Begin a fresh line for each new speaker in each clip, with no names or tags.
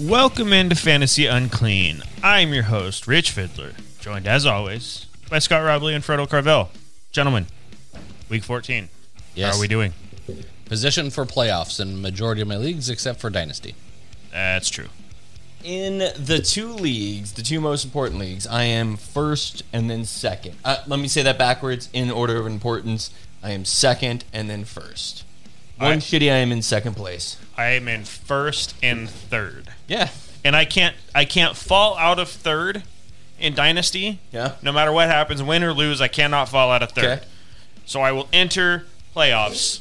Welcome into Fantasy Unclean. I'm your host, Rich Fiddler, joined as always by Scott Robley and Fredo Carvel. Gentlemen, week 14.
Yes.
How are we doing?
Position for playoffs in majority of my leagues except for Dynasty.
That's true.
in the two leagues, the two most important leagues, I am first and then second. Uh, let me say that backwards in order of importance. I am second and then first. One
Alright.
shitty, I am in second place.
I am in first and third.
Yeah.
And I can't I can't fall out of third in Dynasty.
Yeah.
No matter what happens, win or lose, I cannot fall out of third.
Okay.
So I will enter playoffs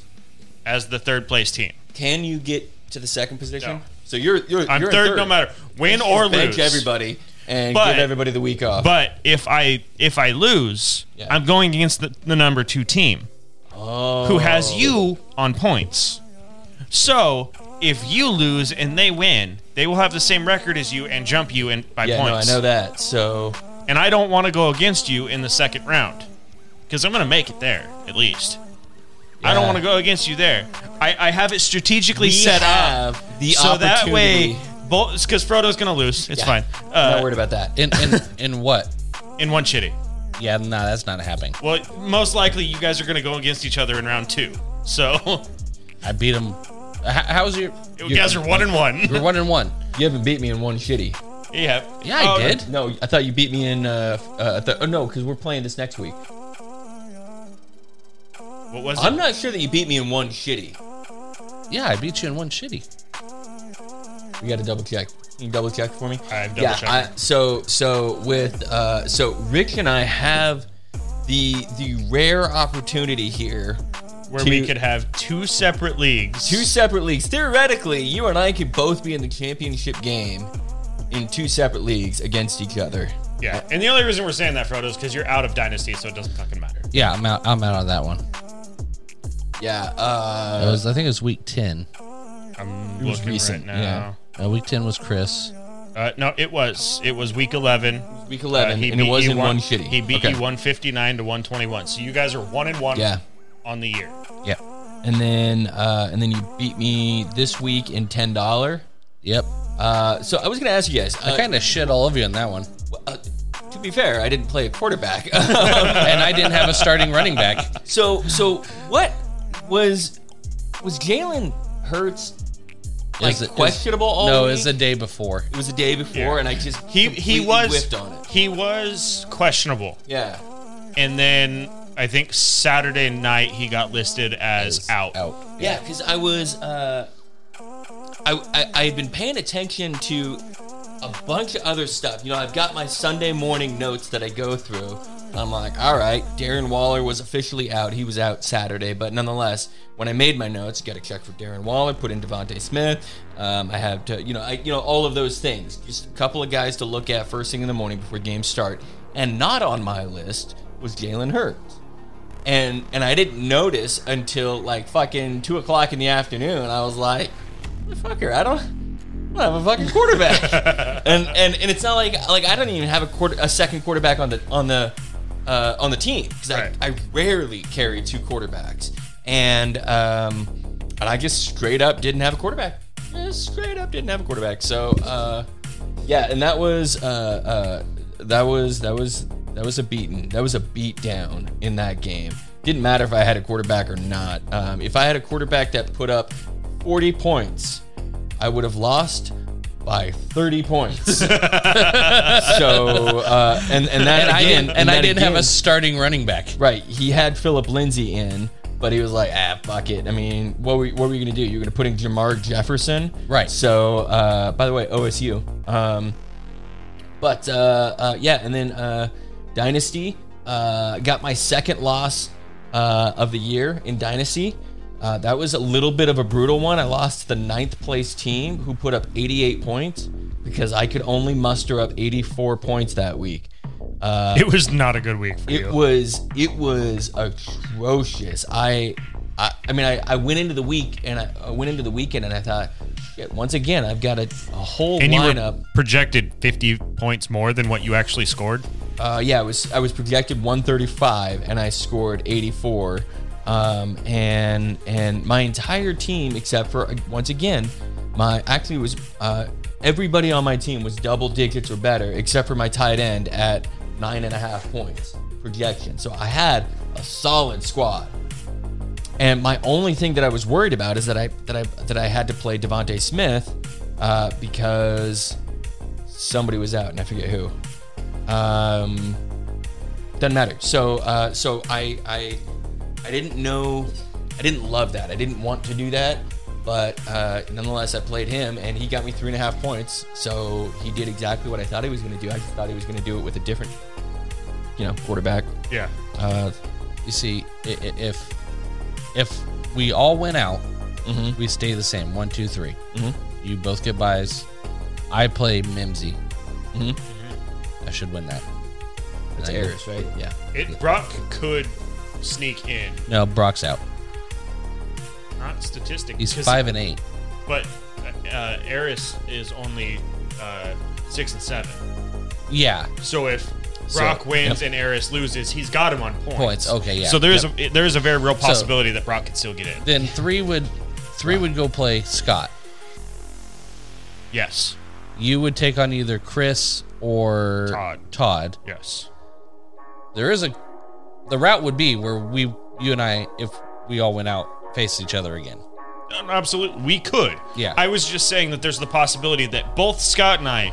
as the third place team.
Can you get to the second position?
No.
So you're you're
I'm
you're in
third, no matter win or
Bench
lose.
everybody and
But-
give everybody the week off.
But if I if I lose,
Yeah.
I'm going against the, the number two team
oh.
who has you on points. So if you lose and they win, they will have the same record as you and jump you in by
Yeah,
points.
no, I know that. So
And I don't want to go against you in the second round because I'm going to make it there at least. I don't
Yeah.
want to go against you there. I, I have it strategically
we
set up
have the
so
opportunity.
that way, because Frodo's going to lose. It's
Yeah.
fine. Uh,
not worried about that.
In in, in what?
in one shitty.
Yeah, no, that's not happening.
Well, most likely you guys are going to go against each other in round two. So
I beat him. How's your?
you
your-
guys are one and one.
You're one and one.
You haven't beat me in one shitty.
yeah.
Yeah, I
Oh,
did.
No, I thought you beat me in. Uh, uh, th- oh, no, because we're playing this next week.
What was it?
I'm not sure that you beat me in one shitty.
Yeah, I beat you in one shitty.
We got to double check. Can you double check for me?
I've double
yeah.
checked.
I, so so with uh, so Rich and I have the the rare opportunity here.
Where we
two-
could have two separate leagues.
Two separate leagues. Theoretically, you and I could both be in the championship game in two separate leagues against each other.
yeah. And the only reason we're saying that, Frodo, is because you're out of Dynasty, so it doesn't fucking matter.
Yeah, I'm out. I'm out on that one.
Yeah.
It
Uh,
was. I think it was week ten.
I'm
was
looking
recent,
right now.
Uh, week ten was Chris.
Uh, no, it was. It was week 11.
week
Uh,
11, and it
beat
was
you
in one, shitty.
He beat
Okay.
you 159 to 121. So you guys are one and one
Yeah.
on the year.
Yeah.
and then uh, and then you beat me this week in ten dollar.
Yep.
Uh, so I was gonna ask you guys. Uh,
I kind of shit all over you on that one,
uh, to be fair, I didn't play a quarterback.
and I didn't have a starting running back.
so so what was was Jalen Hurts like
Is it- is-
questionable? all
no,
week?
it was the day before.
it was the day before,
Yeah.
and I just
He he
completely
was
whiffed on it.
he was questionable.
Yeah,
and then I think Saturday night he got listed as,
Is
out.
Out.
yeah, because I was uh, I, I I had been paying attention to a bunch of other stuff. You know, I've got my Sunday morning notes that I go through. I'm like, all right, Darren Waller was officially out. He was out Saturday, but nonetheless, when I made my notes, got to check for Darren Waller, put in Devonte Smith. Um, I have to, you know, I, you know, all of those things. Just a couple of guys to look at first thing in the morning before games start. And not on my list was Jalen Hurts. And and I didn't notice until like fucking two o'clock in the afternoon. I was like, fucker, I don't. I don't have a fucking quarterback. and, and and it's not like like I don't even have a quarter a second quarterback on the on the uh, on the team because
Right.
I, I rarely carry two quarterbacks and um and I just straight up didn't have a quarterback. Just straight up didn't have a quarterback. So uh yeah, and that was uh uh that was that was that was a beaten that was a beat down in that game. Didn't matter if I had a quarterback or not. Um, if I had a quarterback that put up 40 points, I would have lost by 30 points. so, uh, and, and that
And I
again,
didn't. And I
that
didn't have a
again-
starting running back.
Right. He had Philip Lindsay in, but he was like, ah, fuck it. I mean, what were, what were you going to do? You're going to put in Jamar Jefferson?
Right.
So, uh, by the way, OSU. Um, but, uh, uh, yeah, and then uh, Dynasty uh, got my second loss uh, of the year in Dynasty. Uh, that was a little bit of a brutal one. I lost to the ninth place team who put up 88 points because I could only muster up 84 points that week. Uh,
It was not a good week for you.
it was it was atrocious. I I, I mean I, I went into the week and I, I went into the weekend and I thought, shit, once again I've got a, a whole
and you
lineup.
were projected 50 points more than what you actually scored.
uh, yeah, I was I was projected 135 and I scored 84. Um, and and my entire team except for uh, once again my actually it was uh, everybody on my team was double digits or better, except for my tight end at nine and a half points projection. So I had a solid squad. And my only thing that I was worried about is that I that I that I had to play Devonte Smith uh, because somebody was out and I forget who. Um, doesn't matter. So uh, so I I I didn't know I didn't love that. I didn't want to do that, but uh, nonetheless I played him and he got me three and a half points. So he did exactly what I thought he was going to do. I just thought he was going to do it with a different you know quarterback.
Yeah.
Uh, you see, i- i- if if we all went out, we stay the same. One, two, three. You both get buys. I play Mimsy. I should win that.
It's
And I-
Harris, right? Yeah.
It Brock could sneak in,
No, Brock's out.
not statistic.
He's
'cause-
five and eight.
But uh, Eris is only uh, six and seven.
Yeah,
So if
So,
Brock wins
yep.
and Eris loses, he's got him on points.
points. Okay, yeah.
So there is
Yep.
a there is a very real possibility that Brock could still get in.
then three would three would go play Scott.
Yes.
You would take on either Chris or
Todd.
Todd.
Yes.
There is a the route would be where we you and I if we all went out faced each other again.
Um, absolutely. We could.
Yeah.
I was just saying that there's the possibility that both Scott and I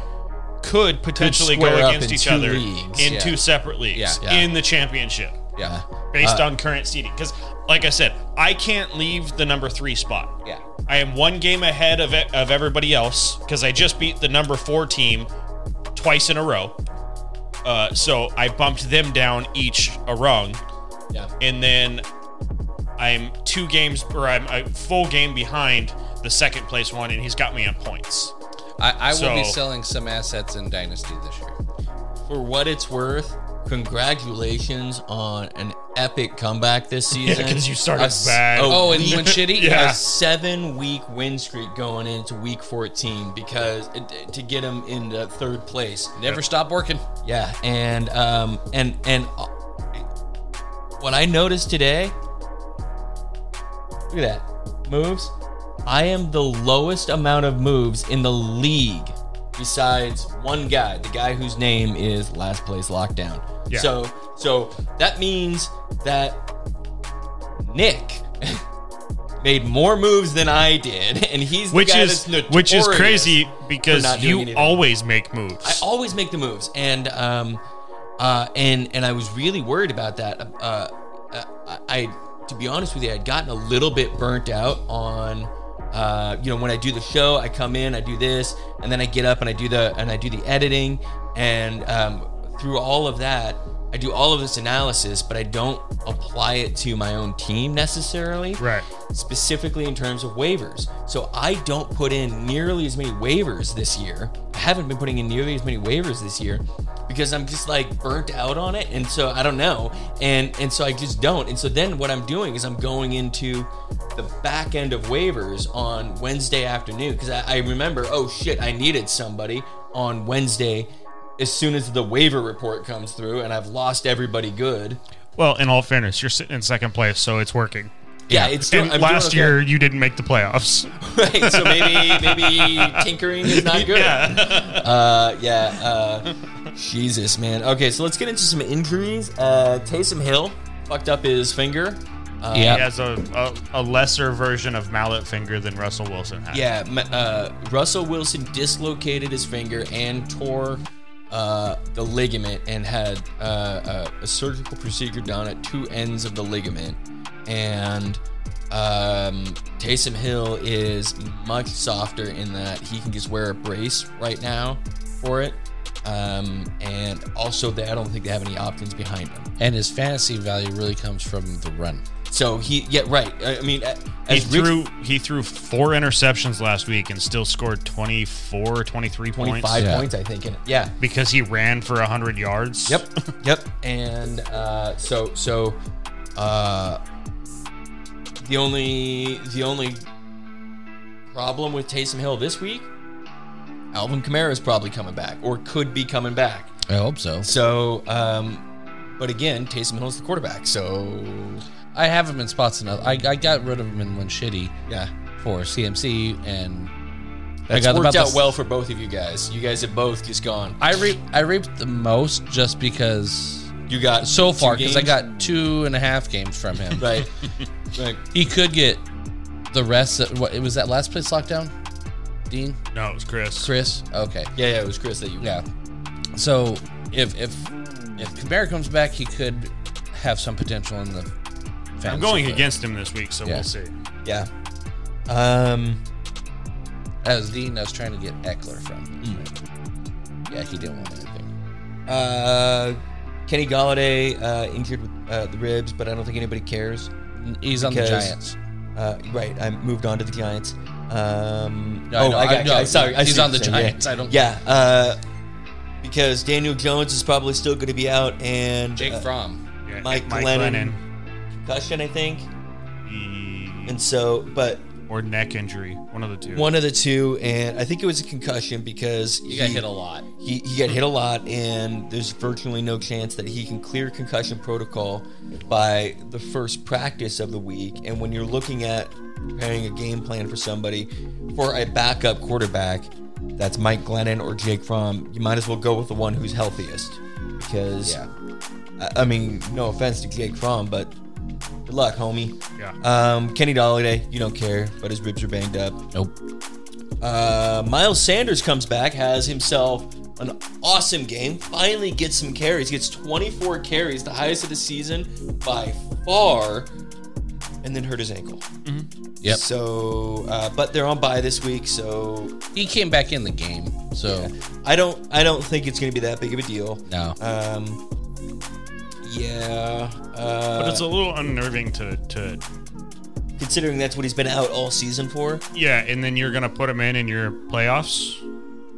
could potentially
square
go
up
against
in
each
two
other
leagues,
in
yeah.
two separate leagues
Yeah. Yeah.
in the championship
Yeah.
based on current seeding. Because, like I said, I can't leave the number three spot.
Yeah.
I am one game ahead of, e-, of everybody else because I just beat the number four team twice in a row. Uh, so I bumped them down each a rung,
Yeah.
and then I'm two games or I'm a full game behind the second place one, and he's got me on points.
I, I will be
So-
selling some assets in Dynasty this year.
For what it's worth, congratulations on an epic comeback this season.
'cause you started
A s-
bad.
a
Oh, and
week-
went shitty?
Yeah.
A seven week win streak going into week 14 because uh, to get him into third place.
Never stop working.
Yeah, and um, and and uh, what I noticed today, look at that moves. I am the lowest amount of moves in the league, besides one guy, the guy whose name is Last Place Lockdown.
Yeah.
So so that means that Nick. Made more moves than I did, and he's the
Which
guy
is
that's
which is
notorious
crazy
not
because
doing
you
anything.
always make moves.
I always make the moves, and um, uh, and and I was really worried about that. Uh, uh, I, I, to be honest with you, I'd gotten a little bit burnt out on, uh, you know, when I do the show, I come in, I do this, and then I get up and I do the and I do the editing, and um, through all of that, I do all of this analysis, but I don't apply it to my own team necessarily
right.
specifically in terms of waivers. So I don't put in nearly as many waivers this year. I haven't been putting in nearly as many waivers this year because I'm just like burnt out on it and so I don't know. And and so I just don't. And so then what I'm doing is I'm going into the back end of waivers on Wednesday afternoon because I, I remember, oh shit, I needed somebody on Wednesday as soon as the waiver report comes through and I've lost everybody good.
Well, in all fairness, you're sitting in second place, so it's working.
Yeah, it's doing-
And
I'm doing
last
okay.
year you didn't make the playoffs.
right? So maybe maybe tinkering is not good. Uh, yeah. Uh, Jesus, man. Okay, so let's get into some injuries. Uh, Taysom Hill fucked up his finger. Uh,
Yeah.
He has a, a, a lesser version of mallet finger than Russell Wilson has.
Yeah. m- Uh, Russell Wilson dislocated his finger and tore uh, the ligament and had uh, uh, a surgical procedure done at two ends of the ligament. And um, Taysom Hill is much softer in that he can just wear a brace right now for it. Um, and also, they, I don't think they have any opt-ins behind him.
And his fantasy value really comes from the run.
So he, yeah, right. I, I mean, a-
He
as Rich-
threw he threw four interceptions last week and still scored 24, 23
25
points
Yeah.
points, I think. In it. Yeah.
because he ran for 100 yards.
Yep. Yep. And uh, so so uh, the only the only problem with Taysom Hill this week, Alvin Kamara is probably coming back or could be coming back.
I hope so.
So, um, but again, Taysom Hill is the quarterback. So
I have him in spots enough. I, I got rid of him in one shitty
yeah,
for CMC and
It's
got about
worked
the
out
s-
well for both of you guys. You guys have both just gone.
I reap I reaped the most just because
You got
so
two
far because I
games?
got two and a half games from him.
right. right.
He could get the rest. Of, what was that last place lockdown? Dean,
No, it was Chris.
Chris. Okay,
Yeah, yeah. It was Chris that you.
yeah. So if if if Cabrera comes back, he could have some potential in the.
I'm
fantasy
going
league.
against him this week, so
Yeah.
we'll see.
Yeah,
Um.
as Dean, I was trying to get Eckler from. Yeah, he didn't want anything.
Uh. Kenny Galladay uh, injured with uh, the ribs, but I don't think anybody cares.
He's on the
Because-
Giants.
Uh, right, I moved on to the Giants. Um,
No, I
oh,
know,
I got.
I
I,
know.
sorry, I
He's
see
on
what
the
you're saying,
Giants,
Yeah.
I don't-
Yeah, uh, because Daniel Jones is probably still going to be out, and
Jake
uh,
Fromm.
Yeah,
Mike Glennon. concussion, I think.
Glennon.
And so, but
or neck injury, one of the two.
one of the two, and I think it was a concussion because
He got hit a lot.
he, he got hit a lot, and there's virtually no chance that he can clear concussion protocol by the first practice of the week. And when you're looking at preparing a game plan for somebody for a backup quarterback, that's Mike Glennon or Jake Fromm, you might as well go with the one who's healthiest. Because,
Yeah.
I, I mean, no offense to Jake Fromm, but good luck, homie.
Yeah.
Um, Kenny Galladay, you don't care, but his ribs are banged up.
Nope.
Uh, Miles Sanders comes back, has himself an awesome game. Finally gets some carries. Gets 24 carries, the highest of the season by far. And then hurt his ankle.
Mm-hmm. Yep.
So, uh, but they're on bye this week, so
He came back in the game. So
I don't, I don't think it's going to be that big of a deal.
no.
Um, yeah. Uh,
but it's a little unnerving to to
considering that's what he's been out all season for.
yeah, and then you're gonna put him in in your playoffs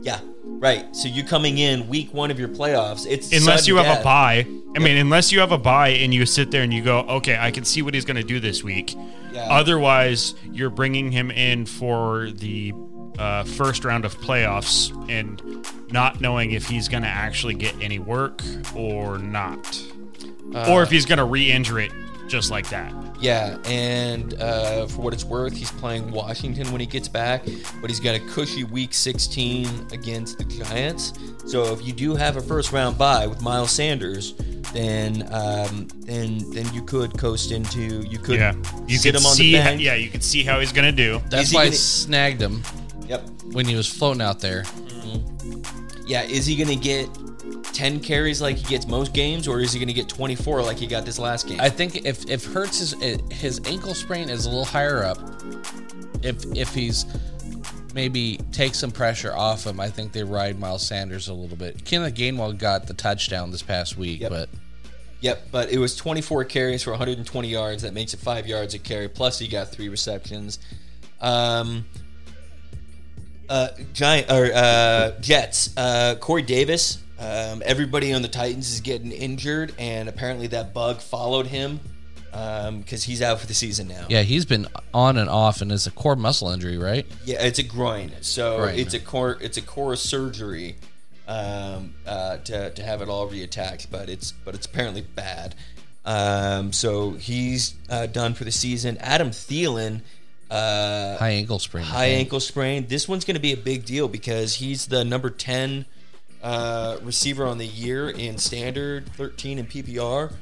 Yeah. Right. So you coming in week one of your playoffs. It's
unless
sudden
you have a
death.
bye. I mean, unless you have a bye and you sit there and you go, okay, I can see what he's gonna do this week.
Yeah.
Otherwise, you're bringing him in for the uh, first round of playoffs and not knowing if he's gonna actually get any work or not, or
Uh,
if he's gonna re-injure it just like that.
Yeah, and uh, for what it's worth, he's playing Washington when he gets back, but he's got a cushy Week 16 against the Giants. So if you do have a first round bye with Miles Sanders, then um, then then you could coast into you could
Yeah, you
sit
could
him on
see.
the bench.
yeah, you could see how he's gonna do.
That's
is he
why I
gonna-
snagged him
Yep.
when he was floating out there.
Yeah. Is he gonna get 10 carries like he gets most games, or is he gonna get 24 like he got this last game?
I think if if Hurts is eh, his ankle sprain is a little higher up, if if he's maybe take some pressure off him, I think they ride Miles Sanders a little bit. Kenneth Gainwell got the touchdown this past week,
Yep.
but
Yep, but it was 24 carries for 120 yards. That makes it five yards a carry. Plus, he got three receptions. Um, uh, giant or uh, Jets. Uh, Corey Davis. Um, everybody on the Titans is getting injured, and apparently that bug followed him because he's out for the season now.
yeah, he's been on and off, and it's a core muscle injury, right?
Yeah, it's a groin. So
Groin.
it's a core. It's a core surgery um, uh, to to have it all reattached, but it's but it's apparently bad. Um, so he's uh, done for the season. Adam Thielen. Uh,
High ankle sprain. I
high
think.
ankle sprain. This one's going to be a big deal because he's the number 10 uh, receiver on the year in standard, 13 in PPR,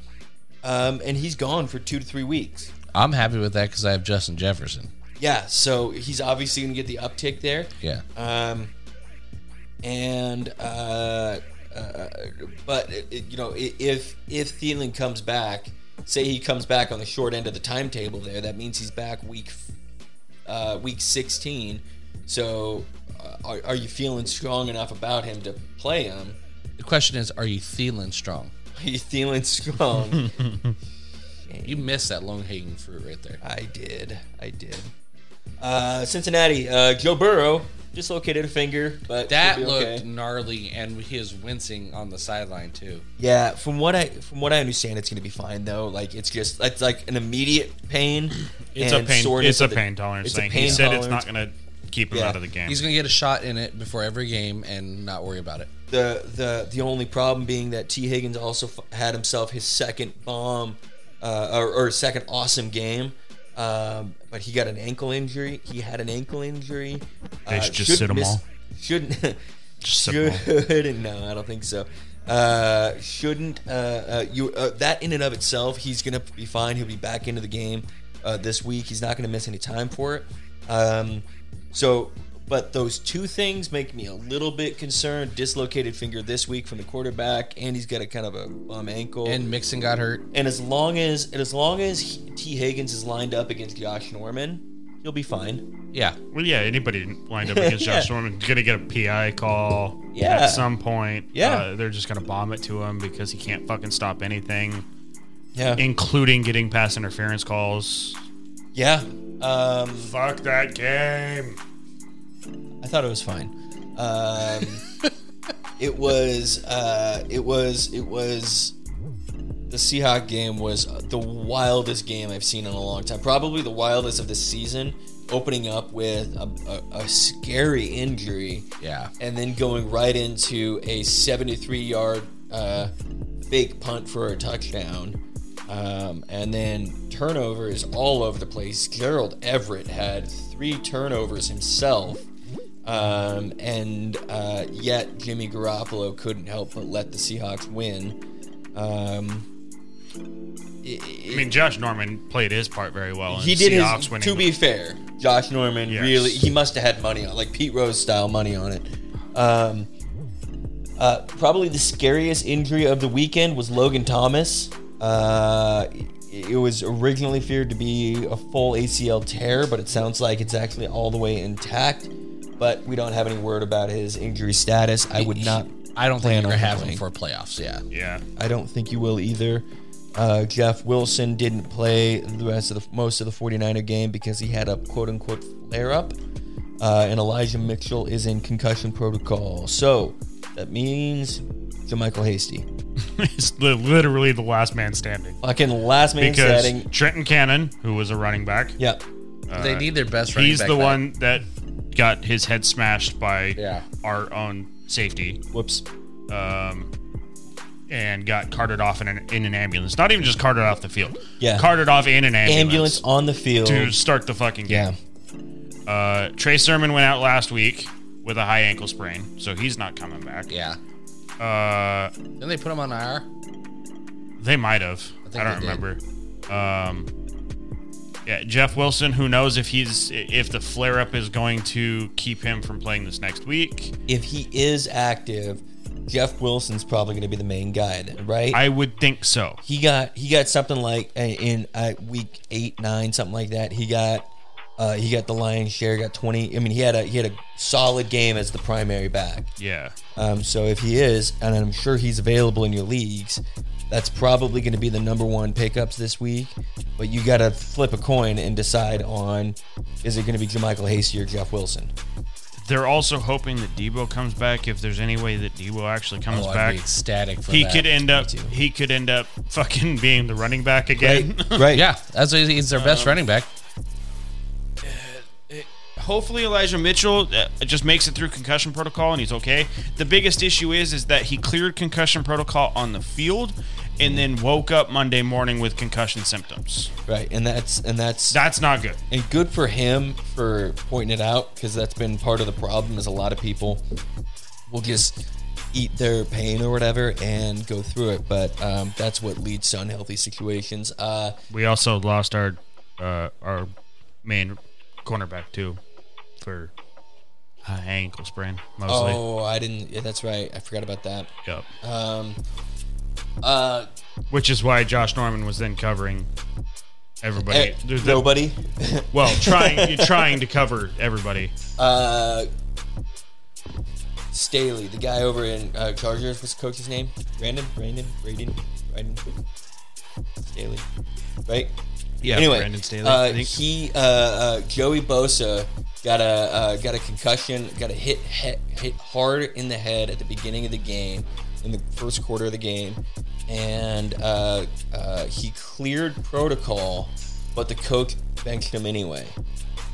um, and he's gone for two to three weeks.
I'm happy with that because I have Justin Jefferson.
Yeah, so he's obviously going to get the uptick there.
Yeah,
Um, and uh, uh, but it, it- you know, i- if if Thielen comes back, say he comes back on the short end of the timetable, there, that means he's back week uh, week sixteen. So, uh, are, are you feeling strong enough about him to play him?
the question is, are you Thielen strong?
Are you feeling strong?
You missed that long hanging fruit right there.
I did, I did. Uh, Cincinnati, uh, Joe Burrow dislocated a finger, but
That
should be
looked
okay.
gnarly, and he is wincing on the sideline too.
Yeah, from what I from what I understand, it's gonna be fine though. Like it's just it's like an immediate pain.
It's
and
a pain.
soreness
It's a
of the-
pain tolerance
it's a
thing. he
pain
said it's
tolerance.
not going to keep him
Yeah.
out of the game.
He's gonna get a shot in it before every game and not worry about it.
The the the only problem being that T Higgins also f- had himself his second bomb, uh, or, or second awesome game, Um, but he got an ankle injury. He had an ankle injury. Uh,
They should just sit 'em all.
Shouldn't.
Just sit 'em all.
shouldn't. No, I don't think so. Uh, shouldn't uh, uh, you? Uh, that in and of itself, he's gonna be fine. He'll be back into the game uh, this week. He's not gonna miss any time for it. Um, so, but those two things make me a little bit concerned. Dislocated finger this week from the quarterback, and he's got a kind of a bum ankle.
And Mixon got hurt.
And as long as and as long as he- T Higgins is lined up against Josh Norman, he'll be fine.
Yeah.
Well, yeah, anybody lined up against
Yeah.
Josh Norman is going to get a PI call
Yeah.
at some point.
Yeah.
Uh, they're just going to bomb it to him because he can't fucking stop anything,
Yeah.
including getting pass interference calls.
yeah. Um,
Fuck that game.
I thought it was fine. Um, it was. Uh, it was. It was. The Seahawk game was the wildest game I've seen in a long time. Probably the wildest of the season. Opening up with a, a, a scary injury.
Yeah.
and then going right into a 73 yard uh, fake punt for a touchdown. Um, and then turnovers all over the place. Gerald Everett had three turnovers himself. Um, and uh, yet Jimmy Garoppolo couldn't help but let the Seahawks win. Um, it-
I mean, Josh Norman played his part very well. and
he did
Seahawks
his.
winning
To be fair, Josh Norman
Yes.
really he must have had money on like Pete Rose style money on it. Um, uh, probably the scariest injury of the weekend was Logan Thomas. Uh, it it was originally feared to be a full ACL tear, but it sounds like it's actually all the way intact. But we don't have any word about his injury status. I would not.
I don't
plan
think you're
on
having
playing.
him for playoffs. Yeah.
yeah.
I don't think you will either. Uh, Jeff Wilson didn't play the rest of the most of the 49er game because he had a quote unquote flare up. Uh, and Elijah Mitchell is in concussion protocol. So that means Jamichael Hasty.
He's li- literally the last man standing.
Fucking last man
Because
setting.
Trenton Cannon, who was a running back,
Yep.
they need their best running
he's
back
the
back.
one that got his head smashed by
Yeah.
our own safety.
Whoops.
um, and got carted off in an, in an ambulance. Not even just carted off the field.
Yeah.
Carted off in an
Ambulance
ambulance.
on the field.
to start the fucking game.
Yeah.
Uh, Trey Sermon went out last week with a high ankle sprain, so he's not coming back.
Yeah.
Uh,
Then they put him on IR.
they might have. I,
think
don't
they did.
remember. Um, yeah, Jeff Wilson. Who knows if he's if the flare up is going to keep him from playing this next week?
If he is active, Jeff Wilson's probably going to be the main guy, then, right?
I would think so.
he got he got something like uh, in uh, week eight nine something like that he got uh, he got the lion's share got 20 i mean he had a he had a solid game as the primary back
Yeah.
um, so if he is and i'm sure he's available in your leagues that's probably going to be the number one pickups this week but you got to flip a coin and decide on is it going to be Jermichael Hasty or jeff wilson
They're also hoping that Debo comes back. If there's any way that Debo actually comes
Oh, I'd
back,
be ecstatic for
he
that.
could end up he could end up fucking being the running back again.
right right
Yeah, that's what he's their best running back.
Hopefully Elijah Mitchell uh, just makes it through concussion protocol and he's okay. The biggest issue is is that he cleared concussion protocol on the field and then woke up Monday morning with concussion symptoms.
right and that's and that's
That's not good.
and good for him for pointing it out because that's been part of the problem is a lot of people will just eat their pain or whatever and go through it but um, that's what leads to unhealthy situations uh,
We also lost our uh, our main cornerback too for high ankle sprain mostly.
oh i didn't yeah, that's right i forgot about that
Yep.
um, uh,
Which is why Josh Norman was then covering everybody.
eh,
The- the-
nobody
Well, trying you're trying to cover everybody.
uh, staley the guy over in uh, chargers what's the coach's name brandon brandon braden brandon staley right
Yeah.
anyway,
Brandon Staley.
uh,
I think.
he uh, uh, Joey Bosa got a uh, got a concussion, got a hit, hit hit hard in the head at the beginning of the game, in the first quarter of the game, and uh, uh, he cleared protocol, but the coach benched him anyway.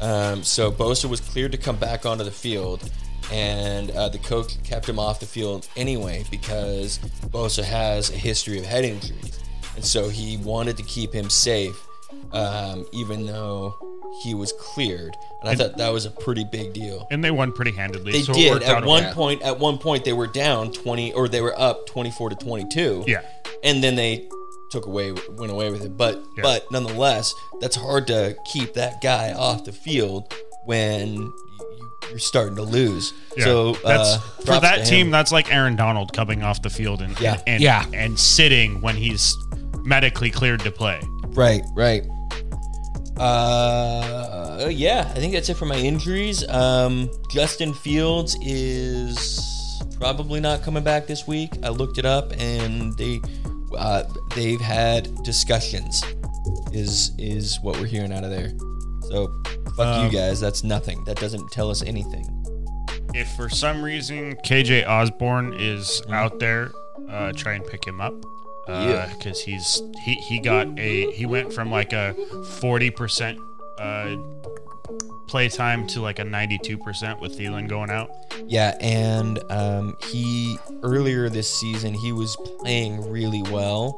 Um, so Bosa was cleared to come back onto the field, and uh, the coach kept him off the field anyway because Bosa has a history of head injuries, and so he wanted to keep him safe um, even though he was cleared. And I thought that was a pretty big deal.
and they won pretty handedly.
They
so It
did
worked
at
out
one
okay.
point. At one point, they were down twenty, or they were up twenty-four to twenty-two.
Yeah.
and then they took away, went away with it. But
Yeah.
but nonetheless, that's hard to keep that guy off the field when you, you're starting to lose.
Yeah.
So
that's
uh,
for
props to
that
him.
team. That's like Aaron Donald coming off the field and
Yeah.
and
Yeah.
and sitting when he's medically cleared to play.
Right, right. Uh, yeah, I think that's it for my injuries. Um, Justin Fields is probably not coming back this week. I looked it up, and they uh, they've had discussions. Is is what we're hearing out of there? So fuck
Um,
you guys. That's nothing. That doesn't tell us anything.
If for some reason KJ Osborne is out there, uh, try and pick him up.
Yeah.
because he's he he got a he went from like a forty percent uh play time to like a ninety two percent with Thielen going out.
Yeah, and um, he earlier this season he was playing really well.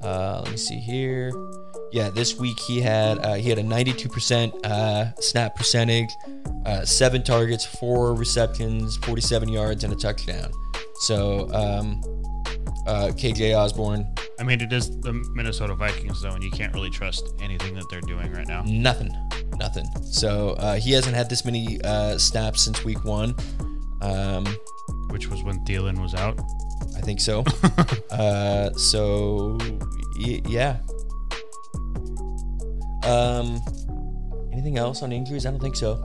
Uh, let me see here. Yeah, this week he had uh, he had a 92% uh, snap percentage, uh, seven targets, four receptions, 47 yards, and a touchdown. So um, uh, KJ Osborne,
I mean, it is the Minnesota Vikings though, and you can't really trust anything that they're doing right now.
nothing, nothing. So uh, he hasn't had this many uh, snaps since week one. Um,
Which was when Thielen was out.
I think so. uh, so y- yeah. Um, anything else on injuries? I don't think so.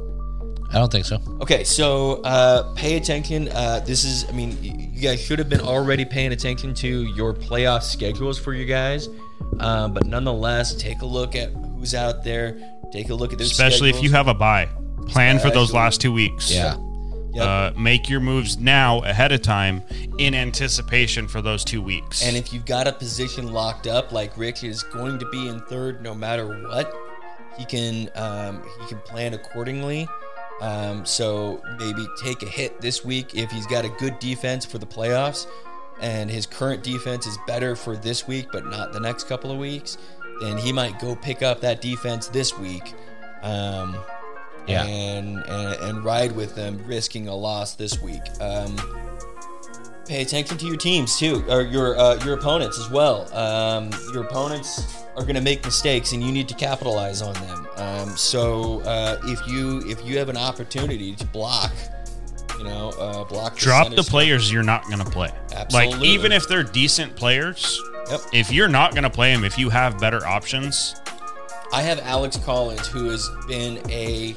I don't think so.
Okay, so uh, pay attention. Uh, this is, I mean, y- you guys should have been already paying attention to your playoff schedules for you guys, uh, but nonetheless, take a look at who's out there. Take a look at their
Especially if you have
schedules.
a buy. Plan for those last two weeks.
Yeah.
Yep.
Uh, make your moves now ahead of time in anticipation for those two weeks.
And if you've got a position locked up, like Rick is going to be in third no matter what, he can um, he can plan accordingly. Um, so maybe take a hit this week if he's got a good defense for the playoffs, and his current defense is better for this week, but not the next couple of weeks. Then he might go pick up that defense this week, um,
Yeah.
and, and and ride with them, risking a loss this week. Um, pay attention to your teams too, or your uh, your opponents as well. Um, your opponents are going to make mistakes, and you need to capitalize on them. Um, so uh, if you if you have an opportunity to block, you know, uh, block.
Drop
center
the
st-
players you're not going to play. Like,
Absolutely.
even if they're decent players,
Yep.
if you're not going to play them, if you have better options,
I have Alex Collins, who has been a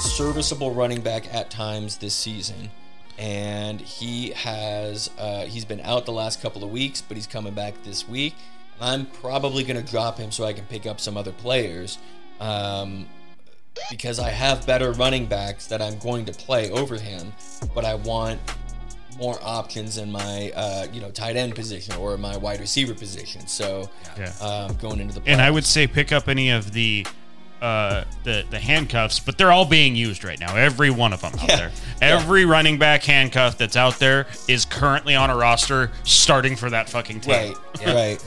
serviceable running back at times this season, and he has uh, he's been out the last couple of weeks, but he's coming back this week. I'm probably going to drop him so I can pick up some other players, um, because I have better running backs that I'm going to play over him, but I want more options in my uh, you know tight end position or my wide receiver position. So
Yeah.
um, going into the
and I
playoffs.
would say pick up any of the. Uh, the the handcuffs, but they're all being used right now. Every one of them out
Yeah.
there. Every running back handcuff that's out there is currently on a roster, starting for that fucking team.
Right. Right.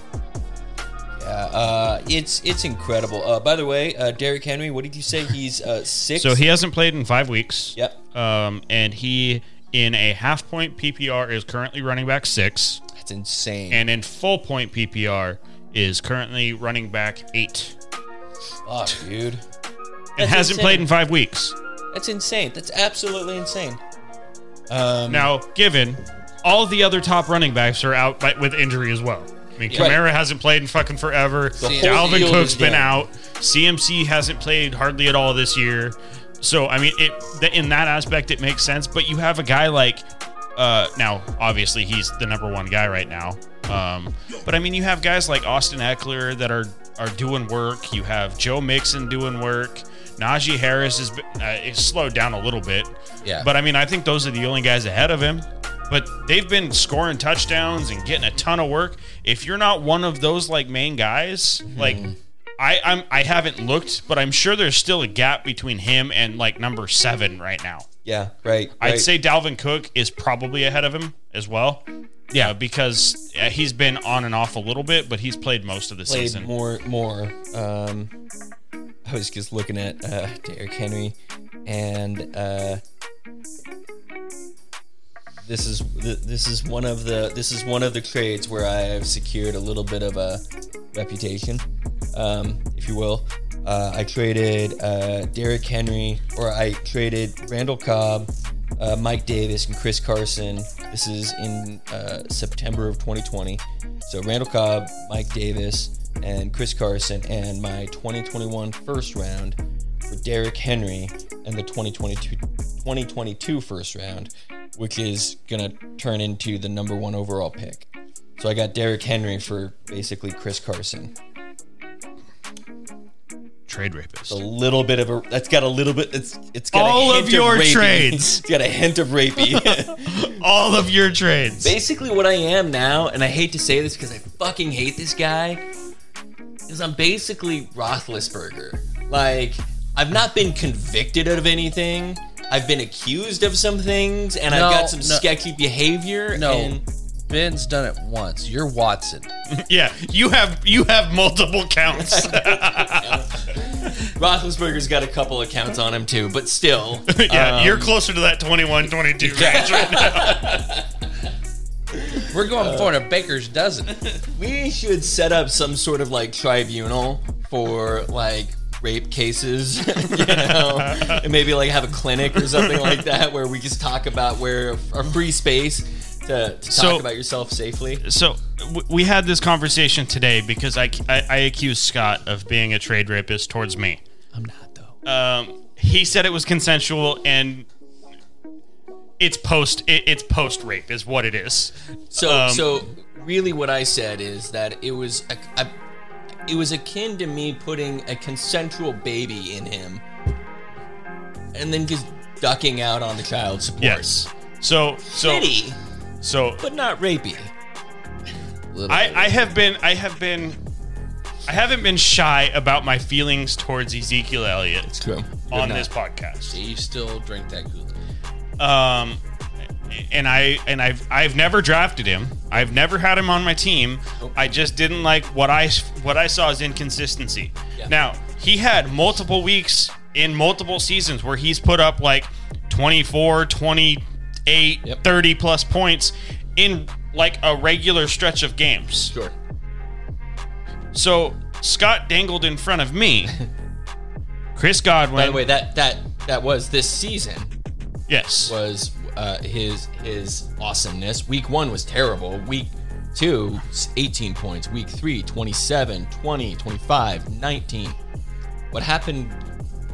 Yeah. Uh, it's it's incredible. Uh, by the way, uh, Derrick Henry, what did you say? He's uh, six.
So he hasn't played in five weeks.
Yep.
Um, and he, in a half point PPR, is currently running back six,
That's insane.
and in full point PPR is currently running back eight,
Fuck,
and
dude. That's
hasn't
insane.
played in five weeks.
That's insane. That's absolutely insane. Um,
Now, given all the other top running backs are out by, with injury as well. I mean,
Yeah.
Kamara hasn't played in fucking forever.
whole
Dalvin
field
Cook's
is
been
down.
out. CMC hasn't played hardly at all this year. So I mean, it th- in that aspect it makes sense. But you have a guy like uh, now, obviously he's the number one guy right now. Um, but I mean, you have guys like Austin Eckler that are are doing work. You have Joe Mixon doing work. Najee Harris is uh, is slowed down a little bit.
Yeah.
But I mean, I think those are the only guys ahead of him. But they've been scoring touchdowns and getting a ton of work. If you're not one of those like main guys, like
Hmm.
I I'm, I haven't looked, but I'm sure there's still a gap between him and like number seven right now.
yeah. Right.
I'd
right.
say Dalvin Cook is probably ahead of him as well.
Yeah.
uh, because uh, he's been on and off a little bit, but he's played most of the
played
season.
more more. Um, I was just looking at uh, Derrick Henry, and uh, this is th- this is one of the this is one of the trades where I have secured a little bit of a reputation, um, if you will. Uh, I traded uh, Derrick Henry, or I traded Randall Cobb, uh, Mike Davis, and Chris Carson. This is in uh, September of 2020. So Randall Cobb, Mike Davis, and Chris Carson, and my 2021 first round for Derrick Henry, and the 2022 2022 first round, which is gonna turn into the number one overall pick. So I got Derrick Henry for basically Chris Carson.
Trade
a
rapist.
little bit of a that's got a little bit it's it's got
All
a
of
hint
your
rapey.
trades.
it's got a hint of rapey
All of your trades.
basically what i am now and i hate to say this because i fucking hate this guy is i'm basically roethlisberger like i've not been convicted of anything i've been accused of some things and
No,
i've got some
no.
sketchy behavior
No,
and
Ben's done it once. You're Watson.
yeah, you have you have multiple counts.
roethlisberger's got a couple of counts on him too but still
yeah,
um,
you're closer to that 21 22 range right now.
We're going for a baker's dozen.
We should set up some sort of like tribunal for like rape cases, you know, and maybe like have a clinic or something like that where we just talk about where a free space to, to talk
So-
about yourself safely.
so w- we had this conversation today because I, I, I accused Scott of being a trade rapist towards me.
I'm not though.
Um, he said it was consensual and it's post it, it's post rape is what it is.
So
um,
so really, what I said is that it was a, a, it was akin to me putting a consensual baby in him, and then just ducking out on the child support.
Yes. So so
Shitty,
so
but not rapey.
Little
I, I have been I have been I haven't been shy about my feelings towards Ezekiel Elliott
True.
on
not.
this podcast.
you still drink that Kool-Aid.
Um, and I and I've I've never drafted him. I've never had him on my team. I just didn't like what I what I saw as inconsistency.
Yeah.
Now he had multiple weeks in multiple seasons where he's put up like 24, 28,
Yep.
30 plus points in like a regular stretch of games.
Sure.
So Scott dangled in front of me. Chris Godwin.
By the way, that that that was this season
yes.
was uh, his his awesomeness. Week one was terrible. Week two, 18 points. Week three, 27, 20, 25, 19. What happened?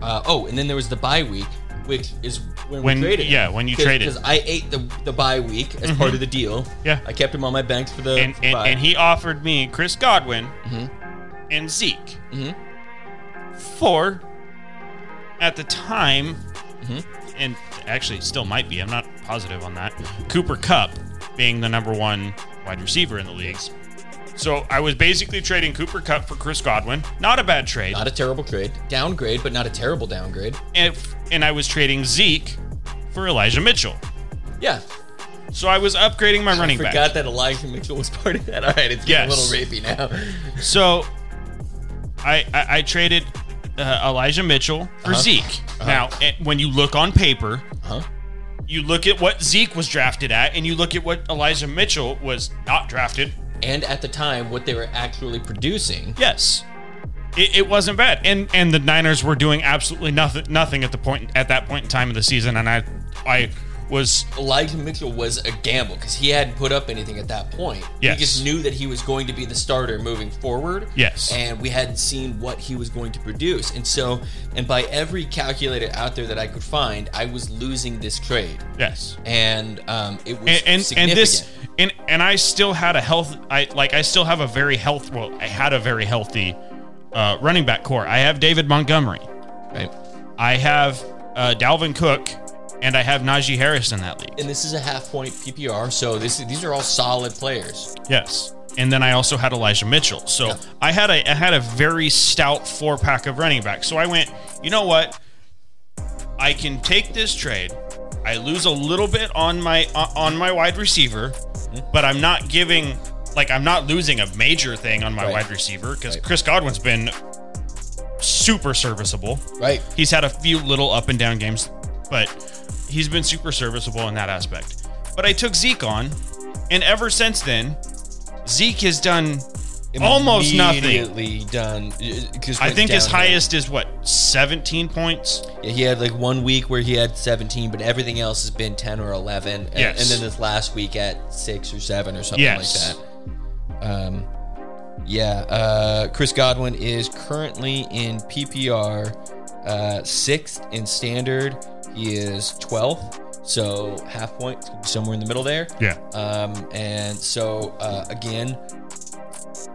Uh, oh, and then there was the bye week, which is when,
When-
we traded.
yeah, when you traded. Mm-hmm.
Because I ate the, the bye week as part of the deal.
Yeah.
I kept him on my bench for the
and,
for
and,
bye.
and he offered me Chris Godwin
Mm-hmm.
and Zeke for, at the time,
Mm-hmm.
and actually it still might be, I'm not positive on that, Cooper Cup being the number one wide receiver in the leagues. So I was basically trading Cooper Cup for Chris Godwin. Not a bad trade.
not a terrible trade. Downgrade, but not a terrible downgrade.
and, and I was trading Zeke for Elijah Mitchell.
Yeah,
So I was upgrading my running
Forgot
back.
that Elijah Mitchell was part of that. All right, it's getting
Yes.
a little rapey now.
So I I, I traded uh, Elijah Mitchell for Zeke. Now, eh, when you look on paper,
Huh?
you look at what Zeke was drafted at, and you look at what Elijah Mitchell was not drafted.
And at the time, what they were actually producing.
Yes. It, it wasn't bad, and and the Niners were doing absolutely nothing nothing at the point at that point in time of the season, and I I was
Elijah Mitchell was a gamble because he hadn't put up anything at that point.
Yes.
We just knew that he was going to be the starter moving forward.
Yes.
And we hadn't seen what he was going to produce. And so, and by every calculator out there that I could find, I was losing this trade.
yes.
And um, it was
and and,
significant.
and this and and I still had a health I like I still have a very health well I had a very healthy uh, running back core. I have David Montgomery.
Right.
I have uh, Dalvin Cook and I have Najee Harris in that league.
And this is a half point PPR, so this these are all solid players.
Yes. And then I also had Elijah Mitchell. So I had a I had a very stout four pack of running backs. So I went, you know what? I can take this trade. I lose a little bit on my on my uh, wide receiver,
Mm-hmm.
but I'm not giving like I'm not losing a major thing on my
Right.
wide receiver because
Right.
Chris Godwin's been super serviceable.
Right.
He's had a few little up and down games, but he's been super serviceable in that aspect. But I took Zeke on, and ever since then, Zeke has done almost nothing.
Immediately done. it- 'cause
I
went
think his
downhill.
highest is what 17 points.
Yeah, he had like one week where he had 17, but everything else has been 10 or 11. And,
Yes.
and then this last week at six or seven or something
Yes.
like that. Um, yeah. Uh, Chris Godwin is currently in PPR uh, sixth in standard. He is 12th, so half point somewhere in the middle there.
Yeah.
Um, and so uh, again,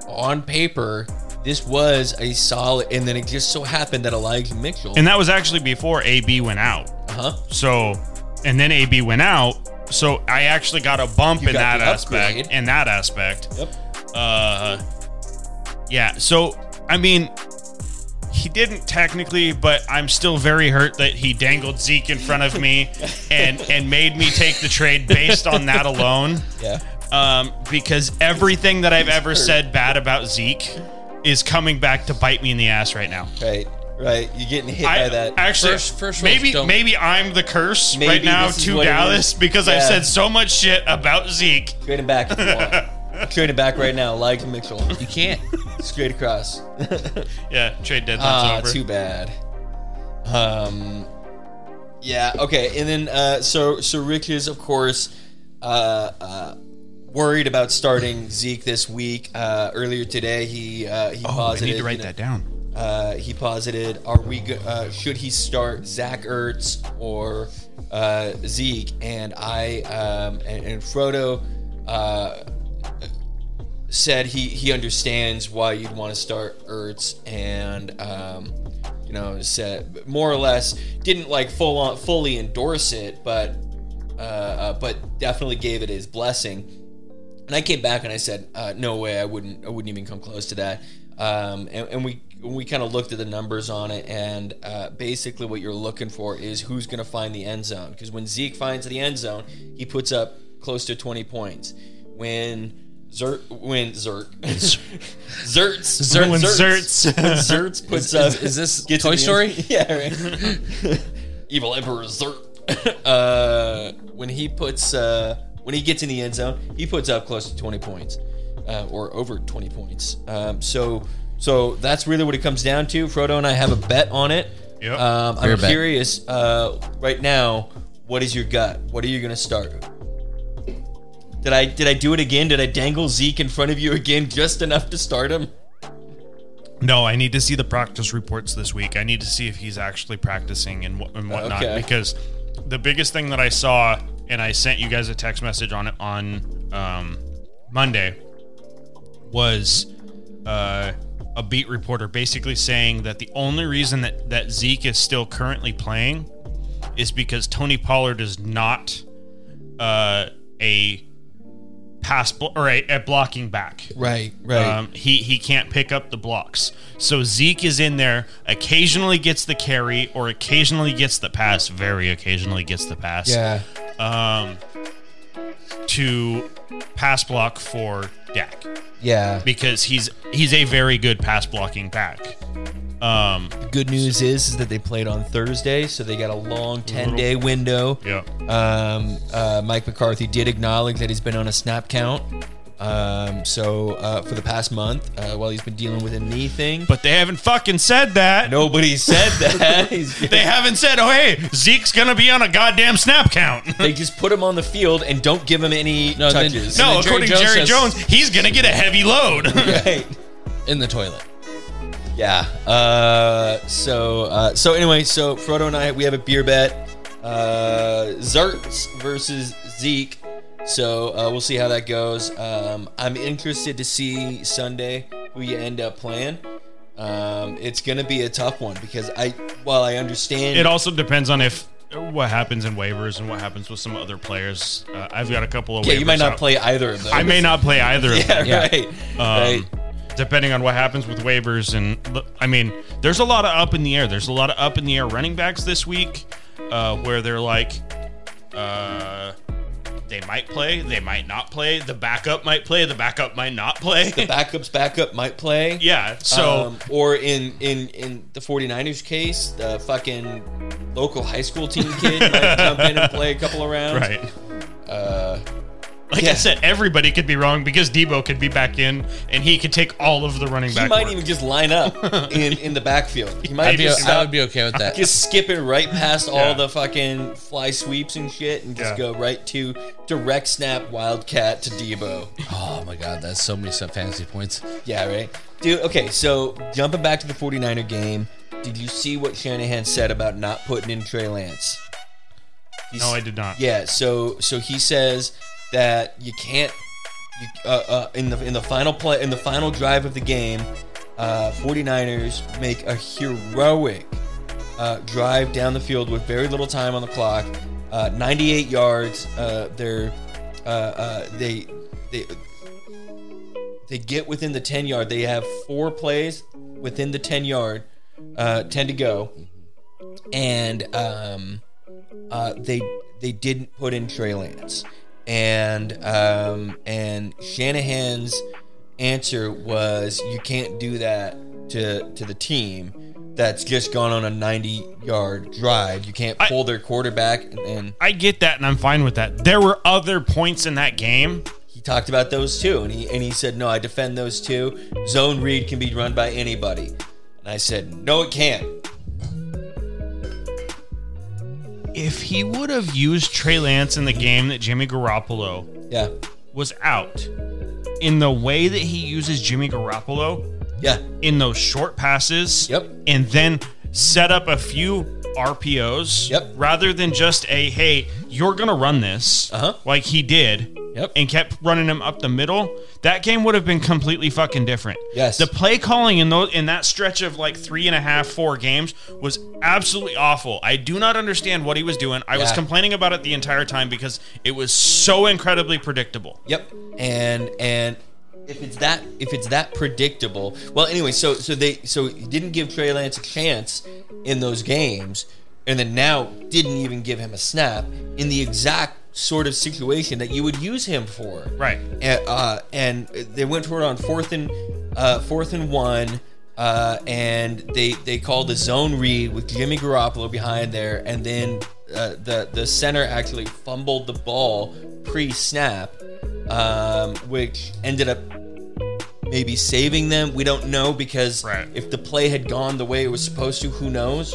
on paper, this was a solid. And then it just so happened that Elijah Mitchell.
And that was actually before AB went out.
uh huh.
So, and then AB went out. So I actually got a bump
You
in that
got the upgrade.
aspect. In that aspect.
Yep.
Uh, yeah. So I mean, he didn't technically, but I'm still very hurt that he dangled Zeke in front of me, and and made me take the trade based on that alone.
Yeah.
Um, because everything that I've ever
hurt.
said bad about Zeke is coming back to bite me in the ass right now.
Right. Right. You're getting hit by that.
Actually,
First- first rules
maybe
don't-
maybe I'm the curse
Maybe
right now
this is
to
what it
Dallas
is.
because I've
Yeah.
said so much shit about Zeke.
Straight and back. If you want. Straight and back right now. Elijah Mitchell.
You can't.
Straight across.
Yeah, trade
Ah,
deadline's
too
over.
bad. Um, yeah. Okay. And then uh, so so Rick is of course uh, uh, worried about starting Zeke this week. Uh, earlier today, he uh, he
Oh, I
posited.
need to write
you know,
that down.
Uh, he posited, "Are we? Go- uh, should he start Zach Ertz or uh, Zeke?" And I um, and, and Frodo uh, said he he understands why you'd want to start Ertz, and um, you know said more or less didn't like full on fully endorse it, but uh, uh, but definitely gave it his blessing. And I came back and I said, uh, "No way, I wouldn't. I wouldn't even come close to that." Um, and, and we we kind of looked at the numbers on it, and uh, basically what you're looking for is who's going to find the end zone. Because when Zeke finds the end zone, he puts up close to 20 points. When Zert, when Zert, Zertz,
When Zertz.
when Zertz puts up,
is this
gets
Toy
in the end-
Story?
Yeah, right. Evil Emperor Zert. uh, when he puts uh, when he gets in the end zone, he puts up close to twenty points, uh, or over twenty points. Um, so so that's really what it comes down to. Frodo and I have a bet on it.
Yep.
Um, I'm
Fair bet.
curious uh, right now. What is your gut? What are you gonna start? Did I did I do it again? Did I dangle Zeke in front of you again just enough to start him?
No, I need to see the practice reports this week. I need to see if he's actually practicing and, what, and whatnot
Okay.
because the biggest thing that I saw, and I sent you guys a text message on it on um, Monday, was uh, a beat reporter basically saying that the only reason that, that Zeke is still currently playing is because Tony Pollard is not uh, a pass blo- or a, a blocking back.
Right,
Um, he he can't pick up the blocks. So Zeke is in there, occasionally gets the carry or occasionally gets the pass, very occasionally gets the pass.
yeah.
Um to pass block for Dak
Yeah.
because he's he's a very good pass blocking back. Um
Good news is, is that they played on Thursday, so they got a long 10 day window.
yeah.
Um, uh, Mike McCarthy did acknowledge that he's been on a snap count. Um, so uh, for the past month, uh, while he's been dealing with a knee thing,
But they haven't fucking said that.
nobody said that. He's-
They haven't said, "Oh hey, Zeke's going to be on a goddamn snap count."
they just put him on the field and don't give him any
No, then-
touches.
no,
then Jerry
according to
Jones
Jerry
says-
Jones, he's going to get a heavy load.
Right.
In the toilet.
Yeah. Uh, so uh, so anyway, so Frodo and I we have a beer bet. Uh, Zertz versus Zeke. So uh, we'll see how that goes. Um, I'm interested to see Sunday who you end up playing. Um, it's gonna be a tough one because I while I understand
It also depends on if what happens in waivers and what happens with some other players. Uh, I've got a couple of
yeah
waivers
you might not
out.
play either of those.
I may not play either of
Yeah,
them.
Yeah.
right.
Um,
right.
Depending on what happens with waivers and I mean, there's a lot of up in the air. There's a lot of up in the air running backs this week, uh, where they're like, uh, They might play, they might not play. The backup might play, the backup might not play.
The backups backup might play.
yeah, so
Um, or in in in the 49ers case, the fucking local high school team kid might jump in and play a couple of rounds.
right.
Uh,
Like
yeah.
I said, everybody could be wrong because Debo could be back in and he could take all of the running
he
back.
might
work.
even just line up in in the backfield. He might
I'd be,
just
I
stop,
would be okay with that.
just skipping right past
Yeah.
all the fucking fly sweeps and shit, and just
Yeah.
go right to direct snap wildcat to Debo.
Oh my god, that's so many sub fantasy points.
Yeah, right. Dude, okay, so jumping back to the 49er game, did you see what Shanahan said about not putting in Trey Lance? He's-
No, I did not.
Yeah, so so he says that you can't you, uh, uh, in the in the final play in the final drive of the game, uh, 49ers make a heroic uh, drive down the field with very little time on the clock, uh, 98 yards. Uh, they're uh, uh, they they they get within the 10 yard. They have four plays within the 10 yard, uh, 10 to go, and um, uh, they they didn't put in Trey Lance, and um, and Shanahan's answer was you can't do that to to the team that's just gone on a 90 yard drive. You can't
I-
pull their quarterback, and, and
I get that and I'm fine with that. There were other points in that game.
he talked about those too, and he and he said, "No, I defend those two. Zone read can be run by anybody." And I said, "No, it can't."
If he would have used Trey Lance in the game that Jimmy Garoppolo
Yeah,
was out, in the way that he uses Jimmy Garoppolo
yeah,
in those short passes,
Yep.
and then set up a few RPOs,
Yep.
rather than just a hey, you're gonna run this,
Uh-huh.
like he did,
Yep.
and kept running him up the middle. That game would have been completely fucking different.
Yes.
the play calling in those in that stretch of like three and a half, four games was absolutely awful. I do not understand what he was doing. I was
Yeah.
complaining about it the entire time because it was so incredibly predictable.
yep. And and if it's that if it's that predictable, well, anyway, so so they so he didn't give Trey Lance a chance in those games, and then now didn't even give him a snap in the exact sort of situation that you would use him for.
Right.
and, uh, and they went for it on fourth and uh, fourth and one, uh, and they they called the zone read with Jimmy Garoppolo behind there, and then uh, the the center actually fumbled the ball pre snap, um, which ended up maybe saving them. We don't know because
Right.
if the play had gone the way it was supposed to, who knows?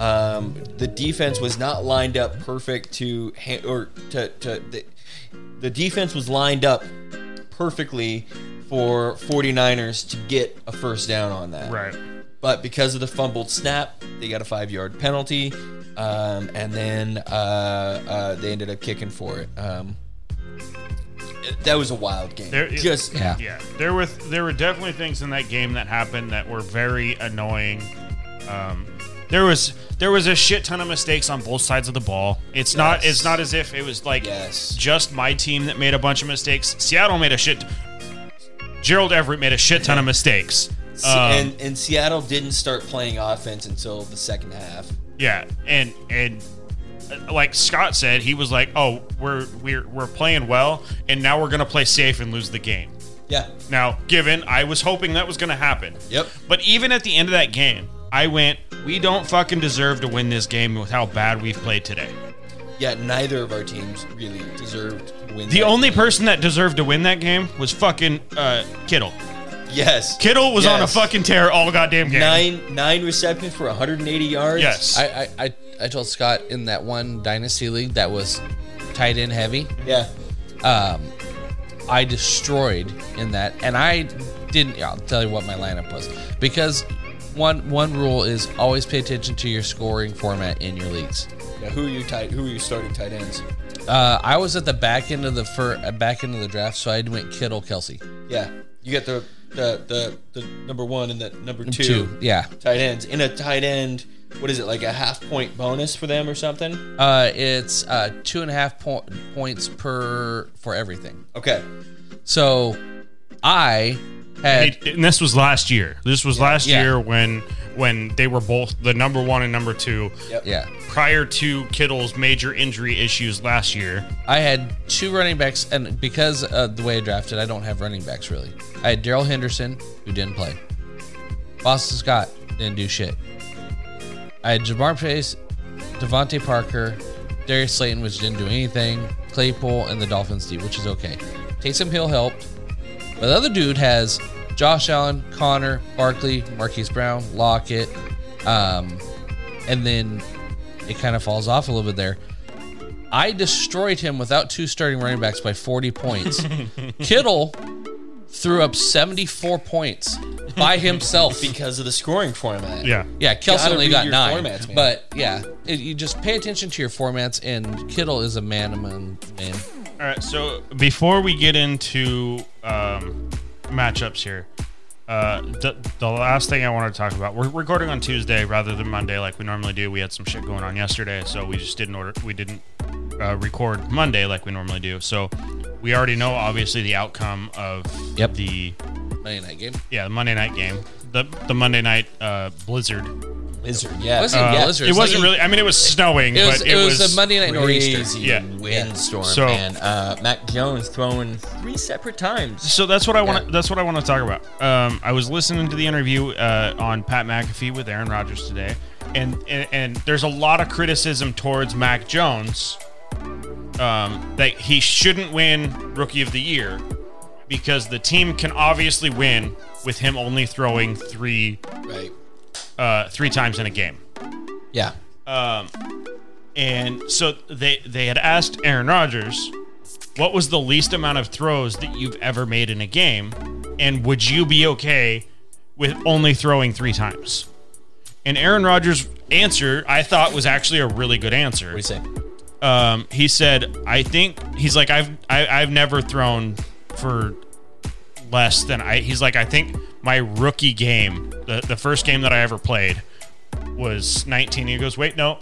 Um, the defense was not lined up perfect to ha- or to, to the, the defense was lined up perfectly for 49ers to get a first down on that.
Right.
But because of the fumbled snap, they got a five yard penalty. Um, and then uh, uh, they ended up kicking for it. Um, that was a wild game.
There-
Just
Yeah.
Yeah, there were there were definitely things in that game that happened that were very annoying. Um, there was there was a shit ton of mistakes on both sides of the ball. It's not
Yes.
it's not as if it was like
Yes.
just my team that made a bunch of mistakes. Seattle made a shit. Gerald Everett made a shit ton of mistakes.
Se-
Um,
and and Seattle didn't start playing offense until the second half.
yeah, and and uh, like Scott said, he was like, "Oh, we're we're we're playing well, and now we're gonna play safe and lose the game."
Yeah.
Now, given I was hoping that was going to happen.
Yep.
But even at the end of that game, I went, we don't fucking deserve to win this game with how bad we've played today.
Yeah, neither of our teams really deserved to win.
The
that.
only person that deserved to win that game was fucking uh, Kittle.
Yes.
Kittle was on a
Yes.
fucking tear all goddamn game.
nine nine receptions for 180 yards.
Yes.
I, I, I, I told Scott in that one dynasty league that was tight end heavy.
Yeah.
Um, I destroyed in that, and I didn't. I'll tell you what my lineup was because one one rule is always pay attention to your scoring format in your leagues.
Now, who are you tight? Who are you starting tight ends?
Uh, I was at the back end of the fir- uh, back end of the draft, so I went Kittle, Kelsey,
Yeah. You got the the the, the number one and the number two,
yeah.
tight ends in a tight end. What is it like a half point bonus for them or something?
Uh, it's uh, two and a half po- points per for everything.
Okay.
So I had
It- and this was last year. This was last
Yeah.
year when when they were both the number one and number two
Yep.
Yeah.
prior to Kittle's major injury issues last year.
I had two running backs, and because of the way I drafted, I don't have running backs really. I had Daryl Henderson, who didn't play. Boston Scott didn't do shit. I had Jamar Chase, Devontae Parker, Darius Slayton, which didn't do anything, Claypool, and the Dolphins D, which is okay. Taysom Hill helped. But the other dude has Josh Allen, Connor, Barkley, Marquise Brown, Lockett, um, and then it kind of falls off a little bit there. I destroyed him without two starting running backs by 40 points. Kittle threw up 74 points by himself.
because of the scoring format.
Yeah.
Yeah, Kelsey
Gotta
only
read
got
your
nine.
formats, man.
but yeah, it, you just pay attention to your formats, and Kittle is a man among men.
All right. So before we get into um, matchups here, uh, the, the last thing I want to talk about, we're recording on Tuesday rather than Monday like we normally do. We had some shit going on yesterday, so we just didn't order. We didn't uh, record Monday like we normally do. So we already know obviously the outcome of
Yep.
the
Monday night game.
yeah the Monday night game, the the Monday night uh, blizzard.
Blizzard. Yeah.
Wasn't
Uh,
Yeah, blizzard.
It
It's
wasn't
like-
really. I mean, it was snowing,
It was,
but
it was, a Monday night nor'easter.
Crazy
Yeah.
windstorm,
So-
man. Uh, Mac Jones throwing three separate times.
So that's what I want. to That's what I want to talk about. Um, I was listening to the interview uh, on Pat McAfee with Aaron Rodgers today, and, and and there's a lot of criticism towards Mac Jones um, that he shouldn't win Rookie of the Year because the team can obviously win with him only throwing three
Right.
uh, three times in a game.
Yeah.
And so they they had asked Aaron Rodgers, "What was the least amount of throws that you've ever made in a game, and would you be okay with only throwing three times?" And Aaron Rodgers' answer, I thought, was actually a really good answer.
What do you say?
Um, he said, "I think he's like I've I, I've never thrown for less than I." He's like, "I think my rookie game, the the first game that I ever played, was 19." He goes, "Wait, no,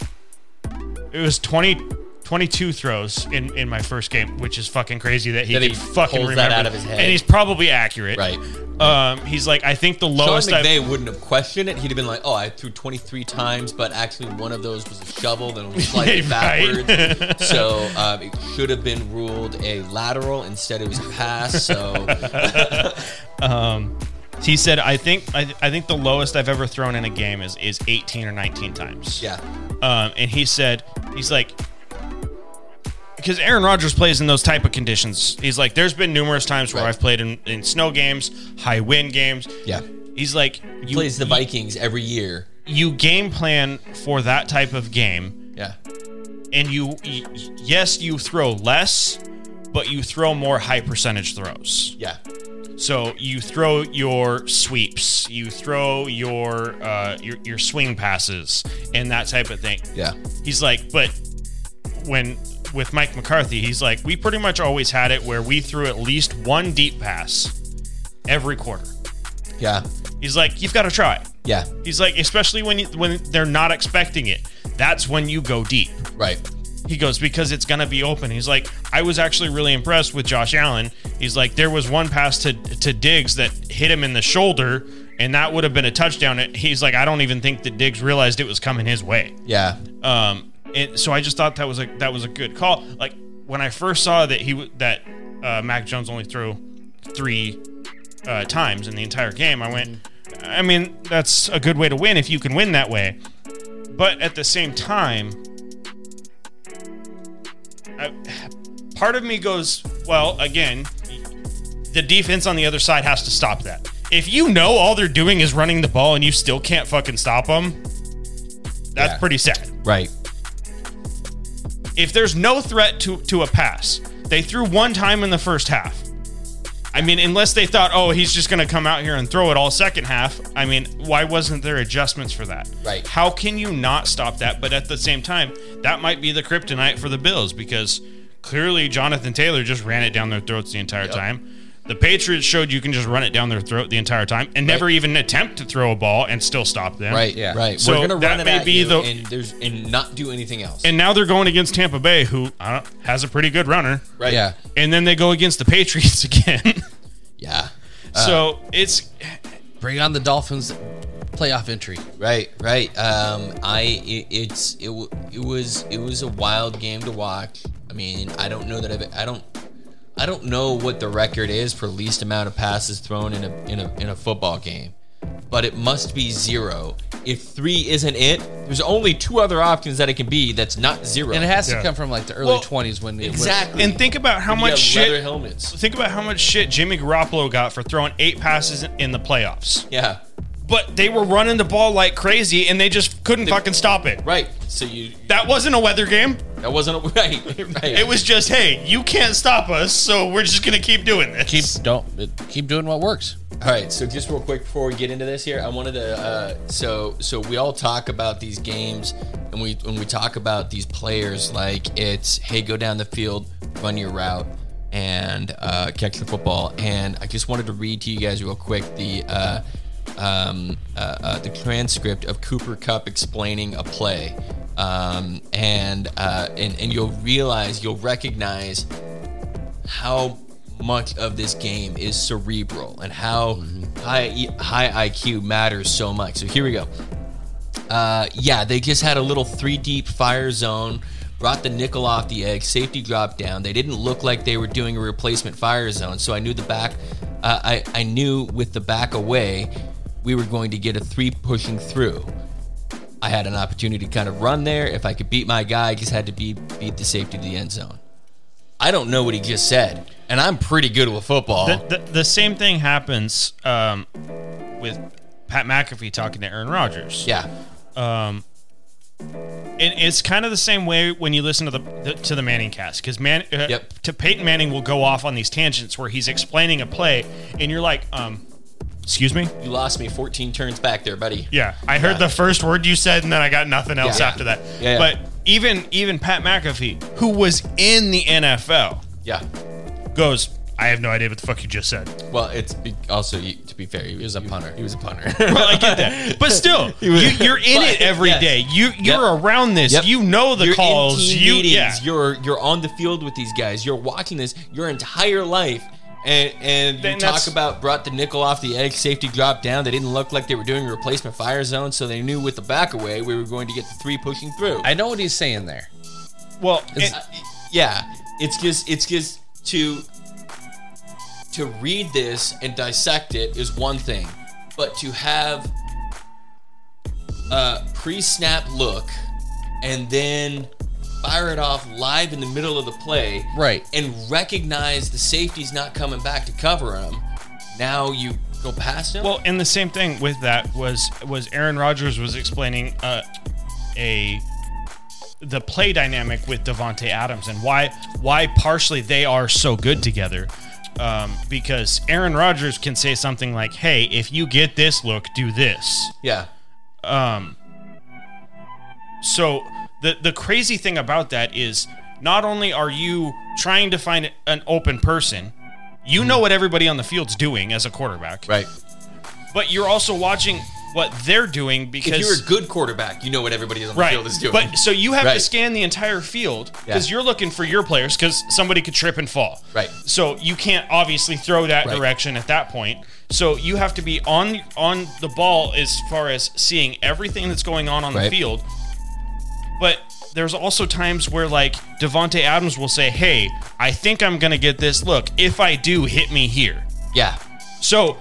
it was 20, 22 throws in in my first game, which is fucking crazy that he
That he
could fucking
pulls that
remember."
out of his head.
And he's probably accurate,
Right.
Um, he's like, "I think the
Sean
lowest I've
McVay wouldn't have questioned it. He'd have been like, "Oh, I threw 23 times, but actually one of those was a shovel that was slightly
Right.
backwards, so um, it should have been ruled a lateral instead it was a pass." So
He said, "I think I, I think the lowest I've ever thrown in a game is is 18 or 19 times."
yeah,
Um, and he said, he's like, because Aaron Rodgers plays in those type of conditions. He's like, there's been numerous times where
Right.
I've played in, in snow games, high wind games.
yeah,
He's like, you
plays the Vikings every year.
You game plan for that type of game,
Yeah,
and you, y- yes, you throw less, but you throw more high percentage throws.
yeah,
So you throw your sweeps, you throw your uh, your, your swing passes, and that type of thing.
yeah,
He's like, but when with Mike McCarthy, he's like, we pretty much always had it where we threw at least one deep pass every quarter.
yeah,
He's like, you've got to try.
yeah.
He's like, especially when you, when they're not expecting it. That's when you go deep.
Right.
He goes, because it's going to be open. He's like, I was actually really impressed with Josh Allen. He's like, there was one pass to, to Diggs that hit him in the shoulder, and that would have been a touchdown. He's like, I don't even think that Diggs realized it was coming his way.
Yeah,
Um, and so I just thought that was a that was a good call. Like when I first saw that he w- that uh, Mac Jones only threw three uh, times in the entire game, I went. I mean, that's a good way to win if you can win that way. But at the same time, I, part of me goes, well, again, the defense on the other side has to stop that. If you know all they're doing is running the ball and you still can't fucking stop them, that's
Yeah.
pretty sad
right.
if there's no threat to, to a pass, they threw one time in the first half. I mean, unless they thought, oh, he's just going to come out here and throw it all second half. I mean, why wasn't there adjustments for that?
Right.
How can you not stop that? But at the same time, that might be the kryptonite for the Bills because clearly Jonathan Taylor just ran it down their throats the entire time. The Patriots showed you can just run it down their throat the entire time and never even attempt to throw a ball and still stop them.
Right,
Yeah.
right.
So
We're gonna
that
run it
may
at
be
you
the-
and there's and not do anything else.
And now they're going against Tampa Bay, who I don't, has a pretty good runner.
right.
Yeah.
and then they go against the Patriots again.
Yeah.
so it's
Bring on the Dolphins playoff entry.
Right, right. Um, I it, it's it, w- it was it was a wild game to watch. I mean, I don't know that I've, I don't I don't know what the record is for least amount of passes thrown in a in a in a football game, but it must be zero. If three isn't it, there's only two other options that it can be. That's not zero.
And it has
Yeah.
to come from like the early
Well,
20s when it was-
exactly.
And think about how
You have
much
leather
shit.
helmets.
Think about how much shit Jimmy Garoppolo got for throwing eight passes in the playoffs.
Yeah,
But they were running the ball like crazy, and they just couldn't fucking stop it.
right. So you
That wasn't a weather game.
that wasn't a, right. right.
It was just, hey, you can't stop us, so we're just gonna keep doing this.
keep don't it- keep doing what works.
All right, so just real quick before we get into this here, I wanted to. Uh, so, so we all talk about these games, and we when we talk about these players, like it's hey, go down the field, run your route, and uh, catch the football. And I just wanted to read to you guys real quick the uh, um, uh, uh, the transcript of Cooper Cup explaining a play, um, and uh, and and you'll realize you'll recognize how much of this game is cerebral and how high E- high IQ matters so much. So here we go. Uh, yeah, they just had a little three deep fire zone, brought the nickel off the edge, safety dropped down. They didn't look like they were doing a replacement fire zone, so I knew the back. Uh, I I knew with the back away, we were going to get a three pushing through. I had an opportunity to kind of run there. If I could beat my guy, I just had to be beat the safety to the end zone. I don't know what he just said, and I'm pretty good with football.
the, the, the same thing happens um, with Pat McAfee talking to Aaron Rodgers.
yeah,
and it's kind of the same way when you listen to the to the Manning cast because man, uh,
Yep.
to Peyton Manning will go off on these tangents where he's explaining a play, and you're like, um, excuse me,
you lost me 14 turns back there, buddy.
yeah, I heard
Yeah.
the first word you said, and then I got nothing else
Yeah.
after that.
Yeah, yeah.
But even even Pat McAfee, who was in the NFL,
Yeah.
goes, I have no idea what the fuck you just said.
Well, it's be- also you- to be fair, he was a punter. He was a punter.
Well, I get that, but still, you,
was-
you're in
But-
it every
yes.
day. You you're
Yep.
around this.
Yep.
You know the
You're in
calls.
team
you
meetings.
yeah.
You're you're on the field with these guys. You're watching this your entire life. And, and you
Then
talk
that's-
about brought the nickel off the edge, safety dropped down. They didn't look like they were doing a replacement fire zone, so they knew with the back away we were going to get the three pushing through.
I know what he's saying there.
well,
It's-
and-
Uh, yeah it's just it's just to to read this and dissect it is one thing but to have a pre-snap look and then fire it off live in the middle of the play
Right.
and recognize the safety's not coming back to cover him now you go past him
Well, and the same thing with that was was Aaron Rodgers was explaining uh, a the play dynamic with Devonte Adams and why why partially they are so good together. Um, because Aaron Rodgers can say something like, "Hey, if you get this look, do this."
yeah
So the the crazy thing about that is not only are you trying to find an open person, you know what everybody on the field's doing as a quarterback,
Mm. right
but you're also watching what they're doing because
if you're a good quarterback you know what everybody on the
right.
field is doing
But so you have to
Right.
scan the entire field because
Yeah.
you're looking for your players because somebody could trip and fall.
Right.
So you can't obviously throw that
Right.
direction at that point. So you have to be on on the ball as far as seeing everything that's going on on
Right.
the field. But there's also times where like Devonte Adams will say, "Hey, I think I'm going to get this look. If I do, hit me here."
yeah
So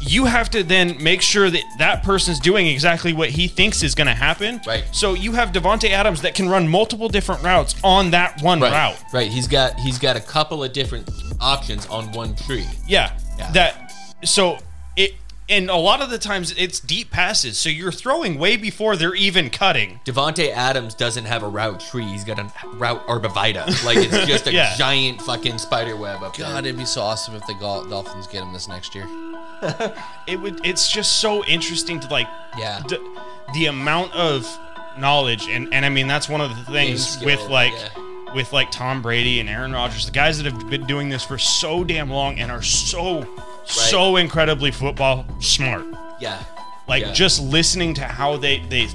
you have to then make sure that that person's doing exactly what he thinks is going to happen.
Right.
So you have Devonte Adams that can run multiple different routes on that one
right
route.
right he's got he's got a couple of different options on one tree
Yeah.
Yeah.
That. So it. And a lot of the times it's deep passes, so you're throwing way before they're even cutting.
Devonte Adams doesn't have a route tree. He's got a route arbivita. Like it's just a
Yeah.
giant fucking spider web up
God, it'd be so awesome if the Gol- Dolphins get him this next year.
It would. It's just so interesting to like
there. Yeah.
d- the amount of knowledge and and I mean that's one of the things
skill,
with like
yeah.
with like Tom Brady and Aaron Rodgers, the guys that have been doing this for so damn long and are so so incredibly football smart.
yeah.
Like
Yeah.
just listening to how they they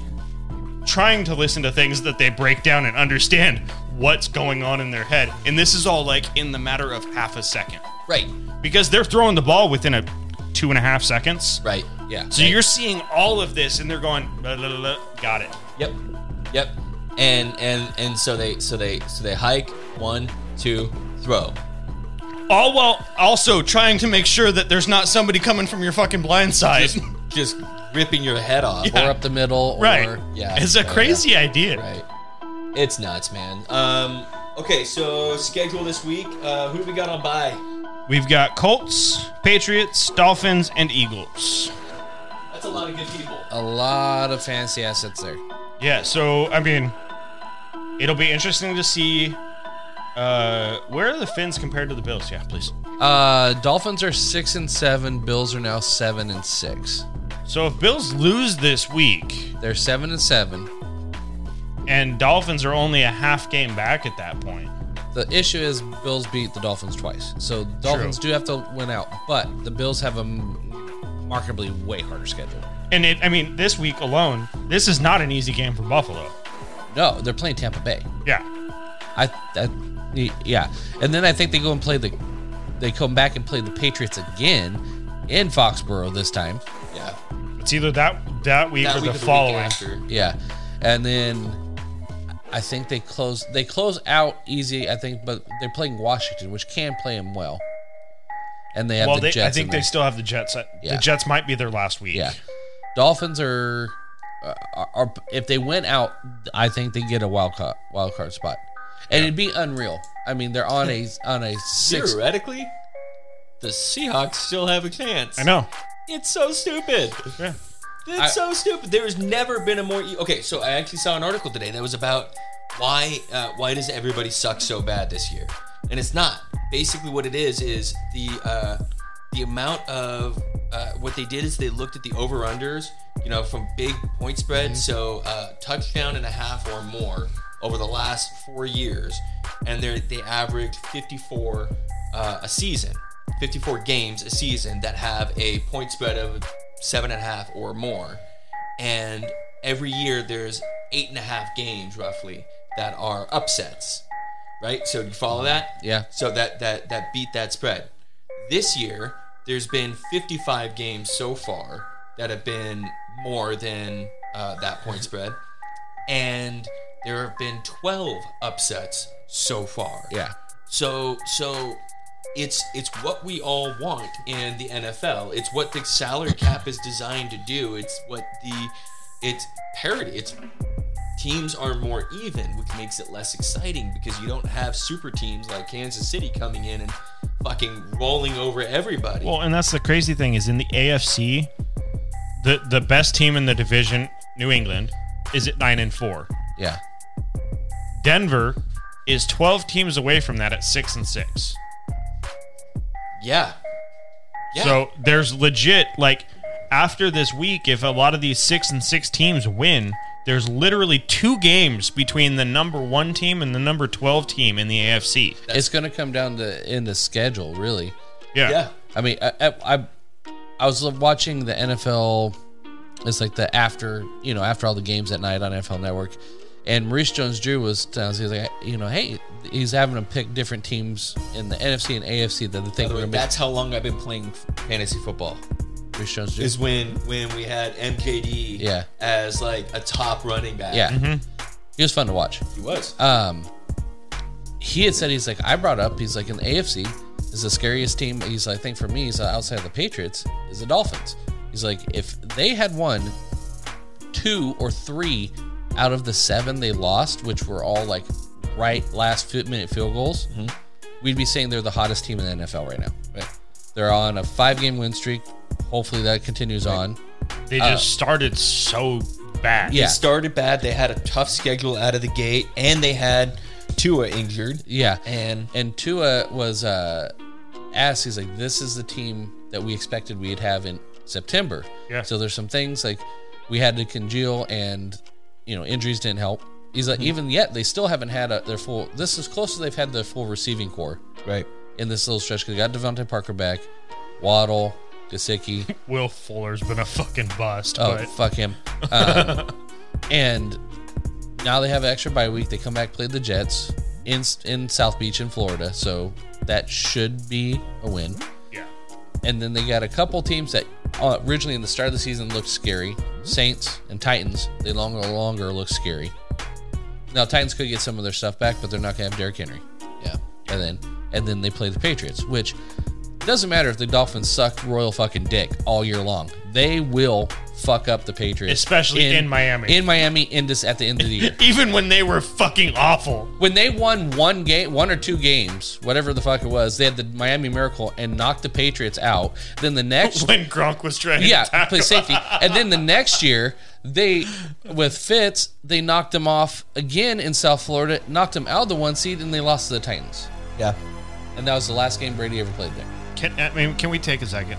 trying to listen to things that they break down and understand what's going on in their head. And this is all like in the matter of half a second
Right.
because they're throwing the ball within a two and a half seconds.
Right. Yeah.
So you're seeing all of this, and they're going, "Blah, blah, blah, blah." got it.
Yep. Yep. And and and so they so they so they hike one two throw.
All while also trying to make sure that there's not somebody coming from your fucking blind side.
Just just ripping your head off.
Yeah.
Or up the middle. Or,
right.
yeah,
It's a
yeah,
crazy idea.
Right. It's nuts, man. Um. Okay. So schedule this week. Uh, who do we got on bye?
We've got Colts, Patriots, Dolphins, and Eagles.
That's a lot of good people.
A lot of fancy assets there.
Yeah, so I mean, it'll be interesting to see. Uh, where are the Finns compared to the Bills? Yeah, please.
Uh, Dolphins are six and seven. Bills are now seven and six.
So if Bills lose this week,
They're seven and seven.
and Dolphins are only a half game back at that point.
The issue is Bills beat the Dolphins twice, so Dolphins do have to win out. But the Bills have a m- markedly way harder schedule.
And it, I mean, this week alone, this is not an easy game for Buffalo.
No, they're playing Tampa Bay.
Yeah,
I, I y- yeah, and then I think they go and play the, they come back and play the Patriots again, in Foxborough this time.
Yeah.
it's either that that week
That
or
week
the
or the week
following.
after.
Yeah, and then I think they close they close out easy. I think, but they're playing Washington, which can play them well. And they have
Well,
the
they,
Jets.
I think
in
they
there.
still have the Jets. Uh,
Yeah.
The Jets might be their last week.
yeah. Dolphins are, uh, are, are if they went out, I think they get a wild card wild card spot, and it'd be unreal. I mean, they're on a on a six.
Theoretically, the Seahawks still have a chance.
I know.
It's so stupid.
Yeah.
It's
I-
so stupid. There's never been a more. e- Okay, so I actually saw an article today that was about why uh, why does everybody suck so bad this year? And it's not. Basically, what it is is the uh, the amount of uh, what they did is they looked at the over unders, you know, from big point spread, so uh, touchdown and a half or more over the last four years, and they they averaged 54 uh, a season, 54 games a season that have a point spread of seven and a half or more, and every year there's eight and a half games roughly that are upsets, right? So you follow that?
Yeah.
So that that that beat that spread. This year there's been 55 games so far that have been more than uh, that point spread, and there have been 12 upsets so far.
Yeah.
So so it's it's what we all want in the NFL. It's what the salary cap is designed to do. It's what the it's parity. It's teams are more even, which makes it less exciting because you don't have super teams like Kansas City coming in and fucking rolling over everybody.
Well, and that's the crazy thing is in the AFC, the the best team in the division, New England, is at nine and four.
Yeah.
Denver is twelve teams away from that at six and six.
yeah. Yeah.
So there's legit like after this week, if a lot of these six and six teams win, there's literally two games between the number one team and the number twelve team in the AFC.
it's going to come down to in the schedule, really.
Yeah.
yeah.
I mean, I, I, I- I was watching the NFL. It's like the after, you know, after all the games at night on NFL Network, and Maurice Jones-Drew was telling us, he was like, you know, hey, he's having them pick different teams in the NFC and AFC that they
By
think
the
we're
way,
going to
that's how long I've been playing fantasy football.
be Maurice Jones-Drew.
Is when when we had MJD
Yeah.
as like a top running back.
yeah, he was fun to watch.
He was.
Um, he had said he's like, I brought up, he's like, in the AFC is the scariest team. He's like, I think for me, he's like, outside the Patriots is the Dolphins. He's like, if they had won two or three out of the seven they lost, which were all like right last fi- minute field goals, we'd be saying they're the hottest team in the NFL right now. They're on a five game win streak. Hopefully that continues on.
They just started so bad.
Uh, Yeah.
It started bad. They had a tough schedule out of the gate, and they had Tua injured.
Yeah.
And
And Tua was uh, asked, he's like, this is the team that we expected we'd have in September.
Yeah.
So there's some things like we had to congeal and, you know, injuries didn't help. He's like, even yet, they still haven't had a, their full, this is close to they've had their full receiving core
right,
in this little stretch because they got Devontae Parker back, Waddle, Gasicki.
Will Fuller's been a fucking bust.
Oh,
but
fuck him. Um, and now they have an extra bye week. They come back, play the Jets in in South Beach in Florida, so that should be a win.
yeah.
and then they got a couple teams that uh, originally in the start of the season looked scary. Saints and Titans, they longer and longer look scary. Now Titans could get some of their stuff back, but they're not gonna have Derrick Henry.
Yeah.
And then and then they play the Patriots, which doesn't matter if the Dolphins suck royal fucking dick all year long. They will fuck up the Patriots,
Especially in Miami.
In Miami, in this at the end of the year
Even when they were fucking awful.
when they won one game, one or two games, whatever the fuck it was, they had the Miami Miracle and knocked the Patriots out. Then the next,
When Gronk was trying
yeah,
to tackle.
play safety, and then the next year they with Fitz they knocked them off again in South Florida, knocked them out of the one seed, and they lost to the Titans.
Yeah.
And that was the last game Brady ever played there.
Can, I mean, can we take a second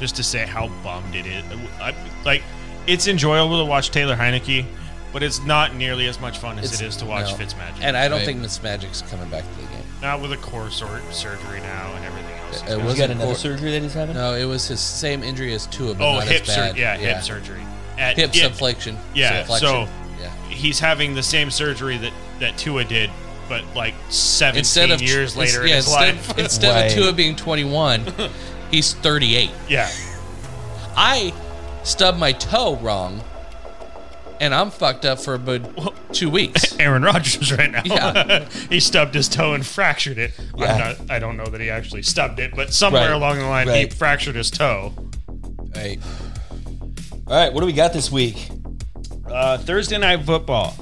just to say how bummed it is? I, like, it's enjoyable to watch Taylor Heineke, but it's not nearly as much fun as
It's-
it is to watch
no.
Fitzmagic.
And I don't Right. think Miss Magic's coming back to the game.
not with a core sor- surgery now and everything else.
It
You
was-
got another
Or-
surgery that he's having?
No, it was his same injury as Tua, but
oh,
not
hip
as bad.
surgery. Yeah, hip surgery. At-
hip
it-
subflexion.
Yeah,
Subflexion.
so-
yeah.
He's having the same surgery that, that Tua did, but like 17
instead of
years later in
yeah,
his
instead,
life.
instead
Right.
of Tua being 21, he's 38.
yeah.
I stubbed my toe wrong, and I'm fucked up for about two weeks.
Aaron Rodgers right now.
Yeah.
he stubbed his toe and fractured it.
Yeah.
I'm not, I don't know that he actually stubbed it, but somewhere
Right.
along the line,
Right.
he fractured his toe.
Right.
All right, what do we got this week?
Uh, Thursday night football.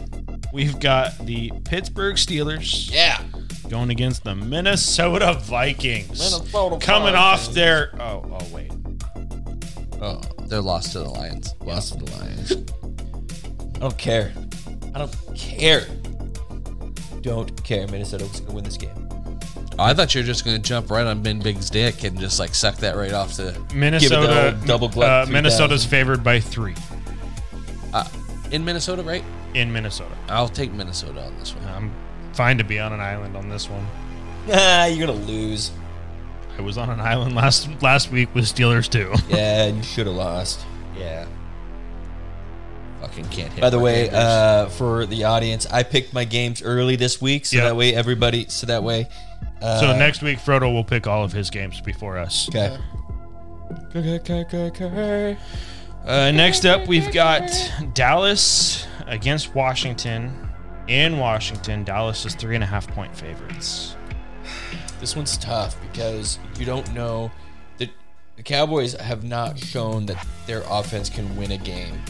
We've got the Pittsburgh Steelers
Yeah.
going against the Minnesota Vikings.
Minnesota
coming off
Vikings.
their oh oh wait
Oh, they're lost to the Lions. Lost to the Lions.
I don't care. I don't care. Don't care. Minnesota was going to win this game.
Oh, I thought you were just going to jump right on Ben Big's dick and just like suck that right off the.
Minnesota
old double glove
uh,
three
Minnesota's favored by three
Uh, in Minnesota, right?
in Minnesota.
I'll take Minnesota on this one.
I'm fine to be on an island on this one.
Ah, you're going to lose.
I was on an island last last week with Steelers too.
Yeah, you should have lost. Yeah.
Fucking can't hit.
By the
my
way,
neighbors.
uh, for the audience, I picked my games early this week, so
Yep.
that way everybody, so that way. Uh,
So next week, Frodo will pick all of his games before us.
Okay.
Uh, next up, we've got Dallas against Washington. In Washington, Dallas is three and a half point favorites.
This one's tough because you don't know that the Cowboys have not shown that their offense can win a game.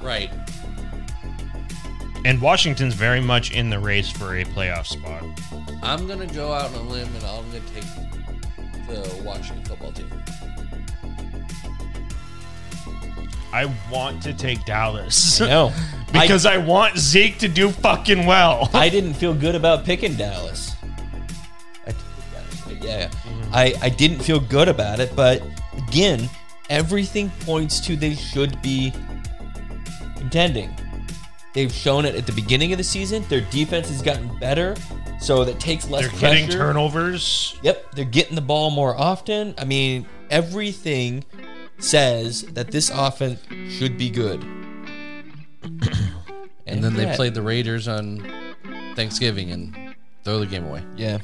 right.
And Washington's very much in the race for a playoff spot.
I'm gonna go out on a limb and I'm gonna take the Washington football team.
I want to take Dallas
No,
because I, want Zeke to do fucking well.
I didn't feel good about picking Dallas. I did pick Dallas, but yeah,
Mm-hmm.
I, I didn't feel good about it, but again, everything points to they should be contending. They've shown it at the beginning of the season. Their defense has gotten better, so that takes less
They're
pressure.
getting turnovers.
Yep, they're getting the ball more often. I mean, everything says that this offense should be good.
And then they
yet-
played the Raiders on Thanksgiving and throw the game away.
Yeah.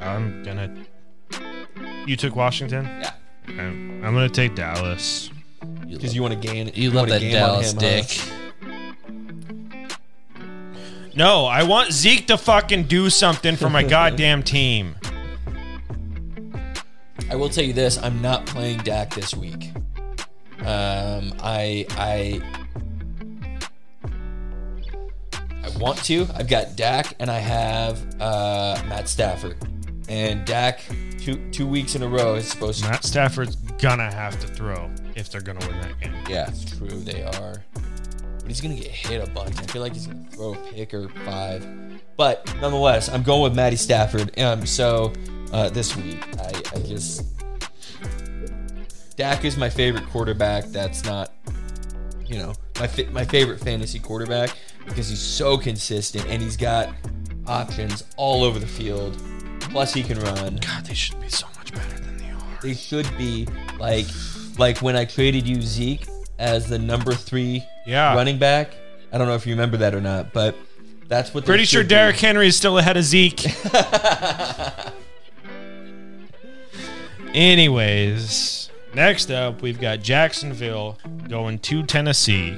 I'm gonna. You took Washington.
Yeah.
I'm, I'm gonna take Dallas.
You
Because
love,
you want to gain.
you love
wanna
that
game on
Dallas
him, huh?
dick.
No, I want Zeke to fucking do something for my goddamn team.
I will tell you this: I'm not playing Dak this week. Um, I I I want to. I've got Dak and I have uh, Matt Stafford. And Dak, two two weeks in a row is supposed to.
Matt Stafford's gonna have to throw if they're gonna win that game.
Yeah.
It's true, they are. But he's gonna get hit a bunch. I feel like he's gonna throw a pick or five. But nonetheless, I'm going with Matty Stafford. Um, so uh, this week, I, I just Dak is my favorite quarterback. That's not, you know, my fa- my favorite fantasy quarterback because he's so consistent and he's got options all over the field. Plus, he can run
God, they should be so much better than they are.
they should be like like when I traded you Zeke as the number three
Yeah.
running back. I don't know if you remember that or not, but that's what. they
Pretty sure
should be.
Derrick Henry is still ahead of Zeke. Anyways, next up we've got Jacksonville going to Tennessee.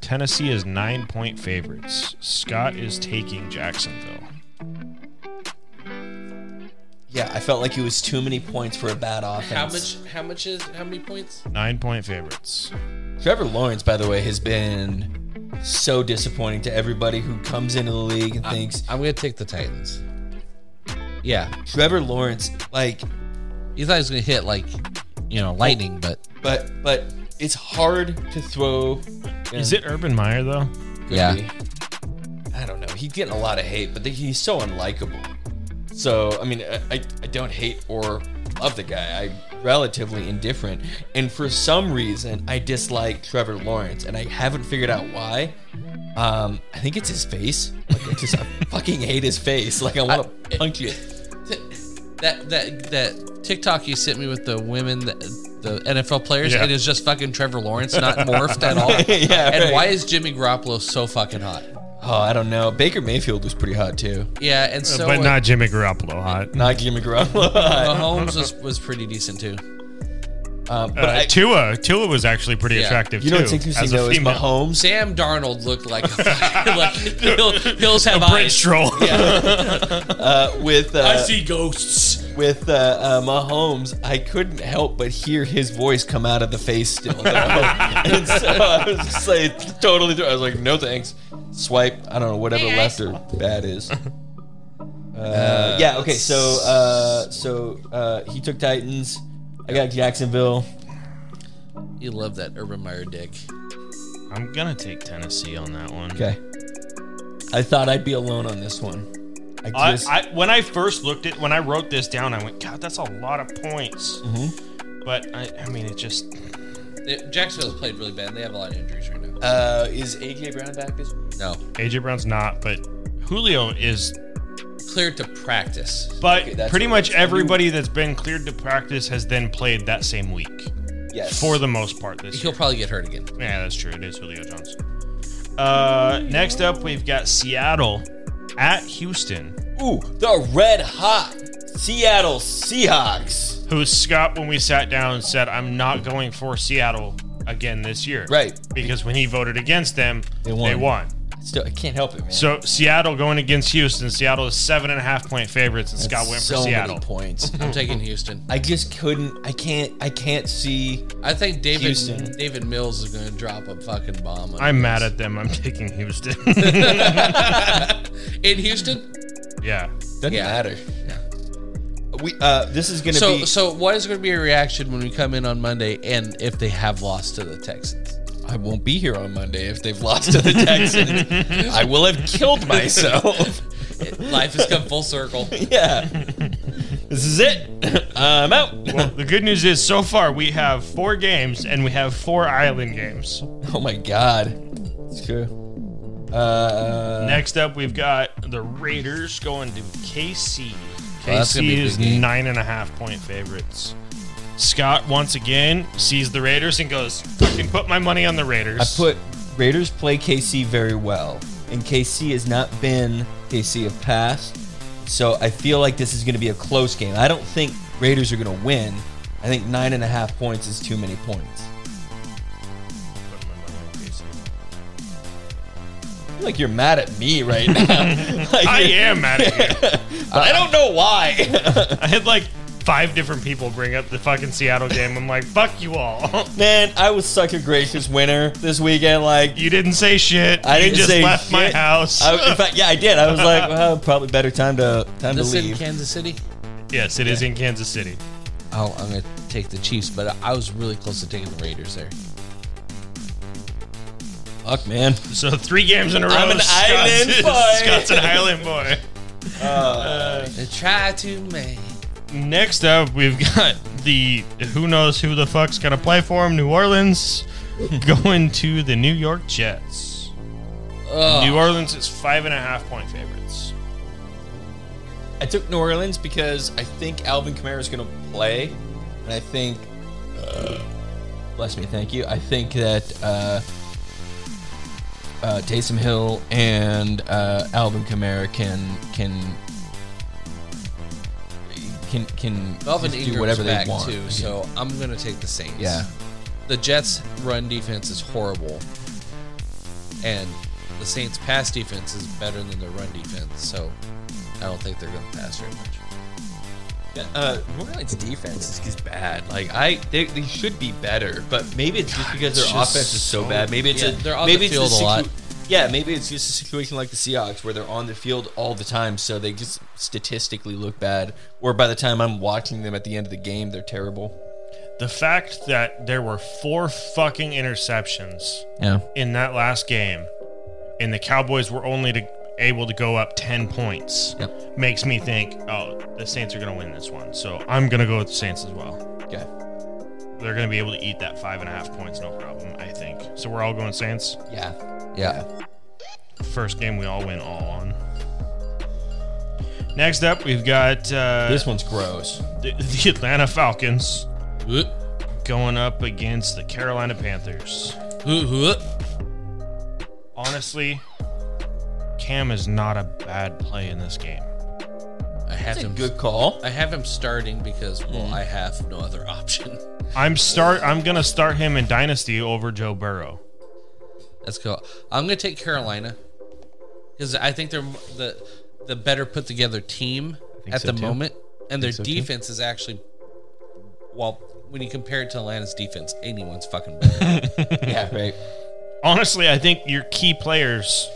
Tennessee is nine point favorites. Scott is taking Jacksonville.
Yeah, I felt like it was too many points for a bad offense.
How much? How much is? How many points?
Nine point favorites.
Trevor Lawrence, by the way, has been so disappointing to everybody who comes into the league
Uh,
and thinks
I'm gonna take the Titans. Yeah,
Trevor Lawrence, like,
you thought he was gonna hit like, you know, lightning, but
but but it's hard to throw.
Is it Urban Meyer though?
yeah,
I don't know. He's getting a lot of hate, but he's so unlikable. So I mean, I, I I don't hate or love the guy. I'm relatively indifferent, and for some reason, I dislike Trevor Lawrence, and I haven't figured out why. Um, I think it's his face. Like, I just I fucking hate his face. Like I want to punch it.
that that that TikTok you sent me with the women, that, the NFL players,
Yeah.
it is just fucking Trevor Lawrence, not morphed at all.
Yeah,
and
right.
why is Jimmy Garoppolo so fucking hot?
Oh, I don't know. Baker Mayfield was pretty hot too.
Yeah, and so
but
uh,
not Jimmy Garoppolo hot.
Uh,
Not Jimmy Garoppolo. hot.
Mahomes was, was pretty decent too.
Um, but
Uh,
I,
Tua, Tua was actually pretty
Yeah.
attractive
you know
too.
what's interesting
as a
though is
female.
Mahomes.
Sam Darnold looked like a fucking, like he'll, he'll have
Prince
eyes.
troll.
Uh, with uh,
ghosts.
with uh, uh, Mahomes, I couldn't help but hear his voice come out of the face still. and so I was just like totally. Through. I was like, no thanks. Swipe. I don't know whatever left or bad is. Uh, yeah. Okay. So uh, so uh, he took Titans. I got Jacksonville.
You love that Urban Meyer dick.
I'm gonna take Tennessee on that one.
Okay. I thought I'd be alone on this one. I
I,
just,
I, when I first looked at when I wrote this down, I went, God, that's a lot of points.
Mm-hmm.
But I, I mean, it just
They- Jacksonville's played really bad. They have a lot of injuries right now.
uh, is AJ Brown back this week?
No,
AJ Brown's not, but Julio is.
cleared to practice.
But
Okay, that's
pretty
what-
much
that's new.
everybody that's been cleared to practice has then played that same week
Yes.
for the most part this
He'll
year.
probably get hurt again.
Yeah, that's true. It is Julio Johnson. Uh, next up, we've got Seattle at Houston,
ooh the red hot Seattle Seahawks.
who Scott, when we sat down, said, "I'm not going for Seattle again this year."
Right.
Because when he voted against them,
They won.
They won.
Still, I can't help it, man.
So Seattle going against Houston. Seattle is seven and a half point favorites, and Scott went for
so
Seattle.
many points.
I'm taking Houston.
I just couldn't. I can't. I can't see.
I think David
Houston.
David Mills is going to drop a fucking bomb. on
I'm
us.
mad at them. I'm taking Houston.
in Houston.
yeah.
Doesn't
Yeah.
matter. We. Uh, this is gonna
So
be.
so what is going to be a reaction when we come in on Monday and if they have lost to the Texans?
I won't be here on Monday if they've lost to the Texans. I will have killed myself.
Life has come full circle.
yeah. This is it. I'm out.
Well, the good news is so far we have four games and we have four island games.
Oh my god. It's true. Uh,
Next up, we've got the Raiders going to KC.
that's gonna be
KC
a big
is
game.
nine and a half point favorites. Scott once again sees the Raiders and goes, "Fucking put my money on the Raiders."
I put Raiders play KC very well, and KC has not been KC of past. So I feel like this is going to be a close game. I don't think Raiders are going to win. I think nine and a half points is too many points.
Put my money on KC.
I feel like you're mad at me right now. Like,
I am mad at you.
I don't know why.
I had like five different people bring up the fucking Seattle game. I'm like, fuck you all.
Man, I was such a gracious winner this weekend. Like
You didn't say shit.
I didn't
you just
say
left my
shit.
house.
I, in fact, yeah, I did. I was like, well, probably better time to time
This
to
in
leave.
Kansas City.
yes, it is in Kansas City.
Oh, I'm going to take the Chiefs, but I was really close to taking the Raiders there.
Fuck, man.
So three games in a row.
I'm an
Scott's-
island boy.
Scott's an island boy.
They try to make.
Next up, we've got the who knows who the fuck's gonna play for him. New Orleans going to the New York Jets. New Orleans is five and a half point favorites.
I took New Orleans because I think Alvin Kamara is going to play, and I think, uh, bless me, thank you. I think that uh, uh, Taysom Hill and uh, Alvin Kamara can can
can can
Melvin
just
Ingram's
do whatever
back
they want.
too, so I'm gonna take the Saints.
Yeah.
The Jets' run defense is horrible, and the Saints' pass defense is better than their run defense. So I don't think they're gonna pass very much.
Uh, New Orleans defense is, is bad. Like I, they, they should be better, but maybe it's just because their
it's just
offense is so
so-
bad. Maybe it's
Yeah,
a,
they're on
maybe
the field
it's
a lot.
situ- Yeah, maybe it's just a situation like the Seahawks where they're on the field all the time, so they just statistically look bad. Or by the time I'm watching them at the end of the game, they're terrible.
The fact that there were four fucking interceptions
Yeah,
in that last game, and the Cowboys were only to, able to go up ten points,
Yep.
makes me think, oh, the Saints are going to win this one. So I'm going to go with the Saints as well.
okay.
They're going to be able to eat that five and a half points, no problem. I think. So we're all going Saints.
Yeah,
Yeah.
First game we all win all on. Next up, we've got uh,
this one's gross.
the, the Atlanta Falcons
Whoop,
going up against the Carolina Panthers.
whoop, whoop.
honestly, Cam is not a bad play in this game.
I have
That's a
him.
good call.
I have him starting because well, I have no other option.
I'm start. I'm gonna start him in Dynasty over Joe Burrow.
Let's go. I'm gonna take Carolina because I think they're the the better put together team at
so,
the
too.
moment, and their
so, too.
defense is actually, well, when you compare it to Atlanta's defense, anyone's fucking better.
yeah, right.
Honestly, I think your key players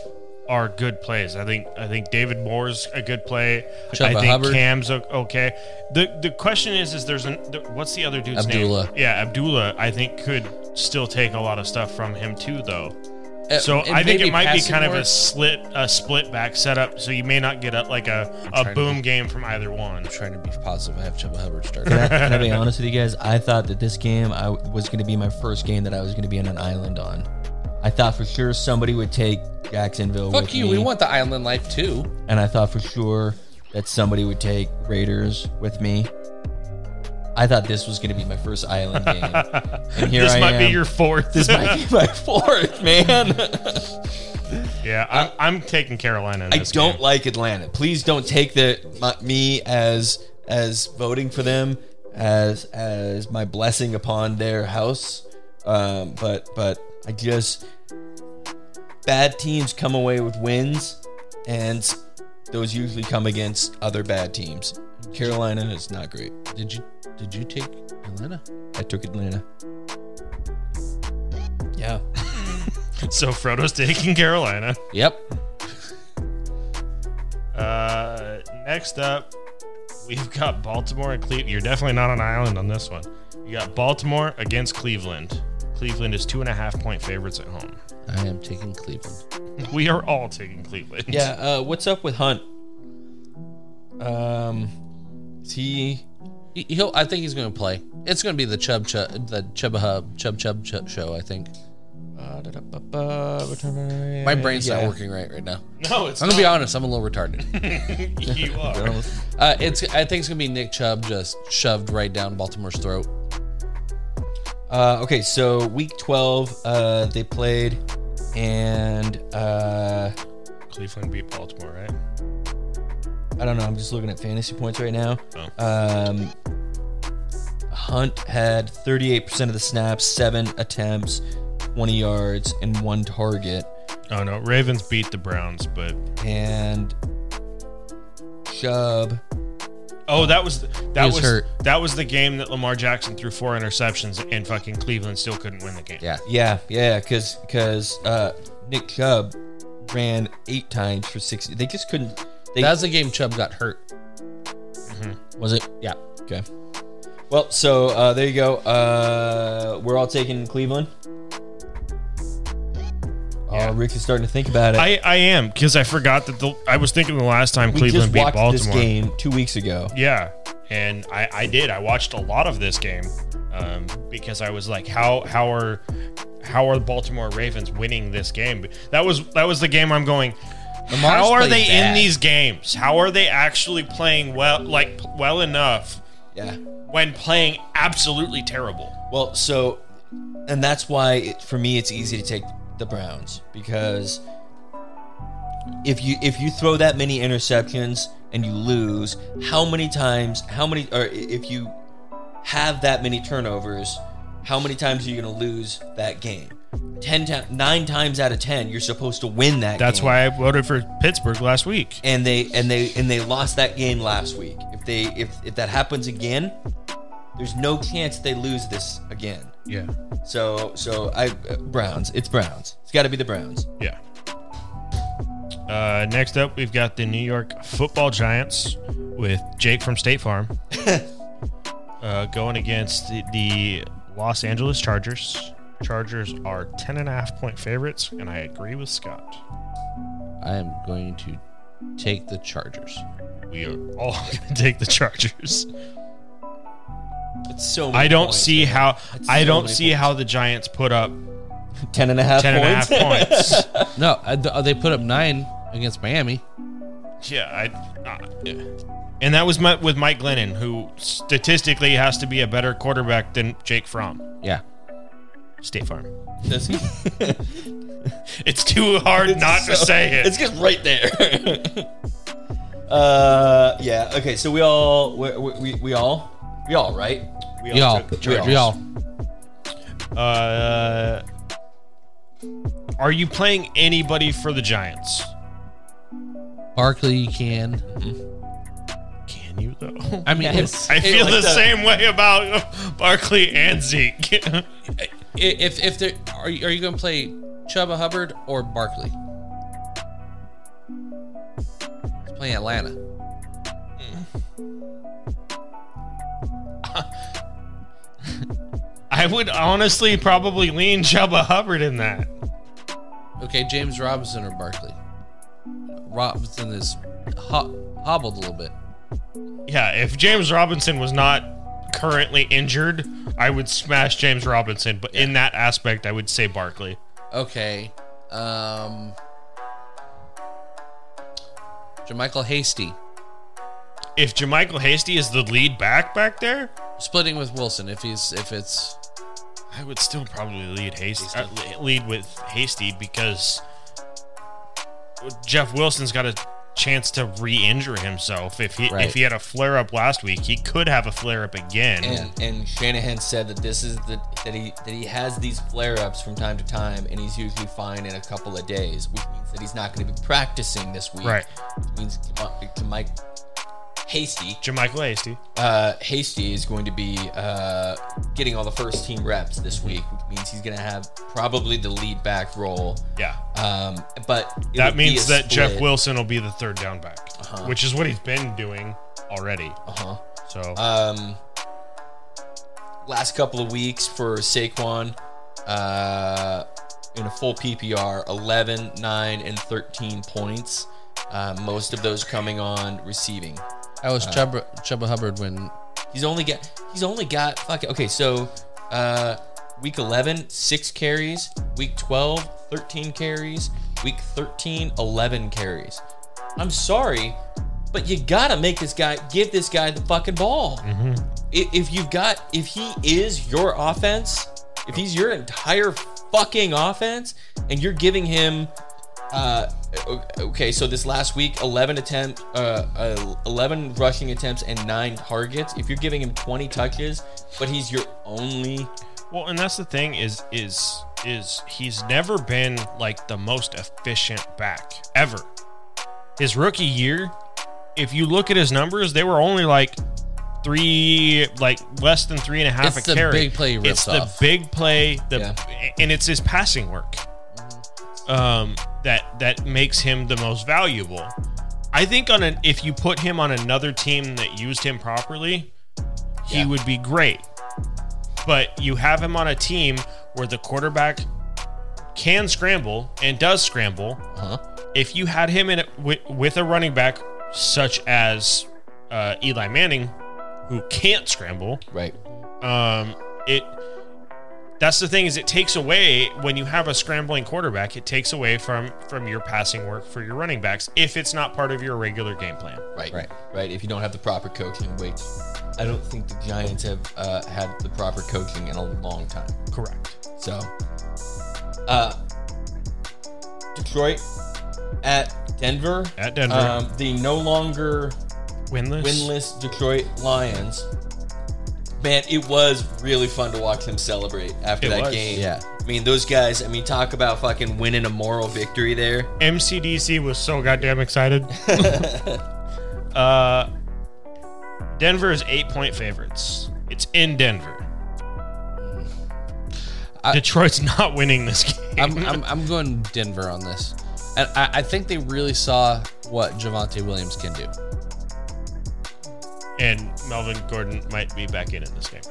are good plays. I think I think David Moore's a good play. I
Chuba
think
Hubbard.
Cam's o- okay. the The question is, is there's an th- what's the other dude's
Abdullah.
name? Yeah, Abdullah. I think could still take a lot of stuff from him too, though. So
Uh, And
I think
maybe
it might be
passing
kind of
more.
a slit, a split back setup. So you may not get a, like a, a
trying to
boom game from either one.
trying to be positive. I have Chuba Hubbard starting.
Can I, can I be honest with you guys? I thought that this game I w- was going to be my first game that I was going to be on an island on. I thought for sure somebody would take Jacksonville.
Fuck
with
you.
me,
We want the island life too.
and I thought for sure that somebody would take Raiders with me. I thought this was going to be my first island game, and here
this
I
might
am.
be your fourth.
this might be my fourth, man.
yeah, I'm, I'm taking Carolina. In
I
this
don't
game.
like Atlanta. Please don't take the my, me as as voting for them as as my blessing upon their house. Um, but but I just bad teams come away with wins, and those usually come against other bad teams. Carolina is not great.
Did you did you take Atlanta?
I took Atlanta.
Yeah,
So Frodo's taking Carolina.
Yep.
Uh, next up, we've got Baltimore and Cleveland. You're definitely not on an island on this one. You got Baltimore against Cleveland. Cleveland is two and a half point favorites at home.
I am taking Cleveland.
We are all taking Cleveland.
yeah. Uh, what's up with Hunt? Um, is he
He, he'll. I think he's going to play. It's going to be the Chub Chub the Chuba Hub Chub Chub Chub show. I think.
uh, da-da-ba-ba, return-
My brain's
Yeah.
not working right right now.
No, it's
I'm gonna be honest. I'm a little retarded.
not. you are.
Uh, it's. I think it's gonna be Nick Chubb just shoved right down Baltimore's throat.
Uh, okay, so week 12, uh, they played, and uh,
Cleveland beat Baltimore, right?
I don't know, I'm just looking at fantasy points right now.
Oh.
Um, Hunt had 38% of the snaps, seven attempts, 20 yards, and one target.
Oh no, Ravens beat the Browns, but
And Chubb,
Oh, that was that
was
was
hurt.
that was the game that Lamar Jackson threw four interceptions and fucking Cleveland still couldn't win the game.
Yeah.
yeah, yeah, because because uh, Nick Chubb ran eight times for 60. They just couldn't. They,
That was the game Chubb got hurt.
Was it?
Yeah.
Okay.
well, so uh, there you go. Uh, we're all taking Cleveland.
Yeah.
Oh, Rick is starting to think about it.
I, I am because I forgot that the I was thinking the last time
we
Cleveland
just
beat
watched
Baltimore.
this game two weeks ago.
Yeah, and I, I did. I watched a lot of this game um, because I was like, how how are how are the Baltimore Ravens winning this game? That was that was the game I'm going.
Lamar's
how are
played
they in
bad.
these games? How are they actually playing well like well enough
Yeah.
when playing absolutely terrible?
Well, so, and that's why it, for me it's easy to take the Browns because if you if you throw that many interceptions, and you lose, how many times, how many, or i- if you have that many turnovers, how many times are you going to lose that game? Ten times, nine times out of ten, you're supposed to win that.
That's
game.
why I voted for Pittsburgh last week.
and they and they and they lost that game last week. If they if if that happens again, there's no chance they lose this again.
Yeah.
So so I uh, Browns, it's Browns. It's got to be the Browns.
Yeah. Uh, next up, we've got the New York Football Giants with Jake from State Farm uh, going against the, the Los Angeles Chargers. Chargers are 10 and a half point favorites, and I agree with Scott.
I am going to take the Chargers.
We are all going to take the Chargers.
It's so. Many
I don't
points.
see how I
so
don't
many
see how the Giants put up
ten and a half
10 and a half
points.
points.
No, I, th- uh, they put up nine against Miami.
Yeah, I. Uh, yeah. and that was my, with Mike Glennon, who statistically has to be a better quarterback than Jake Fromm.
Yeah.
State Farm.
That's-
It's too hard not to
so-
say it.
It's just right there. uh yeah okay so we all we we, we all we all right we
Y'all.
took the Chargers.
Y'all.
Uh, are you playing anybody for the Giants?
Barkley, you can.
Can you though?
I mean, if-
I
Hey,
feel
like
the
the-
same way about Barkley and Zeke.
if if there are you, are you going to play Chuba Hubbard or Barkley? He's playing Atlanta.
I would honestly probably lean Chuba Hubbard in that.
Okay, James Robinson or Barkley? Robinson is ho- hobbled a little bit.
Yeah, if James Robinson was not currently injured, I would smash James Robinson. But in that aspect, I would say Barkley.
Okay. Um Jermichael Hasty
If Jermichael Hasty is the lead back back there,
splitting with Wilson if he's if it's
I would still probably lead Hasty. uh, le- lead with Hasty because Jeff Wilson's got a chance to re-injure himself. If he
Right.
if he had a flare up last week, he could have a flare up again.
and and Shanahan said that this is the that he that he has these flare ups from time to time, and he's usually fine in a couple of days, which means that he's not going to be practicing this week.
Right.
Which means to Mi- to Mike Hasty,
Jermichael Hasty.
uh, Hasty is going to be uh, getting all the first team reps this week, which means he's going to have probably the lead back role.
Yeah.
Um, but it
that
would be
means
a
that Jeff
split.
Wilson will be the third down back, which is what he's been doing already.
Uh-huh.
So
Um, last couple of weeks for Saquon, uh, in a full PPR, 11, 9, and 13 points. Uh, most of those coming on receiving.
I
Uh,
was Chuba Chuba Hubbard when
He's only got he's only got fuck it. Okay, so uh, week 11, 6 carries. Week 12, 13 carries. Week 13, 11 carries. I'm sorry, but you gotta make this guy give this guy the fucking ball. I- If you've got if he is your offense, if he's your entire fucking offense, and you're giving him uh, o- okay, so this last week, 11 attempt, uh, uh, 11 rushing attempts and nine targets. If you're giving him 20 touches, but he's your only,
Well, and that's the thing is is is he's never been like the most efficient back ever. His rookie year, if you look at his numbers, they were only like three, like less than three and a half
It's
a
the
carry.
big play he
it's
rips
the
off.
big play, the
Yeah.
and it's his passing work um, that that makes him the most valuable. I think on an if you put him on another team that used him properly, he
Yeah.
would be great. But you have him on a team where the quarterback can scramble and does scramble.
huh?
If you had him in a, with, with a running back such as uh, Eli Manning, who can't scramble,
Right.
um, it that's the thing is it takes away when you have a scrambling quarterback it takes away from from your passing work for your running backs if it's not part of your regular game plan
Right.
Right.
Right. If you don't have the proper coaching, wait. I don't think the Giants have uh, had the proper coaching in a long time.
correct
So, uh, Detroit at Denver.
At Denver.
Um, the no longer
Winless.
winless Detroit Lions. Man, it was really fun to watch them celebrate after
It
that
was.
game.
Yeah.
I mean, those guys, I mean, talk about fucking winning a moral victory there.
MCDC was so goddamn excited. uh, Denver is eight point favorites. It's in Denver.
Mm.
I-
Detroit's not winning this game.
I'm, I'm, I'm going Denver on this. And I, I think they really saw what Javante Williams can do.
and Melvin Gordon might be back in in this game.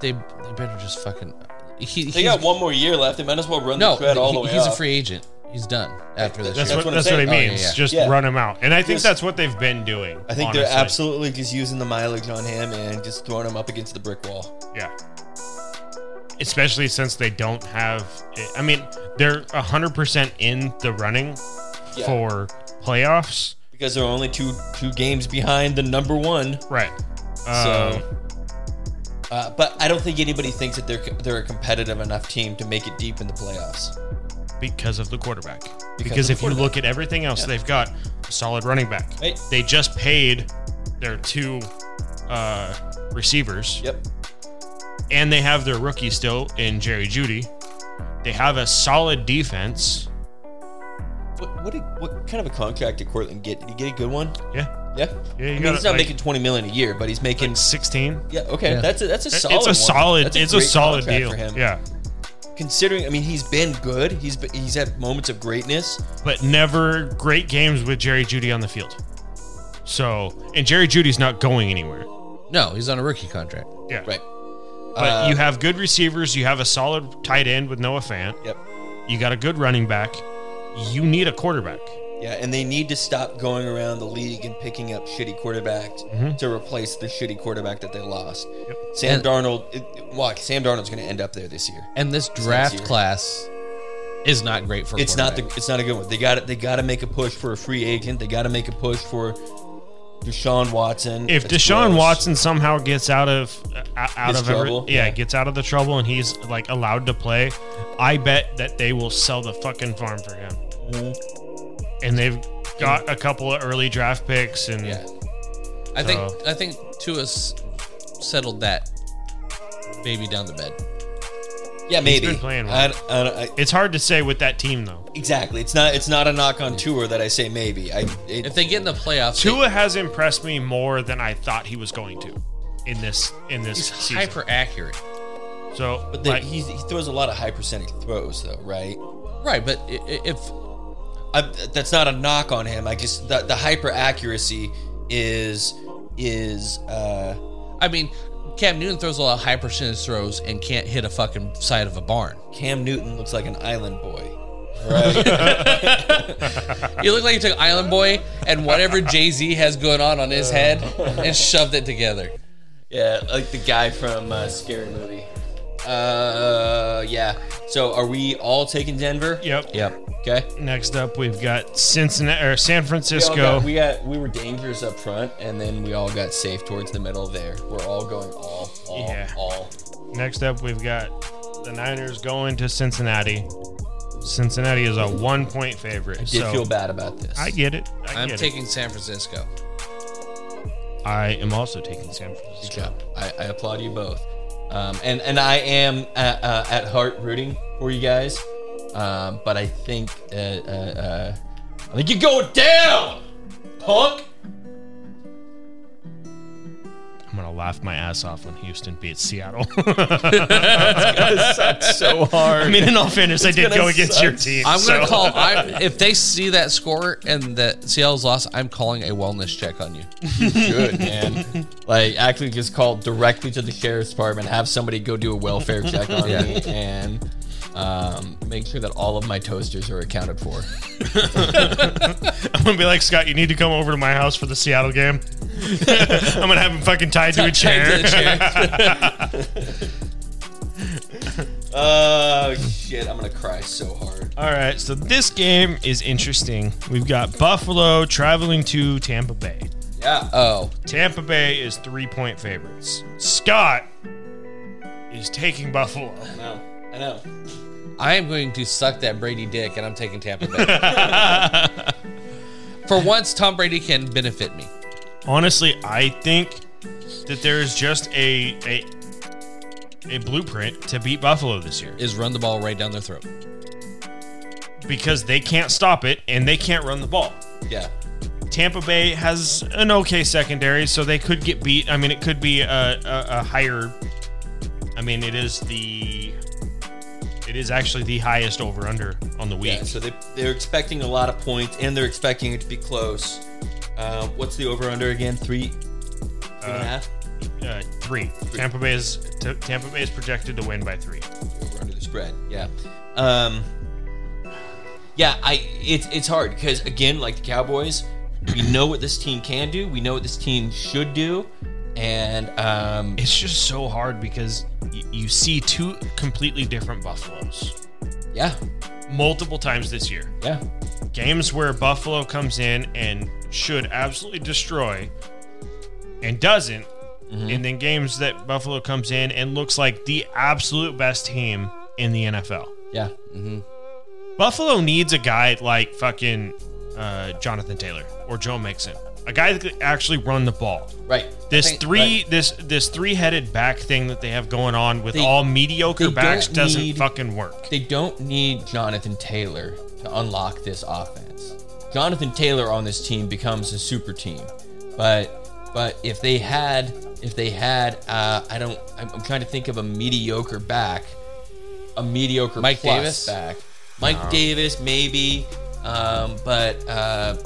They, they better just fucking. He,
They
he's-
got one more year left. They might as well run
No,
the thread all the
he-
way
he's
up.
a free agent. He's done after this.
That's,
That's
year.
what,
what I'm
that's what it
saying. Oh,
yeah,
means.
yeah.
Just
Yeah.
run him out. And I think
Just-
that's what they've been doing.
I think they're
honestly.
absolutely just using the mileage on him and just throwing him up against the brick wall.
Yeah. Especially since they don't have. I mean, they're 100% in the running
Yeah.
for playoffs.
Because they're only two two games behind the number one.
Right. Um,
So, uh, but I don't think anybody thinks that they're they're a competitive enough team to make it deep in the playoffs.
because of the quarterback. Because,
of the
if you look at everything else, they've got a solid running back.
Right.
They just paid their two uh, receivers,
Yep.
and they have their rookie still in Jerry Judy. They have a solid defense.
What what, did, what kind of a contract did Cortland get? Did he get a good one?
Yeah, yeah. You
Yeah. I
got
mean, he's
it,
not
like,
making twenty million a year, but he's making.
like sixteen.
yeah. Okay.
Yeah.
That's a that's a
It's
solid.
a
one.
solid.
That's
it's a
great
solid
contract
deal.
for him.
Yeah,
Considering, I mean, he's been good. He's been, he's had moments of greatness.
but never great games with Jerry Judy on the field. So, and Jerry Judy's not going anywhere.
no, he's on a rookie contract.
Yeah,
Right.
But
Uh,
you have good receivers. You have a solid tight end with Noah Fant.
Yep.
You got a good running back. You need a quarterback.
Yeah, and they need to stop going around the league and picking up shitty quarterbacks to replace the shitty quarterback that they lost. Sam
Mm-hmm. And-
Darnold, it, it- watch, Sam Darnold's going to end up there this year.
And this
year.
draft class is not great for. a
It's not the,
quarterback.
it's not a good one. They got They got to make a push for a free agent. They got to make a push for Deshaun Watson.
If
That's
Deshaun
gross.
Watson somehow gets out of uh, out
His
of every,
trouble,
yeah,
yeah.
gets out of the trouble and he's like allowed to play, I bet that they will sell the fucking farm for him. And they've got a couple of early draft picks and
Yeah. I think
So-
I think Tua's settled that baby down the bed.
yeah, maybe.
been playing well.
I, I, I,
it's hard to say with that team though.
exactly. It's not it's not a knock on tour that I say maybe. I it,
If they get in the playoffs,
Tua has impressed me more than I thought he was going to in this in this
he's
season.
hyper accurate.
so
but they,
like,
he's, he throws a lot of high percentage throws though, right?
Right, but i- i- if
I, that's not a knock on him. I just the, the hyper accuracy is is uh
I mean Cam Newton throws a lot of high percentage throws and can't hit a fucking side of a barn.
Cam Newton looks like an island boy. Right?
You look like you took Island Boy and whatever Jay Z has going on on his head and shoved it together.
yeah, like the guy from uh, Scary Movie. Uh yeah. So are we all taking Denver?
yep.
Yep.
Okay.
Next up we've got Cincinnati or San
We, all
Francisco.
got, we got we were dangerous up front and then we all got safe towards the middle there. We're all going all all
Yeah.
all.
Next up, we've got the Niners going to Cincinnati. Cincinnati is a one point favorite. I
Did feel bad about this.
I get it. I
I'm
get
taking San Francisco.
It. I am also taking San Francisco.
job. I, I applaud you both. Um, and and I am uh, uh, at heart rooting for you guys, um, but I think uh, uh, uh, I think you're going down, punk.
I'm gonna laugh my ass off when Houston beats Seattle.
That's so hard.
I mean, in all fairness, I did
gonna
go against
suck.
your team.
I'm gonna
so-
call. I'm, if they see that score and that Seattle's lost, I'm calling a wellness check on you.
Good man. Like actually, just call directly to the sheriff's department, have somebody go do a welfare check on me, and um, make sure that all of my toasters are accounted for.
I'm gonna be like Scott. You need to come over to my house for the Seattle game. I'm gonna have him fucking tied to a
Tied to
chair.
the chair.
Oh shit! I'm gonna cry so hard.
All right, so this game is interesting. We've got Buffalo traveling to Tampa Bay.
Yeah.
Oh,
Tampa Bay is three point favorites. Scott is taking Buffalo.
I know. I know.
I am going to suck that Brady dick, and I'm taking Tampa Bay. For once, Tom Brady can benefit me.
Honestly, I think that there is just a a a blueprint to beat Buffalo this year
Is run the ball right down their throat.
because they can't stop it and they can't run the ball.
Yeah.
Tampa Bay has an okay secondary, so they could get beat. I mean, it could be a, a, a higher. I mean, it is the. It is actually the highest over under on the week.
Yeah, so they, they're expecting a lot of points and they're expecting it to be close. Uh, what's the over under again? Three, three and a
Uh,
half.
Uh, three. Tampa Bay is t- Tampa Bay is projected to win by three.
over under the spread. Yeah. Um, yeah, I it's it's hard because again, like the Cowboys, we know what this team can do. We know what this team should do, and um,
It's just so hard because y- you see two completely different Buffaloes
yeah,
multiple times this year.
yeah,
games where Buffalo comes in and should absolutely destroy and doesn't, and then games that Buffalo comes in and looks like the absolute best team in the NFL.
yeah.
Buffalo needs a guy like fucking uh, Jonathan Taylor or Joe Mixon, a guy that could actually run the ball.
Right.
This
Think-
three,
right.
this this three-headed back thing that they have going on with
They-
all mediocre
they
backs
don't
doesn't
need-
fucking work.
They don't need Jonathan Taylor to unlock this offense. Jonathan Taylor on this team becomes a super team, but but if they had if they had uh, I don't I'm, I'm trying to think of a mediocre back, a mediocre
Mike Davis?
plus back, Mike Davis maybe, um, but uh,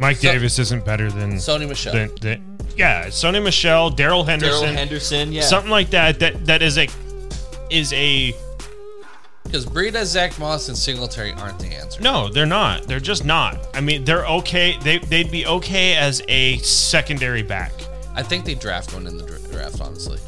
Mike
So-
Davis isn't better than
Sony Michelle.
than- than- yeah, Sony Michelle, Daryl
Daryl
Henderson,
Henderson, yeah,
something like that. That that is a is a
Because Breida, Zach Moss, and Singletary aren't the answer.
no. They're not. They're just not. I mean, they're okay. They they'd be okay as a secondary back.
I think they draft one in the dra- draft, honestly.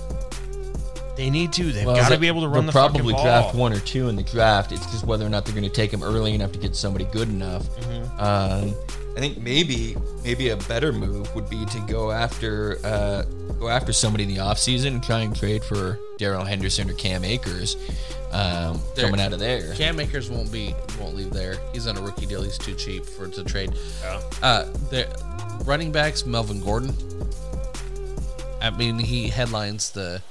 They need to. They've
Well,
got to
they-
be able to run
they'll
the
probably
fucking
draft
ball.
one or two in the draft. It's just whether or not they're going to take him early enough to get somebody good enough.
Mm-hmm.
Um,
I think maybe
maybe a better move would be to go after uh, go after somebody in the offseason and try and trade for Daryl Henderson or Cam Akers um,
There.
coming out of there.
Cam Akers won't be won't leave there. He's on a rookie deal. He's too cheap for to trade. Uh, the running backs Melvin Gordon. I mean, he headlines the.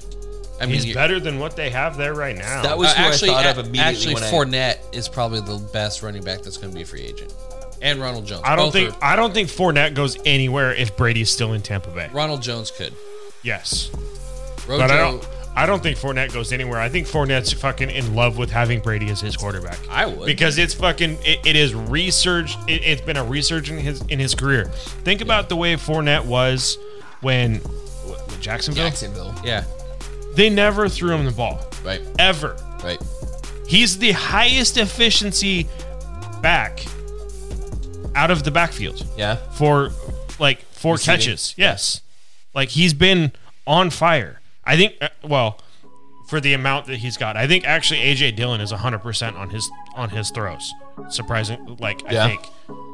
I mean,
He's
you-
better than what they have there right now.
That was-
uh,
who I
actually
thought of
a-
immediately
actually
when I-
Fournette is probably the best running back that's going to be a free agent, and Ronald Jones.
I don't
Both
think
are-
I don't think Fournette goes anywhere if Brady's still in Tampa Bay.
Ronald Jones could.
Yes,
Rojo,
but I don't. I don't think Fournette goes anywhere. I think Fournette's fucking in love with having Brady as his quarterback.
I would.
because it's fucking it, it is resurged. It, it's been a resurge in his in his career. Think about the way Fournette was when what, with Jacksonville.
Jacksonville,
yeah,
They never threw him the ball
right,
ever.
right.
He's the highest efficiency back out of the backfield
Yeah,
for like four catches. Yes. Like he's been on fire. I think uh, well for the amount that he's got. I think actually AJ Dillon is 100% on his on his throws. Surprising like
Yeah.
I think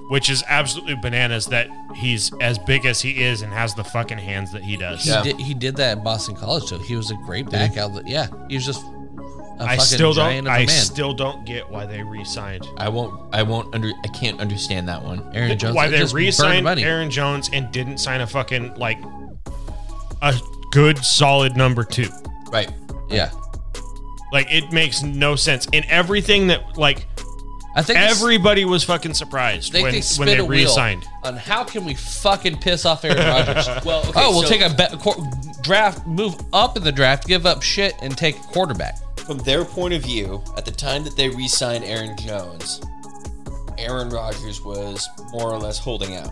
which is absolutely bananas that he's as big as he is and has the fucking hands that he does.
he
Yeah.
did. He did that in Boston College, though. He was a great back out. of the- Yeah, he was just. A
I
fucking
still
giant
don't
of a
I
man.
still don't get why they re-signed
I won't. I won't under. I can't understand that one.
Aaron Jones.
why they
just burned
re-signed
money.
Aaron Jones and didn't sign a fucking like a good solid number 2.
Right.
Yeah,
Like it makes no sense. And everything that like
I think it's-
everybody was fucking surprised
They
when,
think
when they
spin a wheel Oh,
re-signed.
on how can we fucking piss off Aaron Rodgers?
Well, okay,
oh, we'll
so-
take a be- quar- draft, move up in the draft, give up shit, and take a quarterback.
from their point of view, at the time that they re-signed Aaron Jones, Aaron Rodgers was more or less holding out.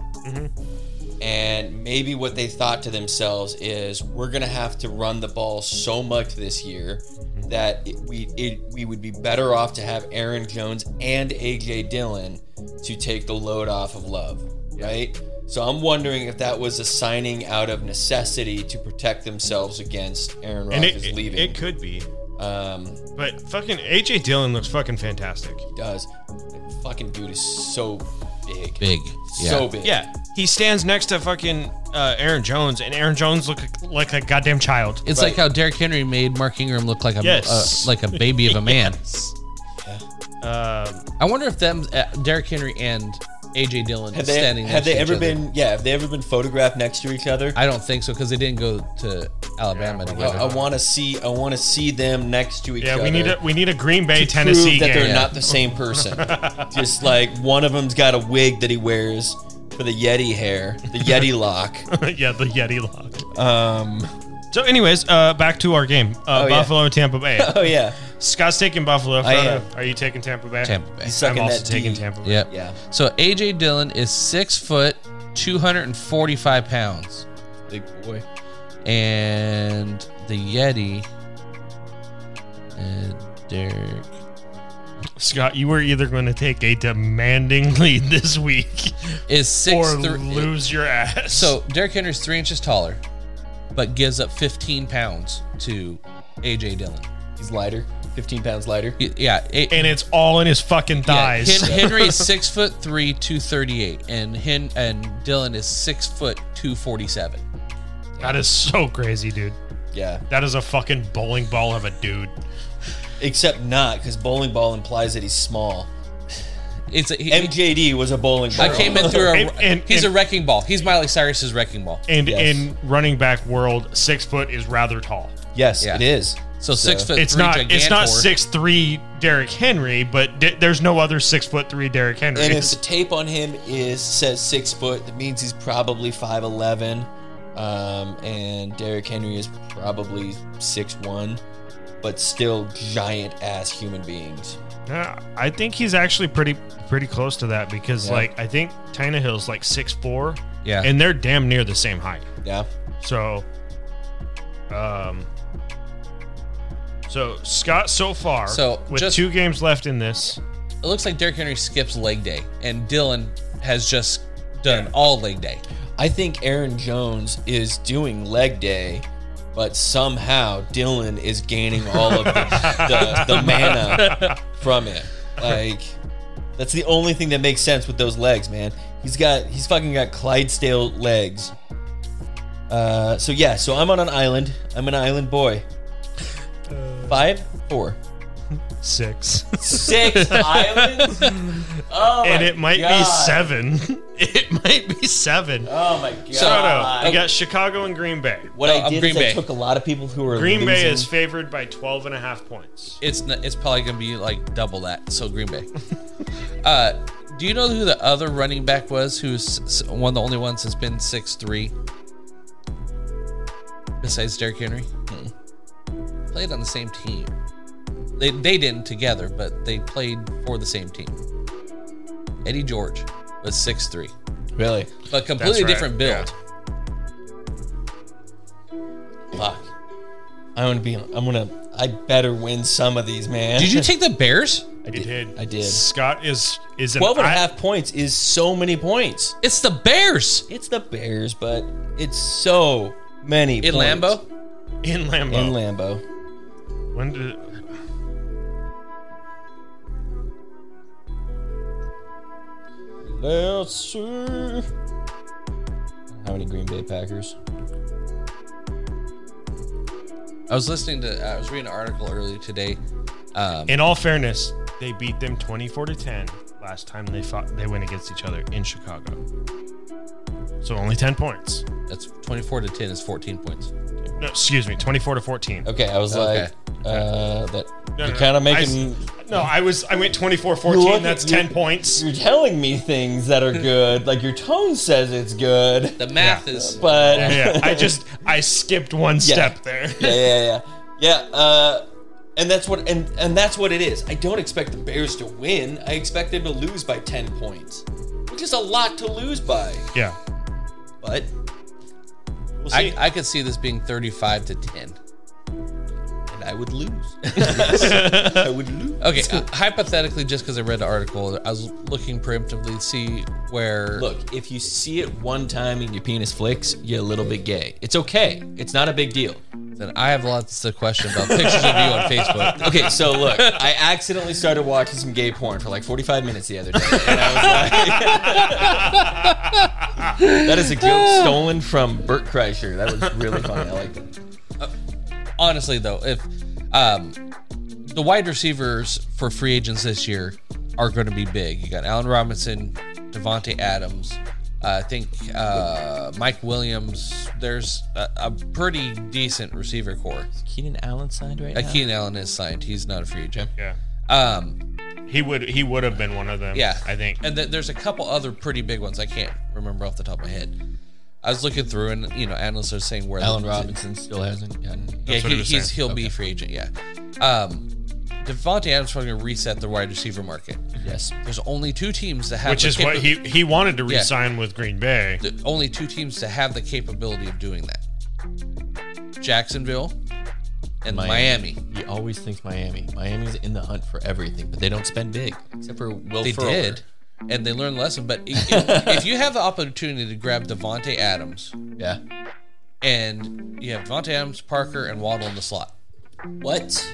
Mm-hmm.
And maybe what they thought to themselves is, we're gonna have to run the ball so much this year
Mm-hmm.
that it, we it, we would be better off to have Aaron Jones and AJ Dillon to take the load off of Love, right? So I'm wondering if that was a signing out of necessity to protect themselves against Aaron
And
Rodgers
it, it,
leaving.
it could be.
um,
But fucking AJ Dillon looks fucking fantastic.
does. That fucking dude is so big.
Big,
So big.
Yeah. He stands next to fucking uh, Aaron Jones and Aaron Jones look like a goddamn child.
It's like
Right.
how Derrick Henry made Mark Ingram look like a
Yes.
uh, like a baby of a man.
Um,
I wonder if them uh, Derrick Henry and AJ Dillon
Have
is
they,
standing. next
have they
to each
ever
other.
been? Yeah, have they ever been photographed next to each other?
I don't think so because they didn't go to Alabama
I,
together.
I want to see. I want to see them next to each
Yeah,
other.
we need a we need a Green Bay
to
Tennessee
prove that
game.
they're not the same person. Just like one of them's got a wig that he wears for the Yeti hair, the Yeti lock.
yeah, the Yeti lock.
Um,
So, anyways, uh, back to our game. Uh,
yeah.
Buffalo and Tampa Bay.
oh yeah,
Scott's taking Buffalo.
I
Frodo,
am.
Are you taking Tampa Bay?
Tampa Bay.
he's
I'm
sucking
also
that
taking
D.
Tampa Bay.
Yep.
Yeah.
So AJ Dillon is six foot, two hundred and forty-five pounds. Big boy. And the Yeti. Uh, Derek.
Scott, you were either going to take a demanding lead this week
Is six
or
three.
lose your ass.
So Derrick Henry's three inches taller, but gives up 15 pounds to AJ Dillon.
He's lighter, fifteen pounds lighter.
Y- Yeah, a-
and it's all in his fucking
yeah,
thighs.
Hen- Henry is six foot three, two thirty eight, and Hen and Dillon is six foot two forty seven.
that is so crazy, dude.
Yeah,
That is a fucking bowling ball of a dude.
except not because bowling ball implies that he's small.
It's a, he,
MJD was a bowling ball.
I came in through a.
And- and-
he's
and-
a wrecking ball. He's Miley Cyrus's wrecking ball.
And
Yes.
in running back world, six foot is rather tall.
Yes,
Yeah.
it is.
So six foot
It's
three
not. It's not
gigantor.
six three Derrick Henry, but di- there's no other six foot three Derrick Henry.
And if the tape on him is says six foot, that means he's probably five eleven, um, and Derrick Henry is probably six one, but still giant ass human beings.
Yeah, uh, I think he's actually pretty pretty close to that because like I think Tannehill's like six four.
Yeah.
And they're damn near the same height.
Yeah,
So um So Scott so far
So,
with
just-
two games left in this.
It looks like Derrick Henry skips leg day, and Dillon has just done all leg day.
I think Aaron Jones is doing leg day, but somehow Dylan is gaining all of the, the, the mana from it. Like that's the only thing that makes sense with those legs, man. He's got he's fucking got Clydesdale legs. Uh, so yeah, so I'm on an island. I'm an island boy. Five, four,
Six.
six islands. Oh
and
my
it might
God.
be seven. it might be seven.
Oh my god!
Frodo, you got Chicago and Green Bay.
what
No,
I
I'm
did
Uh, Green
is I
Bay.
took a lot of people who were
Green Bay
losing-
is favored by 12 and a half points.
it's n- it's probably gonna be like double that. So Green Bay. uh, do you know who the other running back was? Who's s- one of the only ones that's been six three? Besides Derrick Henry, Hmm. played on the same team. They they didn't together, but they played for the same team. Eddie George was six three,
really
but completely
right,
different build.
Fuck. I'm gonna be. I'm gonna. I better win some of these, man.
Did you take the Bears?
I
He did.
I did.
Scott is is an
Twelve and a
I-
half points is so many points.
It's the Bears
It's the Bears, but it's so many.
in
points.
Lambeau.
in Lambeau.
In Lambo.
When did
Let's see. How many Green Bay Packers?
I was listening to. I was reading an article earlier today. Um,
in all fairness, they beat them 24 to 10 last time they fought they went against each other in Chicago. So only 10 points.
That's 24 to 10 is 14 points.
No, excuse me, 24 to 14.
Okay, I was
Okay.
like, uh, that
No,
you're
no,
kind of
no, I
making.
s- No, I was I went 24
You're
14,
looking-
that's 10
you're-
points.
You're telling me things that are good. like your tone says it's good,
The math is
but
Yeah, I just I skipped one step there.
yeah, yeah, yeah, yeah. Uh, and that's what and and that's what it is. I don't expect the Bears to win. I expect them to lose by ten points, which is a lot to lose by.
Yeah.
But we'll see.
I, I could see this being 35 to 10.
and I would lose. I would lose.
Okay, uh, hypothetically, just because I read the article, I was looking preemptively to see where.
Look, if you see it one time and your penis flicks, you're a little bit gay. It's okay. It's not a big deal.
Then I have lots of questions about pictures of you on Facebook.
Okay, so look, I accidentally started watching some gay porn for like 45 minutes the other day. And I was like, that is a joke stolen from Bert Kreischer. That was really funny. I like that.
Honestly, though, if um, the wide receivers for free agents this year, are going to be big. You got Allen Robinson, Devonte Adams. Uh, I think uh, Mike Williams. There's a, a pretty decent receiver core.
Keenan Allen signed right
Uh,
now.
Keenan Allen is signed. He's not a free agent.
Yeah.
Um,
He would he would have been one of them.
yeah,
I think.
And th- there's a couple other pretty big ones. I can't remember off the top of my head. I was looking through, and you know, analysts are saying where
Allen
the-
Robinson still hasn't gotten.
Yeah,
That's what
he,
he was
he's
saying.
he'll be free agent. Yeah. Um, Devontae Adams probably going to reset the wide receiver market.
Yes.
There's only two teams that have
Which
the
is what
capa-
he he wanted to
Yeah.
re-sign with Green Bay.
the- only two teams to have the capability of doing that. Jacksonville and Miami.
Miami. He always thinks Miami. Miami's in the hunt for everything, but they don't spend big except for Will.
They
Ferrell.
did, and they learned a lesson. But i- i- if you have the opportunity to grab Devonte Adams
Yeah.
and you have Devonte Adams, Parker, and Waddle in the slot,
What?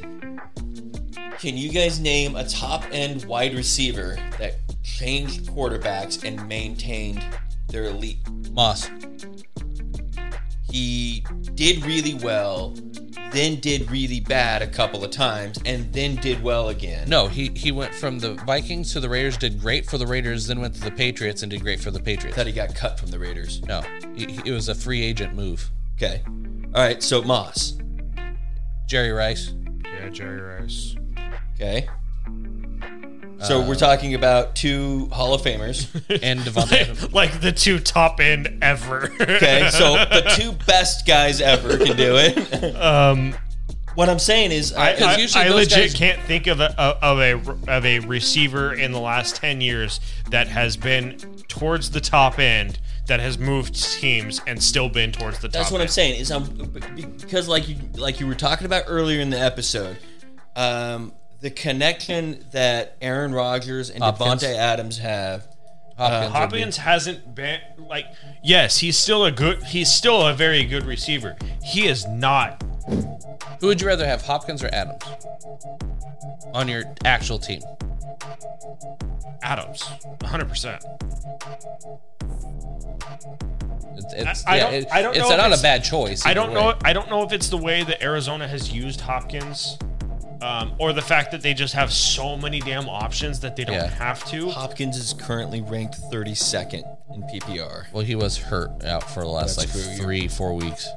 Can you guys name a top end wide receiver that changed quarterbacks and maintained their elite?
Moss,
He did really well, then did really bad a couple of times, and then did well again.
No, he he went from the Vikings to the Raiders, did great for the Raiders, then went to the Patriots and did great for the Patriots.
That he got cut from the Raiders.
no, he, he- it was a free agent move.
Okay. All right, so Moss.
Jerry Rice,
Yeah, Jerry Rice.
Okay. So
Uh,
we're talking about two Hall of Famers.
and Devontae Adams.
like the two top end ever.
Okay, so the two best guys ever can do it.
um,
what I'm saying is, uh,
I,
Because
I-
usually
I
those
legit
guys-
can't think of a of a of a receiver in the last ten years that has been towards the top end that has moved teams and still been towards the top.
That's what I'm
end.
saying. Is I'm because like you like you were talking about earlier in the episode, um, the connection that Aaron Rodgers and
Hopkins.
Devontae Adams have. uh,
Hopkins, would be-
Hopkins hasn't been like yes, he's still a good he's still a very good receiver. He is not
Who would you rather have, Hopkins or Adams, on your actual team?
Adams, 100. percent
It's, it's,
I
yeah,
don't-
it-
I don't
it's
know if
not
it's-
a bad choice.
I
either
don't
way.
know. I don't know if it's the way that Arizona has used Hopkins, um, or the fact that they just have so many damn options that they don't
Yeah.
have to.
Hopkins is currently ranked 32nd in PPR.
Well, he was hurt out for the last
That's true,
like
yeah.
three, four weeks.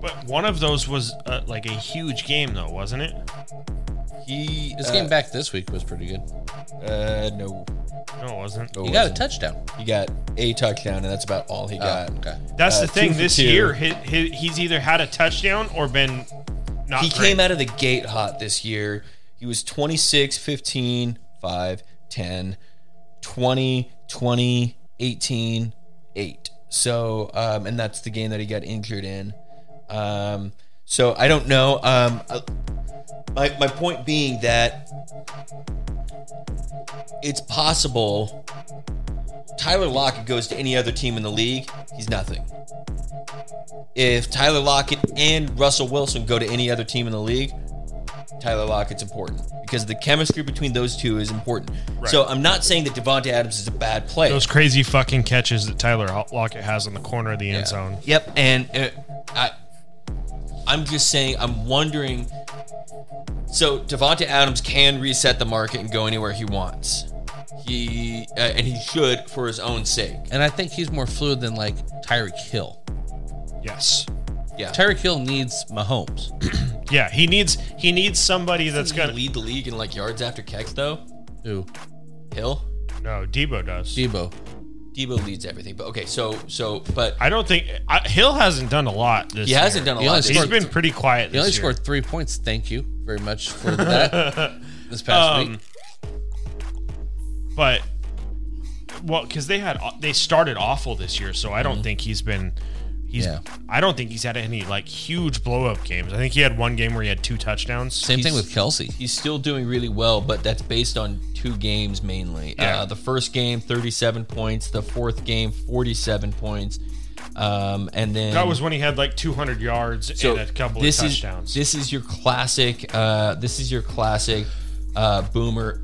But one of those was uh, like a huge game, though, wasn't it?
He
His
uh,
game back this week was pretty good.
Uh, no,
No, it wasn't.
no,
He got a
wasn't.
touchdown.
He got a touchdown, and that's about all he got.
Oh, okay.
That's
Uh,
the
two
thing.
for
This
two.
year, he, he, he's either had a touchdown or been not.
He
great.
came out of the gate hot this year. He was 26, 15, 5, 10, 20, 20, 18, 8. So, um, and that's the game that he got injured in. Um, so I don't know. Um, I- my, my point being that it's possible Tyler Lockett goes to any other team in the league, he's nothing if Tyler Lockett and Russell Wilson go to any other team in the league, Tyler Lockett's important because the chemistry between those two is important. So I'm not saying that Devonte Adams is a bad player.
Those crazy fucking catches that Tyler Lockett has on the corner of the end
Yeah.
zone.
yep, and uh, I, I'm just saying I'm wondering. So Devonte Adams can reset the market and go anywhere he wants. He uh, and he should for his own sake.
And I think he's more fluid than like Tyreek Hill.
Yes.
Yeah,
Tyreek Hill needs Mahomes.
Yeah, he needs he needs somebody that's
Doesn't he
gonna.
lead the league in like yards after catch though.
Who?
Hill.
No, Debo does.
Debo.
Debo leads everything. But okay, so so but
I don't think I, Hill hasn't done a lot this.
he hasn't
year.
done a
He
lot.
only
this
scored
He's
year.
been pretty quiet.
He only
this year.
scored three points. Thank you very much for that this past
Um,
week.
but well because they had they started awful this year so i don't
Mm-hmm.
think he's been he's
Yeah.
i don't think he's had any like huge blow up games i think he had one game where he had two touchdowns
Same thing
he's-
with Kelsey.
he's still doing really well, but that's based on two games mainly.
Yeah.
Uh, the first game, 37 points. The fourth game, 47 points. Um, and then
that was when he had like 200 yards
so
and a couple
this
of touchdowns
Is, this is your classic. Uh, this is your classic uh, boomer,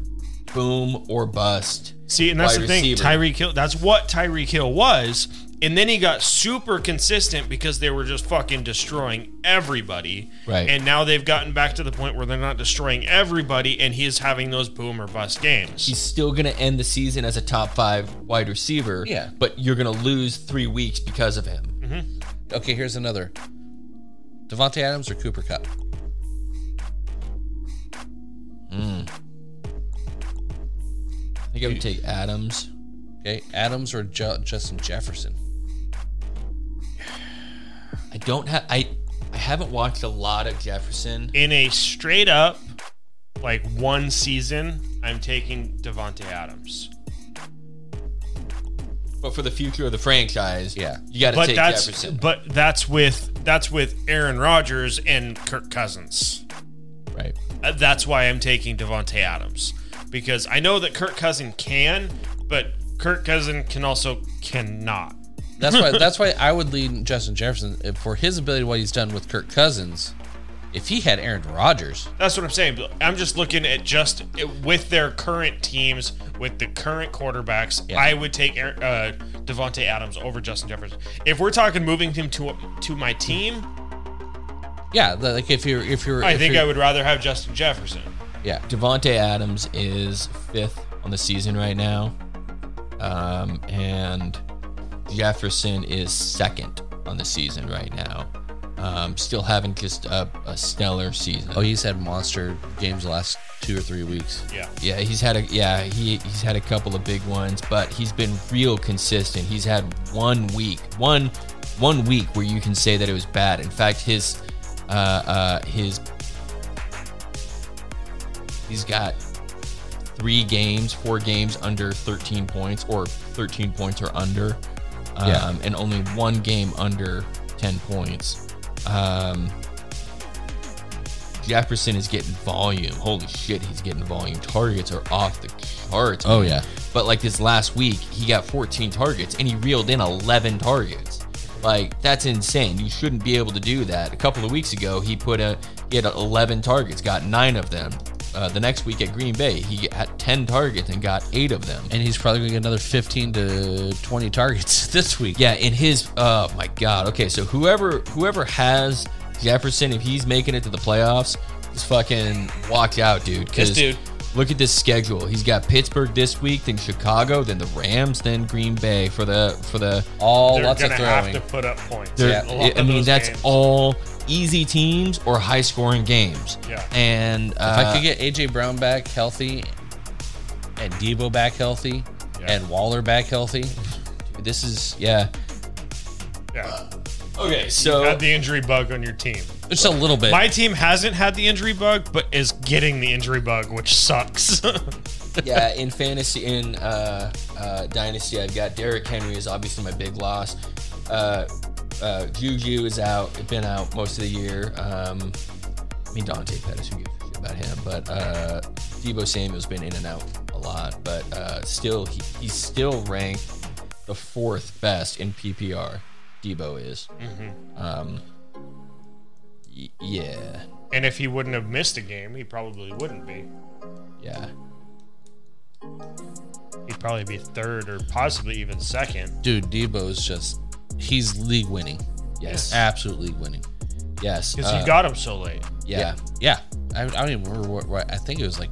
boom or bust.
see and that's
wide
the thing
receiver.
tyreek hill that's what tyreek hill was And then he got super consistent because they were just fucking destroying everybody.
Right.
And now they've gotten back to the point where they're not destroying everybody and he's having those boom or bust games.
He's still going to end the season as a top five wide receiver.
Yeah.
But you're going to lose three weeks because of him.
Mm-hmm.
Okay, here's another. Devonte Adams or Cooper Cup?
I think I would take Adams.
Okay, Adams or Ju- Justin Jefferson?
I don't have. I I haven't watched a lot of Jefferson.
in a straight up like one season, I'm taking Devonte Adams.
But for the future of the franchise,
Yeah.
you got to
But
take
that's
Jefferson.
but that's with that's with Aaron Rodgers and Kirk Cousins.
Right.
Uh, That's why I'm taking Devonte Adams because I know that Kirk Cousin can, but Kirk Cousin can also cannot.
That's why. that's why I would lean Justin Jefferson uh, for his ability. What he's done with Kirk Cousins. If he had Aaron Rodgers,
That's what I'm saying. but I'm just looking at just with their current teams, with the current quarterbacks.
Yeah.
I would take Aaron- uh, Devonte Adams over Justin Jefferson. If we're talking moving him to to my team,
yeah, the- like if you're if you're,
I
if
think
you're-
I would rather have Justin Jefferson.
Yeah,
Devonte Adams is fifth on the season right now, um, and Jefferson is second on the season right now. Um, still having just a, a stellar season.
Oh, he's had monster games the last two or three weeks.
Yeah.
Yeah, he's had a yeah he he's had a couple of big ones, but he's been real consistent. He's had one week, one one week where you can say that it was bad. In fact, his uh, uh, his he's got three games, four games under 13 points or 13 points or under, um,
Yeah.
and only one game under 10 points. Um, Jefferson is getting volume. Holy shit, he's getting volume. Targets are off the charts.
Oh, yeah.
But like this last week, he got 14 targets and he reeled in 11 targets. Like that's insane. You shouldn't be able to do that. A couple of weeks ago, he put a he had 11 targets, got nine of them. Uh, the next week at Green Bay, he had 10 targets and got eight of them.
and he's probably going to get another 15 to 20 targets this week.
Yeah, in his oh my god. Okay, so whoever whoever has Jefferson, if he's making it to the playoffs, just fucking walk out, dude. Because
dude.
look at this schedule. He's got Pittsburgh this week, then Chicago, then the Rams, then Green Bay for the for the
all
They're
lots of
gonna have
throwing.
to put up points.
they're-
A lot
I
of
mean,
those
that's
games.
all easy teams or high scoring games.
Yeah.
And uh,
if I could get AJ Brown back healthy, and Debo back healthy,
Yeah.
and Waller back healthy,
this is yeah.
Yeah.
Okay, so
Had the injury bug on your team.
just a little bit.
My team hasn't had the injury bug, but is getting the injury bug, which sucks.
yeah, in fantasy, in uh, uh, dynasty, I've got Derrick Henry is obviously my big loss. Uh, uh, Juju is out; been out most of the year. Um, I mean, Dante Pettis, who gives a shit about him? But uh, Debo Samuel's been in and out a lot, but uh, still, he, he's still ranked the fourth best in PPR. Debo is. Um, y- yeah,
and if he wouldn't have missed a game, he probably wouldn't be.
yeah.
He'd probably be third or possibly even second.
Dude, Debo's just, he's league winning.
Yes.
Absolutely league winning.
Yes.
Because
uh,
you got him so late.
yeah.
Yeah. I, I don't even remember what, what, I think it was like,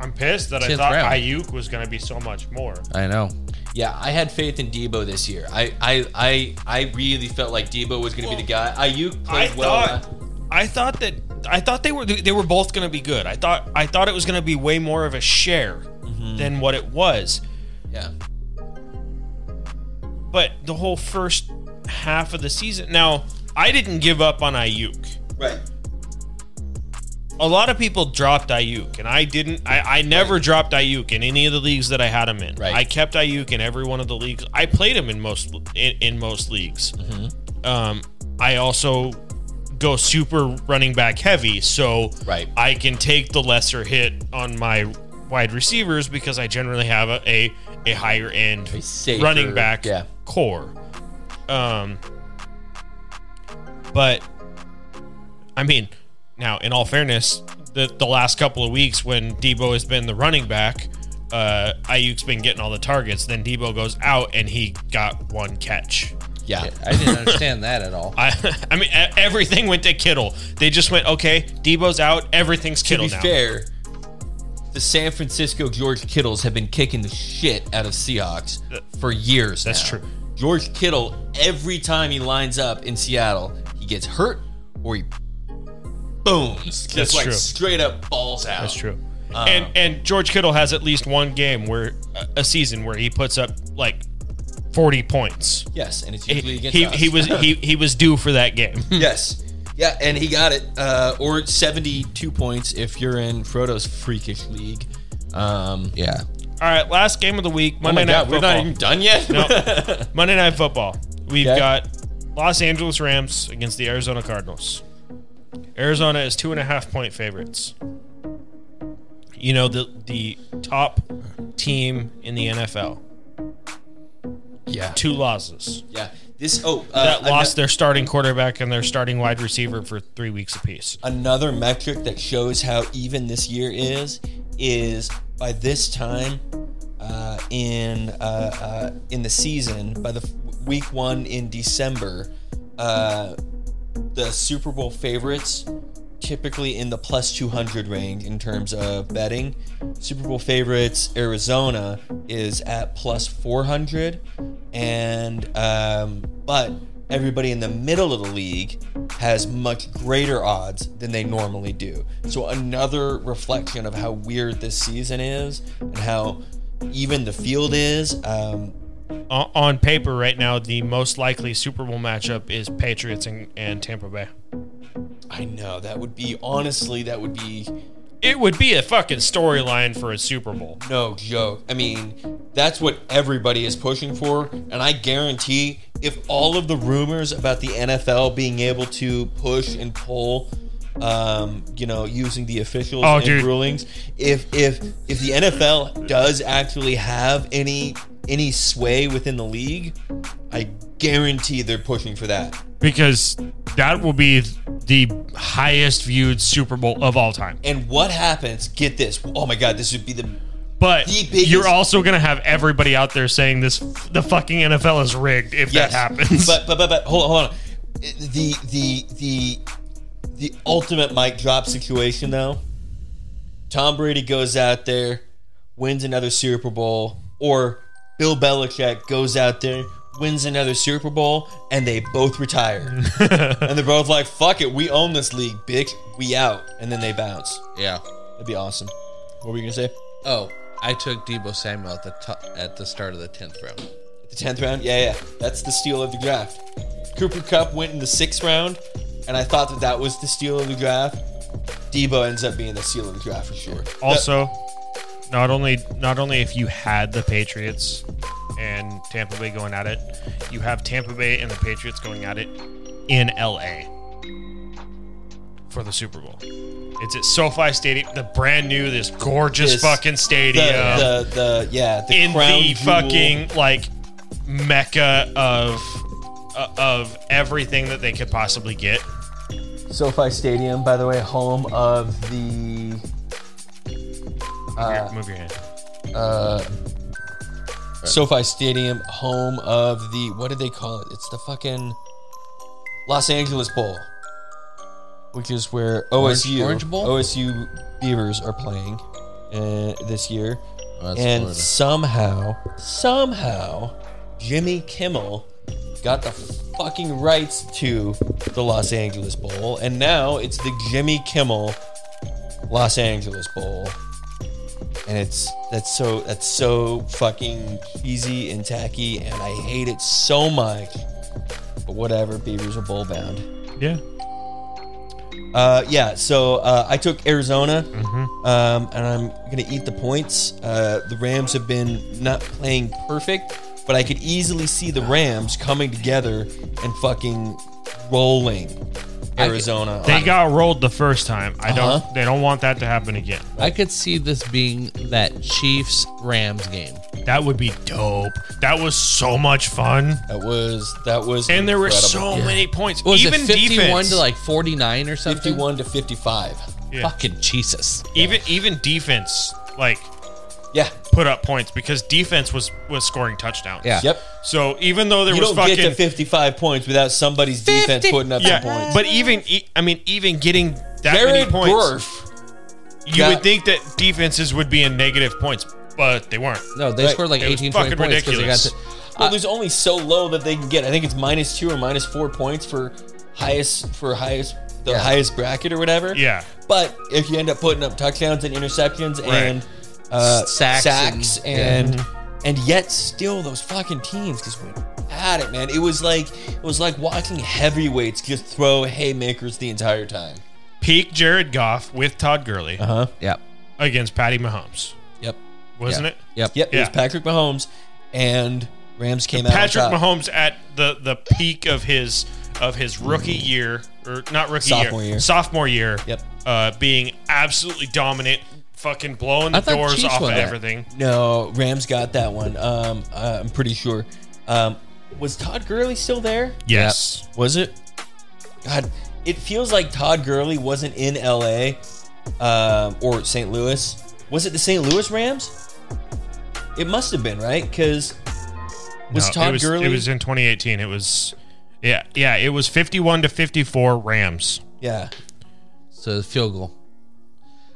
I'm pissed that I
Tenth
thought
round.
Ayuk was going to be so much more.
I know.
Yeah, I had faith in Debo this year. I I I, I really felt like Debo was going to be the guy. Ayuk
I
played well.
thought, I thought that I thought they were they were both going to be good. I thought I thought it was going to be way more of a share
Mm-hmm.
than what it was.
yeah,
But the whole first half of the season. Now, I didn't give up on Ayuk.
right.
A lot of people dropped Ayuk, and I didn't. I, I never dropped Ayuk in any of the leagues that I had him in.
Right.
I kept Ayuk in every one of the leagues. I played him in most in, in most leagues.
Mm-hmm.
Um, I also go super running back heavy, so
Right.
I can take the lesser hit on my wide receivers because I generally have a a, a higher end
A safer-
running back
yeah.
core. Um, but I mean, now in all fairness, the the last couple of weeks when Debo has been the running back, uh, Ayuk's been getting all the targets. Then Debo goes out and he got one catch.
Yeah.
I didn't understand that at all.
I, I mean, e- everything went to Kittle. They just went, okay, Debo's out. Everything's
To
Kittle
be
now.
fair, the San Francisco George Kittles have been kicking the shit out of Seahawks for years.
Uh, That's
now.
true.
George Kittle, every time he lines up in Seattle, he gets hurt or he booms. Just
That's
like
true.
straight up balls out.
That's true. and and George Kittle has at least one game where a- a season where he puts up like forty points.
Yes, and it's
He,
usually against
he,
us.
he was he, he was due for that game.
yes. Yeah, and he got it. Uh, or 72 points if you're in Frodo's freakish league. Um,
Yeah.
All right, last game of the week,
oh
Monday
my
night
God, we're
football.
not even done yet?
No. Monday Night Football. We've
Okay.
got Los Angeles Rams against the Arizona Cardinals. Arizona is two and a half point favorites. You know the the top team in the NFL.
yeah.
Two losses
Yeah. This, oh, uh,
that
ano-
lost their starting quarterback and their starting wide receiver for three weeks apiece.
another metric that shows how even this year is is by this time uh, in uh, uh, in the season by the f- week one in December uh, the Super Bowl favorites typically in the plus 200 range in terms of betting Super Bowl favorites Arizona is at plus 400 and um, but everybody in the middle of the league has much greater odds than they normally do. So another reflection of how weird this season is and how even the field is. Um,
O- on paper, right now, the most likely Super Bowl matchup is Patriots and, and Tampa Bay.
I know that would be honestly that would be
It would be a fucking storyline for a Super Bowl.
no joke. I mean, that's what everybody is pushing for and I guarantee if all of the rumors about the NFL being able to push and pull um, you know, using the officials
Oh,
and
dude.
rulings, if if if the NFL does actually have any any sway within the league, I guarantee they're pushing for that.
because that will be the highest viewed Super Bowl of all time.
And what happens? Get this. Oh my god, this would be the
But
The biggest-
you're also going to have everybody out there saying this the fucking NFL is rigged if
yes
that happens.
But but but but hold on, hold on. The the the the ultimate mic drop situation though. Tom Brady goes out there, wins another Super Bowl, or Bill Belichick goes out there, wins another Super Bowl, and they both retire. and they're both like, "Fuck it, we own this league, bitch. We out." And then they bounce.
Yeah.
That'd be awesome. What were you gonna say?
Oh, I took Debo Samuel at the to- at the start of the tenth round.
The tenth round, yeah, yeah, that's the steal of the draft. Cooper Cup went in the sixth round, and I thought that that was the steal of the draft. Debo ends up being the steal of the draft for sure.
also, not only not only if you had the Patriots and Tampa Bay going at it, you have Tampa Bay and the Patriots going at it in LA for the Super Bowl. It's at SoFi Stadium, the brand new, this gorgeous
This-
fucking
the,
stadium.
the, the, yeah, the
in
crown
the
jewel.
fucking like mecca of uh, of everything that they could possibly get.
SoFi Stadium, by the way, home of the Uh,
Here, move your hand.
SoFi Stadium, home of the what do they call it? It's the fucking Los Angeles Bowl, which is where OSU
Orange Bowl?
OSU Beavers are playing uh, this year,
Oh, that's
and
Florida.
somehow, somehow, Jimmy Kimmel got the fucking rights to the Los Angeles Bowl, and now it's the Jimmy Kimmel Los Angeles Bowl and it's that's so that's so fucking cheesy and tacky, and I hate it so much. But whatever, Beavers are bowl bound.
Yeah.
Uh, yeah, so uh, I took Arizona,
Mm-hmm.
um, and I'm gonna eat the points. Uh, the Rams have been not playing perfect, but I could easily see the Rams coming together and fucking rolling Arizona.
They got rolled the first time. I
Uh-huh.
don't they don't want that to happen again.
I could see this being that Chiefs Rams game.
That would be dope. That was so much fun.
that was that was,
And there were
incredible.
so many points.
What was
even
it 51
defense.
to like 49 or something?
fifty-one to fifty-five.
Yeah.
Fucking Jesus.
even even defense like
Yeah.
put up points because defense was was scoring touchdowns.
Yeah.
Yep.
So even though there
You
was
don't
fucking
get to 55 points without somebody's defense putting up
yeah,
some points.
but even e- I mean even getting that many
Jared
points,
Goff,
you
got-
would think that defenses would be in negative points, but they weren't.
No, they
Right.
scored like
It was
18, 20
fucking
points because they got
ridiculous.
to.
well, there's only so low that they can get. I think it's minus two or minus four points for highest for highest the highest bracket or whatever.
Yeah.
But if you end up putting up touchdowns and interceptions and uh,
Sacks
sacks,
and-
and and, yet still those fucking teams just went at it, man. It was like it was like watching heavyweights just throw haymakers the entire time.
Peak Jared Goff with Todd Gurley
huh.
Yep.
against Patty Mahomes,
Yep.
wasn't
Yeah.
it?
Yep.
Yep. It was
Yeah.
Patrick Mahomes and Rams came out. on
Patrick
top.
Mahomes at the the peak of his of his rookie year or not rookie
Mm-hmm. Sophomore year.
sophomore year.
Yep.
Uh, being absolutely dominant, fucking blowing
I
the
thought
doors
Chiefs
off of
won that.
everything.
No, Rams got that one. Um, uh, I'm pretty sure. Um, was Todd Gurley still there?
Yes.
Was it? God, it feels like Todd Gurley wasn't in LA um, or St. Louis. Was it the St. Louis Rams? It must have been, right? Because was
No,
Todd
Uh, it was,
Gurley?
It was in 2018. It was, yeah, yeah. It was 51 to 54 Rams.
yeah.
So the field goal.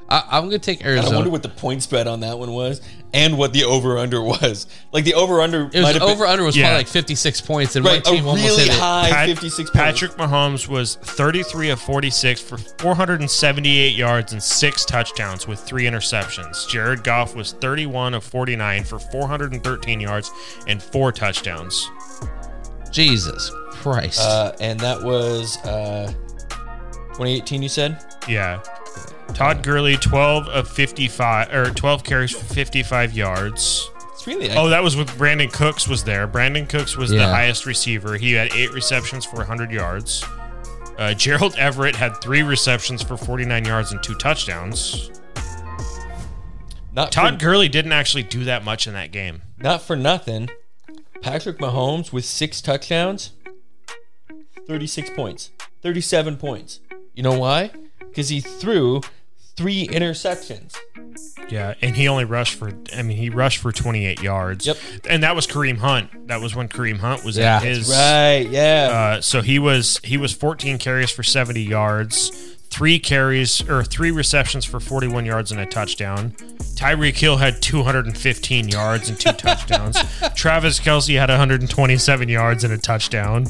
I, I'm gonna take
And I
Arizona.
wonder what the point spread on that one was and what the over under was. Like the over under
it was over under was
yeah.
probably like 56 points, and
right,
one
a
team almost
really
hit it.
high
Pat-
56 points.
Patrick Mahomes was 33 of 46 for 478 yards and six touchdowns with three interceptions. Jared Goff was 31 of 49 for 413 yards and four touchdowns.
Jesus Christ.
Uh, and that was uh, 2018, you said?
Yeah. Todd Gurley 12 of 55 or 12 carries for 55 yards.
It's really
Oh, that was when Brandon Cooks was there. Brandon Cooks was the
Yeah.
highest receiver. He had eight receptions for 100 yards. Uh, Gerald Everett had three receptions for 49 yards and two touchdowns.
not
Todd
for,
Gurley didn't actually do that much in that game.
not for nothing. Patrick Mahomes with six touchdowns, 36 points, 37 points. You know why? Because he threw three interceptions.
Yeah, and he only rushed for I mean he rushed for 28 yards.
Yep.
And that was Kareem Hunt. That was when Kareem Hunt was
Yeah.
in his
Right? Yeah.
Uh, so he was he was 14 carries for 70 yards, three carries or three receptions for 41 yards and a touchdown. Tyreek Hill had 215 yards and two touchdowns. Travis Kelsey had 127 yards and a touchdown.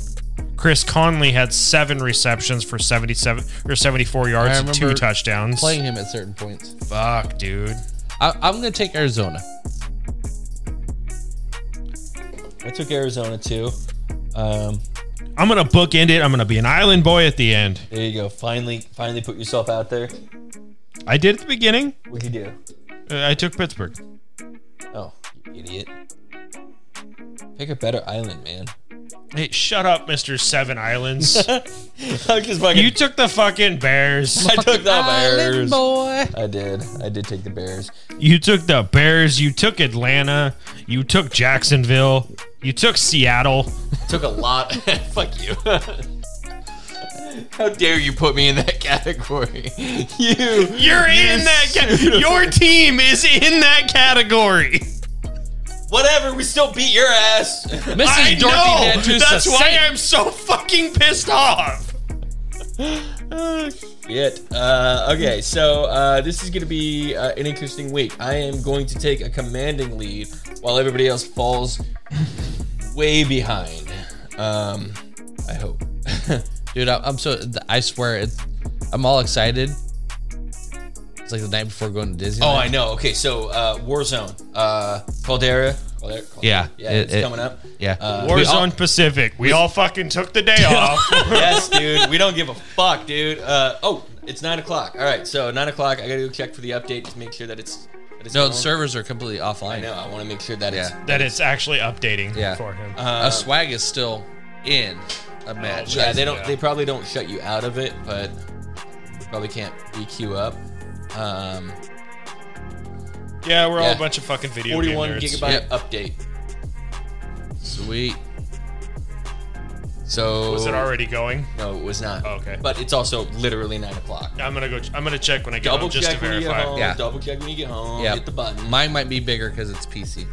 Chris Conley had seven receptions for 77 or 74 yards and two
remember
touchdowns.
Playing him at certain points.
Fuck, dude.
I, I'm gonna take Arizona.
Uh,
I took Arizona too. Um,
I'm gonna bookend it. I'm gonna be an island boy at the end.
there you go. Finally, finally put yourself out there.
I did at the beginning.
What'd you do?
Uh, I took Pittsburgh.
Oh, you idiot. Pick a better island, man.
Hey, shut up, Mister Seven Islands.
I'm just fucking.
you took the fucking Bears.
I took the Bears.
boy.
I did. I did take the Bears.
You took the Bears. You took Atlanta. You took Jacksonville. You took Seattle.
Took a lot. Fuck you. How dare you put me in that category? you.
You're in that. Ca- your team is in that category.
Whatever, we still beat your ass.
Mrs.
I
Dorothy
know.
Nantusa
That's why
Saint.
I'm so fucking pissed off.
Shit. Uh, okay, so uh, this is going to be uh, an interesting week. I am going to take a commanding lead while everybody else falls way behind. Um, I hope.
Dude, I, I'm so. I swear, it's, I'm all excited. It's like the night before going to Disney.
Oh, I know. Okay, so uh, Warzone, uh, Caldera. Caldera, Caldera.
Yeah,
yeah,
it-
it's
it-
coming up.
Yeah.
Uh,
We
Warzone
all-
Pacific. We all fucking took the day off.
yes, dude. We don't give a fuck, dude. Uh, oh, it's nine o'clock. All right, so nine o'clock. I gotta go check for the update to make sure that it's. That it's
no, the
normal.
servers are completely offline.
I know. I want to make sure that it's.
Yeah.
that it's actually updating
Yeah.
for him.
Uh,
a Uh, swag is still in a match.
Yeah, they don't.
Yeah.
They probably don't shut you out of it, but probably can't EQ up. Um,
yeah, we're all
yeah.
a bunch of fucking video. game
forty-one
nerds.
gigabyte
Yep.
update.
Sweet.
So
Was it already going?
No, it was not.
Okay.
But it's also literally nine o'clock.
I'm gonna go. ch- I'm gonna check when I get
Double
home just to
check when you get
verify.
home.
Yeah.
Double check when you get home.
Yeah.
Hit the button.
Mine might be bigger because it's PC.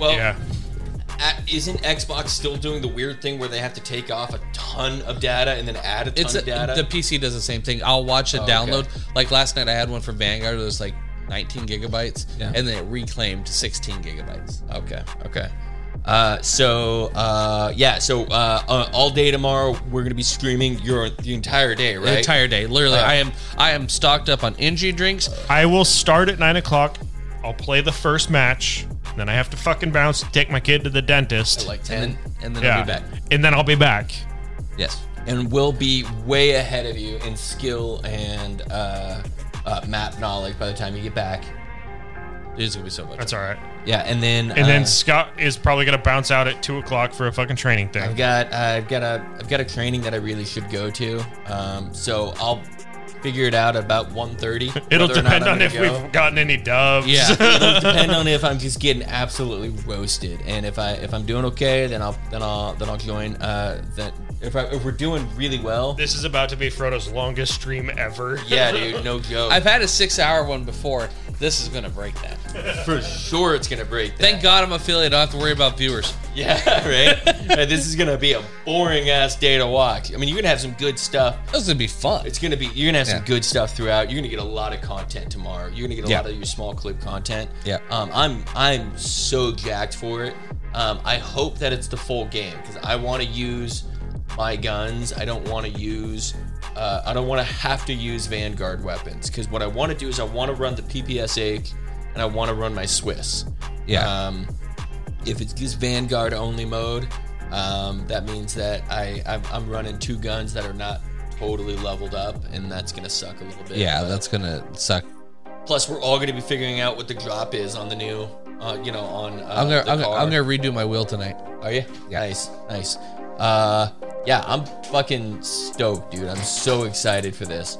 Well,
Yeah.
a- isn't Xbox still doing the weird thing where they have to take off a ton of data and then add a ton
It's a,
of data?
the PC does the same thing. I'll watch a
Oh, okay.
download. Like last night, I had one from Vanguard that was like 19 gigabytes,
Yeah.
and then it reclaimed 16 gigabytes.
Okay. Okay. Uh, so uh, yeah. So uh, uh, all day tomorrow we're gonna be streaming your the entire day, right? Oh.
The entire day, literally.
All right.
I am I am stocked up on energy drinks.
I will start at nine o'clock. I'll play the first match. Then I have to fucking bounce. Take my kid to the dentist.
like ten.
and then, and then
yeah.
I'll be back.
And then I'll be back.
Yes.
and we'll be way ahead of you in skill and uh, uh, map knowledge by the time you get back.
It's gonna be so much.
That's all right.
Yeah, and then
And
uh,
then Scott is probably gonna bounce out at two o'clock for a fucking training
I've
thing.
got uh, I've got a I've got a training that I really should go to. Um, so I'll figure it out about 1.30.
It'll
whether or
depend
not I'm
on
gonna
if
go.
we've gotten any dubs.
Yeah.
It'll depend on if I'm just getting absolutely roasted, and if I if I'm doing okay, then I'll then I'll then I'll join. Uh, that if I, if we're doing really well,
this is about to be Frodo's longest stream ever.
yeah, dude, no joke.
I've had a six hour one before. This is gonna break that.
for sure it's gonna break. That.
Thank God I'm affiliate. I don't have to worry about viewers.
Yeah, right. Uh, this is gonna be a boring ass day to watch. I mean, you're gonna have some good stuff.
This is gonna be fun.
It's gonna be you're gonna have some
Yeah.
good stuff throughout. You're gonna get a lot of content tomorrow. You're gonna get a
Yeah.
lot of your small clip content.
Yeah.
Um, I'm I'm so jacked for it. Um, I hope that it's the full game because I want to use my guns. I don't want to use. Uh, I don't want to have to use Vanguard weapons because what I want to do is I want to run the PPS8 and I want to run my Swiss.
yeah.
Um, if it's just Vanguard only mode, um, that means that I I'm, I'm running two guns that are not totally leveled up, and that's gonna suck a little bit.
yeah,
But-
that's gonna suck.
Plus, we're all gonna be figuring out what the drop is on the new, uh, you know, on. Uh,
I'm gonna
the
I'm, gonna-
car.
I'm gonna redo my wheel tonight.
Are you?
Yeah.
Nice, nice. Uh, yeah, I'm fucking stoked, dude. I'm so excited for this.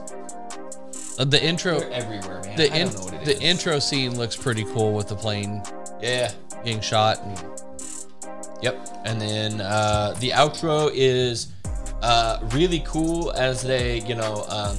Uh, The intro
They're everywhere, man.
the
I
in,
don't know what it
the
is.
intro scene looks pretty cool with the plane
Yeah.
getting shot. And,
Yep. And then uh, the outro is uh, really cool as they, you know, um,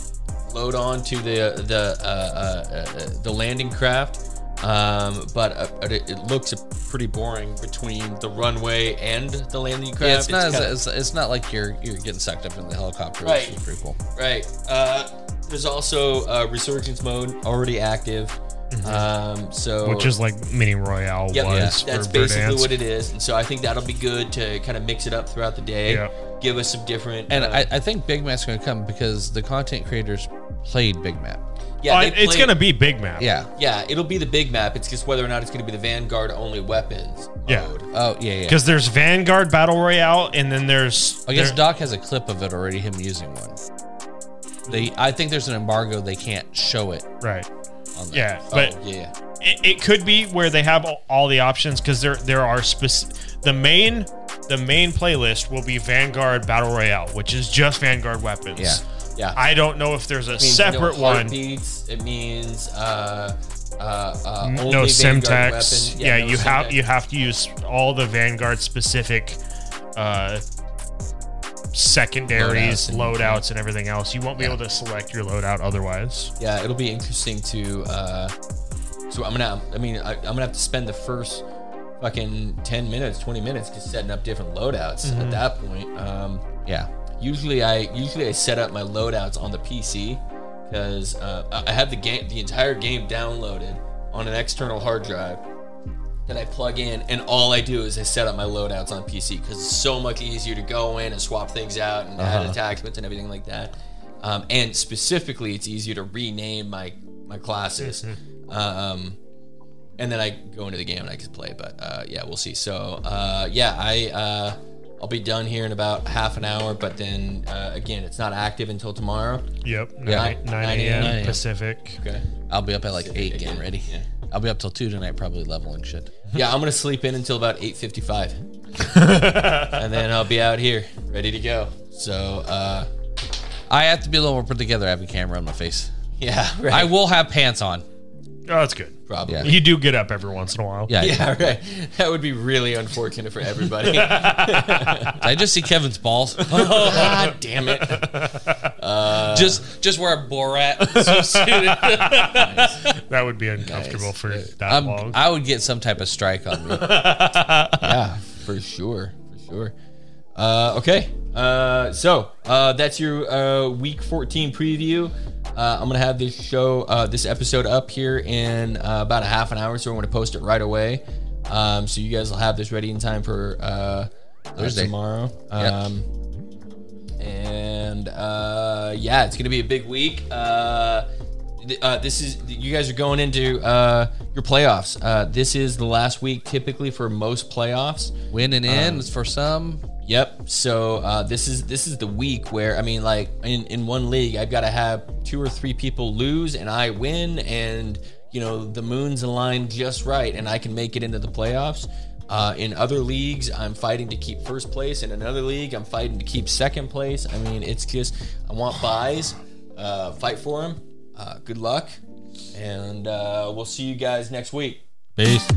load on to the the uh, uh, uh, the landing craft. Um, but uh, it, it looks pretty boring between the runway and the landing craft.
yeah, it's not
kinda-
as, it's, it's not like you're you're getting sucked up in the helicopter.
Right.
Which is pretty cool.
Right. Uh, there's also uh, resurgence mode already active.
Mm-hmm.
Um, so
Which is like mini royale
Yep,
was.
that's
for
basically
Verdansk.
what it is, and so I think that'll be good to kind of mix it up throughout the day.
Yeah.
Give us some different.
And
uh,
I, I think Big Map's gonna come because the content creators played Big Map.
yeah,
Oh,
they
it's
play-
gonna be big map.
Yeah.
Yeah, it'll be the big map. It's just whether or not it's going to be the Vanguard only weapons.
Yeah.
Mode.
Oh yeah yeah.
Because there's Vanguard Battle Royale, and then there's
Oh,
I guess
there-
Doc has a clip of it already. Him using one. They I think there's an embargo. They can't show it
right.
on that.
Yeah, but
oh, yeah.
it, it could be where they have all, all the options because there there are speci- the main the main playlist will be Vanguard Battle Royale, which is just Vanguard weapons.
Yeah.
Yeah.
I don't know if there's a
means
separate
no
one.
heartbeats, It means uh, uh, uh,
N-
only
no
Vanguard
Simtex.
weapons.
Yeah,
no
you have
Simtex.
you have to use all the Vanguard specific uh, secondaries,
Loadouts and-
loadouts, and, everything else. You won't be able to select your loadout otherwise.
yeah it'll be interesting to uh so i'm gonna i mean I, i'm gonna have to spend the first fucking 10 minutes 20 minutes just setting up different loadouts
Mm-hmm.
at that point um
Yeah.
usually i usually i set up my loadouts on the pc because uh, i I have the game the entire game downloaded on an external hard drive that i plug in and all i do is i set up my loadouts on pc because it's so much easier to go in and swap things out and add attachments and everything like that um, and specifically it's easier to rename my my classes um, and then I go into the game and I can play. But uh, yeah, we'll see. So uh, yeah, I uh, I'll be done here in about half an hour. But then uh, again, it's not active until tomorrow.
Yep.
Yeah.
Nine,
9
9
9
a.m.
a.m.
Pacific.
Okay.
I'll be up at like eight getting ready.
Yeah.
I'll be up till two tonight, probably leveling shit.
Yeah, I'm gonna sleep in until about 8:55, and then I'll be out here ready to go. So uh,
I have to be a little more put together. I have a camera on my face.
yeah,
I
right.
will have pants on.
Oh, that's good.
Probably.
Yeah.
You do get up every once in a while.
Yeah.
Yeah, right. That would be really unfortunate for everybody.
Did I just see Kevin's balls.
God damn it.
just just wear a Borat swimsuit.
That would be uncomfortable for that
I'm-
long.
I would get some type of strike on me.
Yeah, for sure. For sure. Uh, okay. Uh, so uh, that's your uh, week 14 preview. Uh, I'm going to have this show, uh, this episode up here in uh, about a half an hour. So I'm going to post it right away. Um, so you guys will have this ready in time for uh,
Thursday.
Thursday tomorrow. Um, And uh, yeah, it's gonna be a big week. Uh, th- uh, this is you guys are going into uh, your playoffs. Uh, this is the last week typically for most playoffs.
Win and in is for some.
Yep. So uh, this is this is the week where I mean, like in in one league, I've got to have two or three people lose and I win, and you know the moon's aligned just right, and I can make it into the playoffs. Uh, in other leagues, I'm fighting to keep first place. In another league, I'm fighting to keep second place. I mean, it's just I want buys. Uh, fight for them. Uh, good luck, and uh, we'll see you guys next week.
Peace.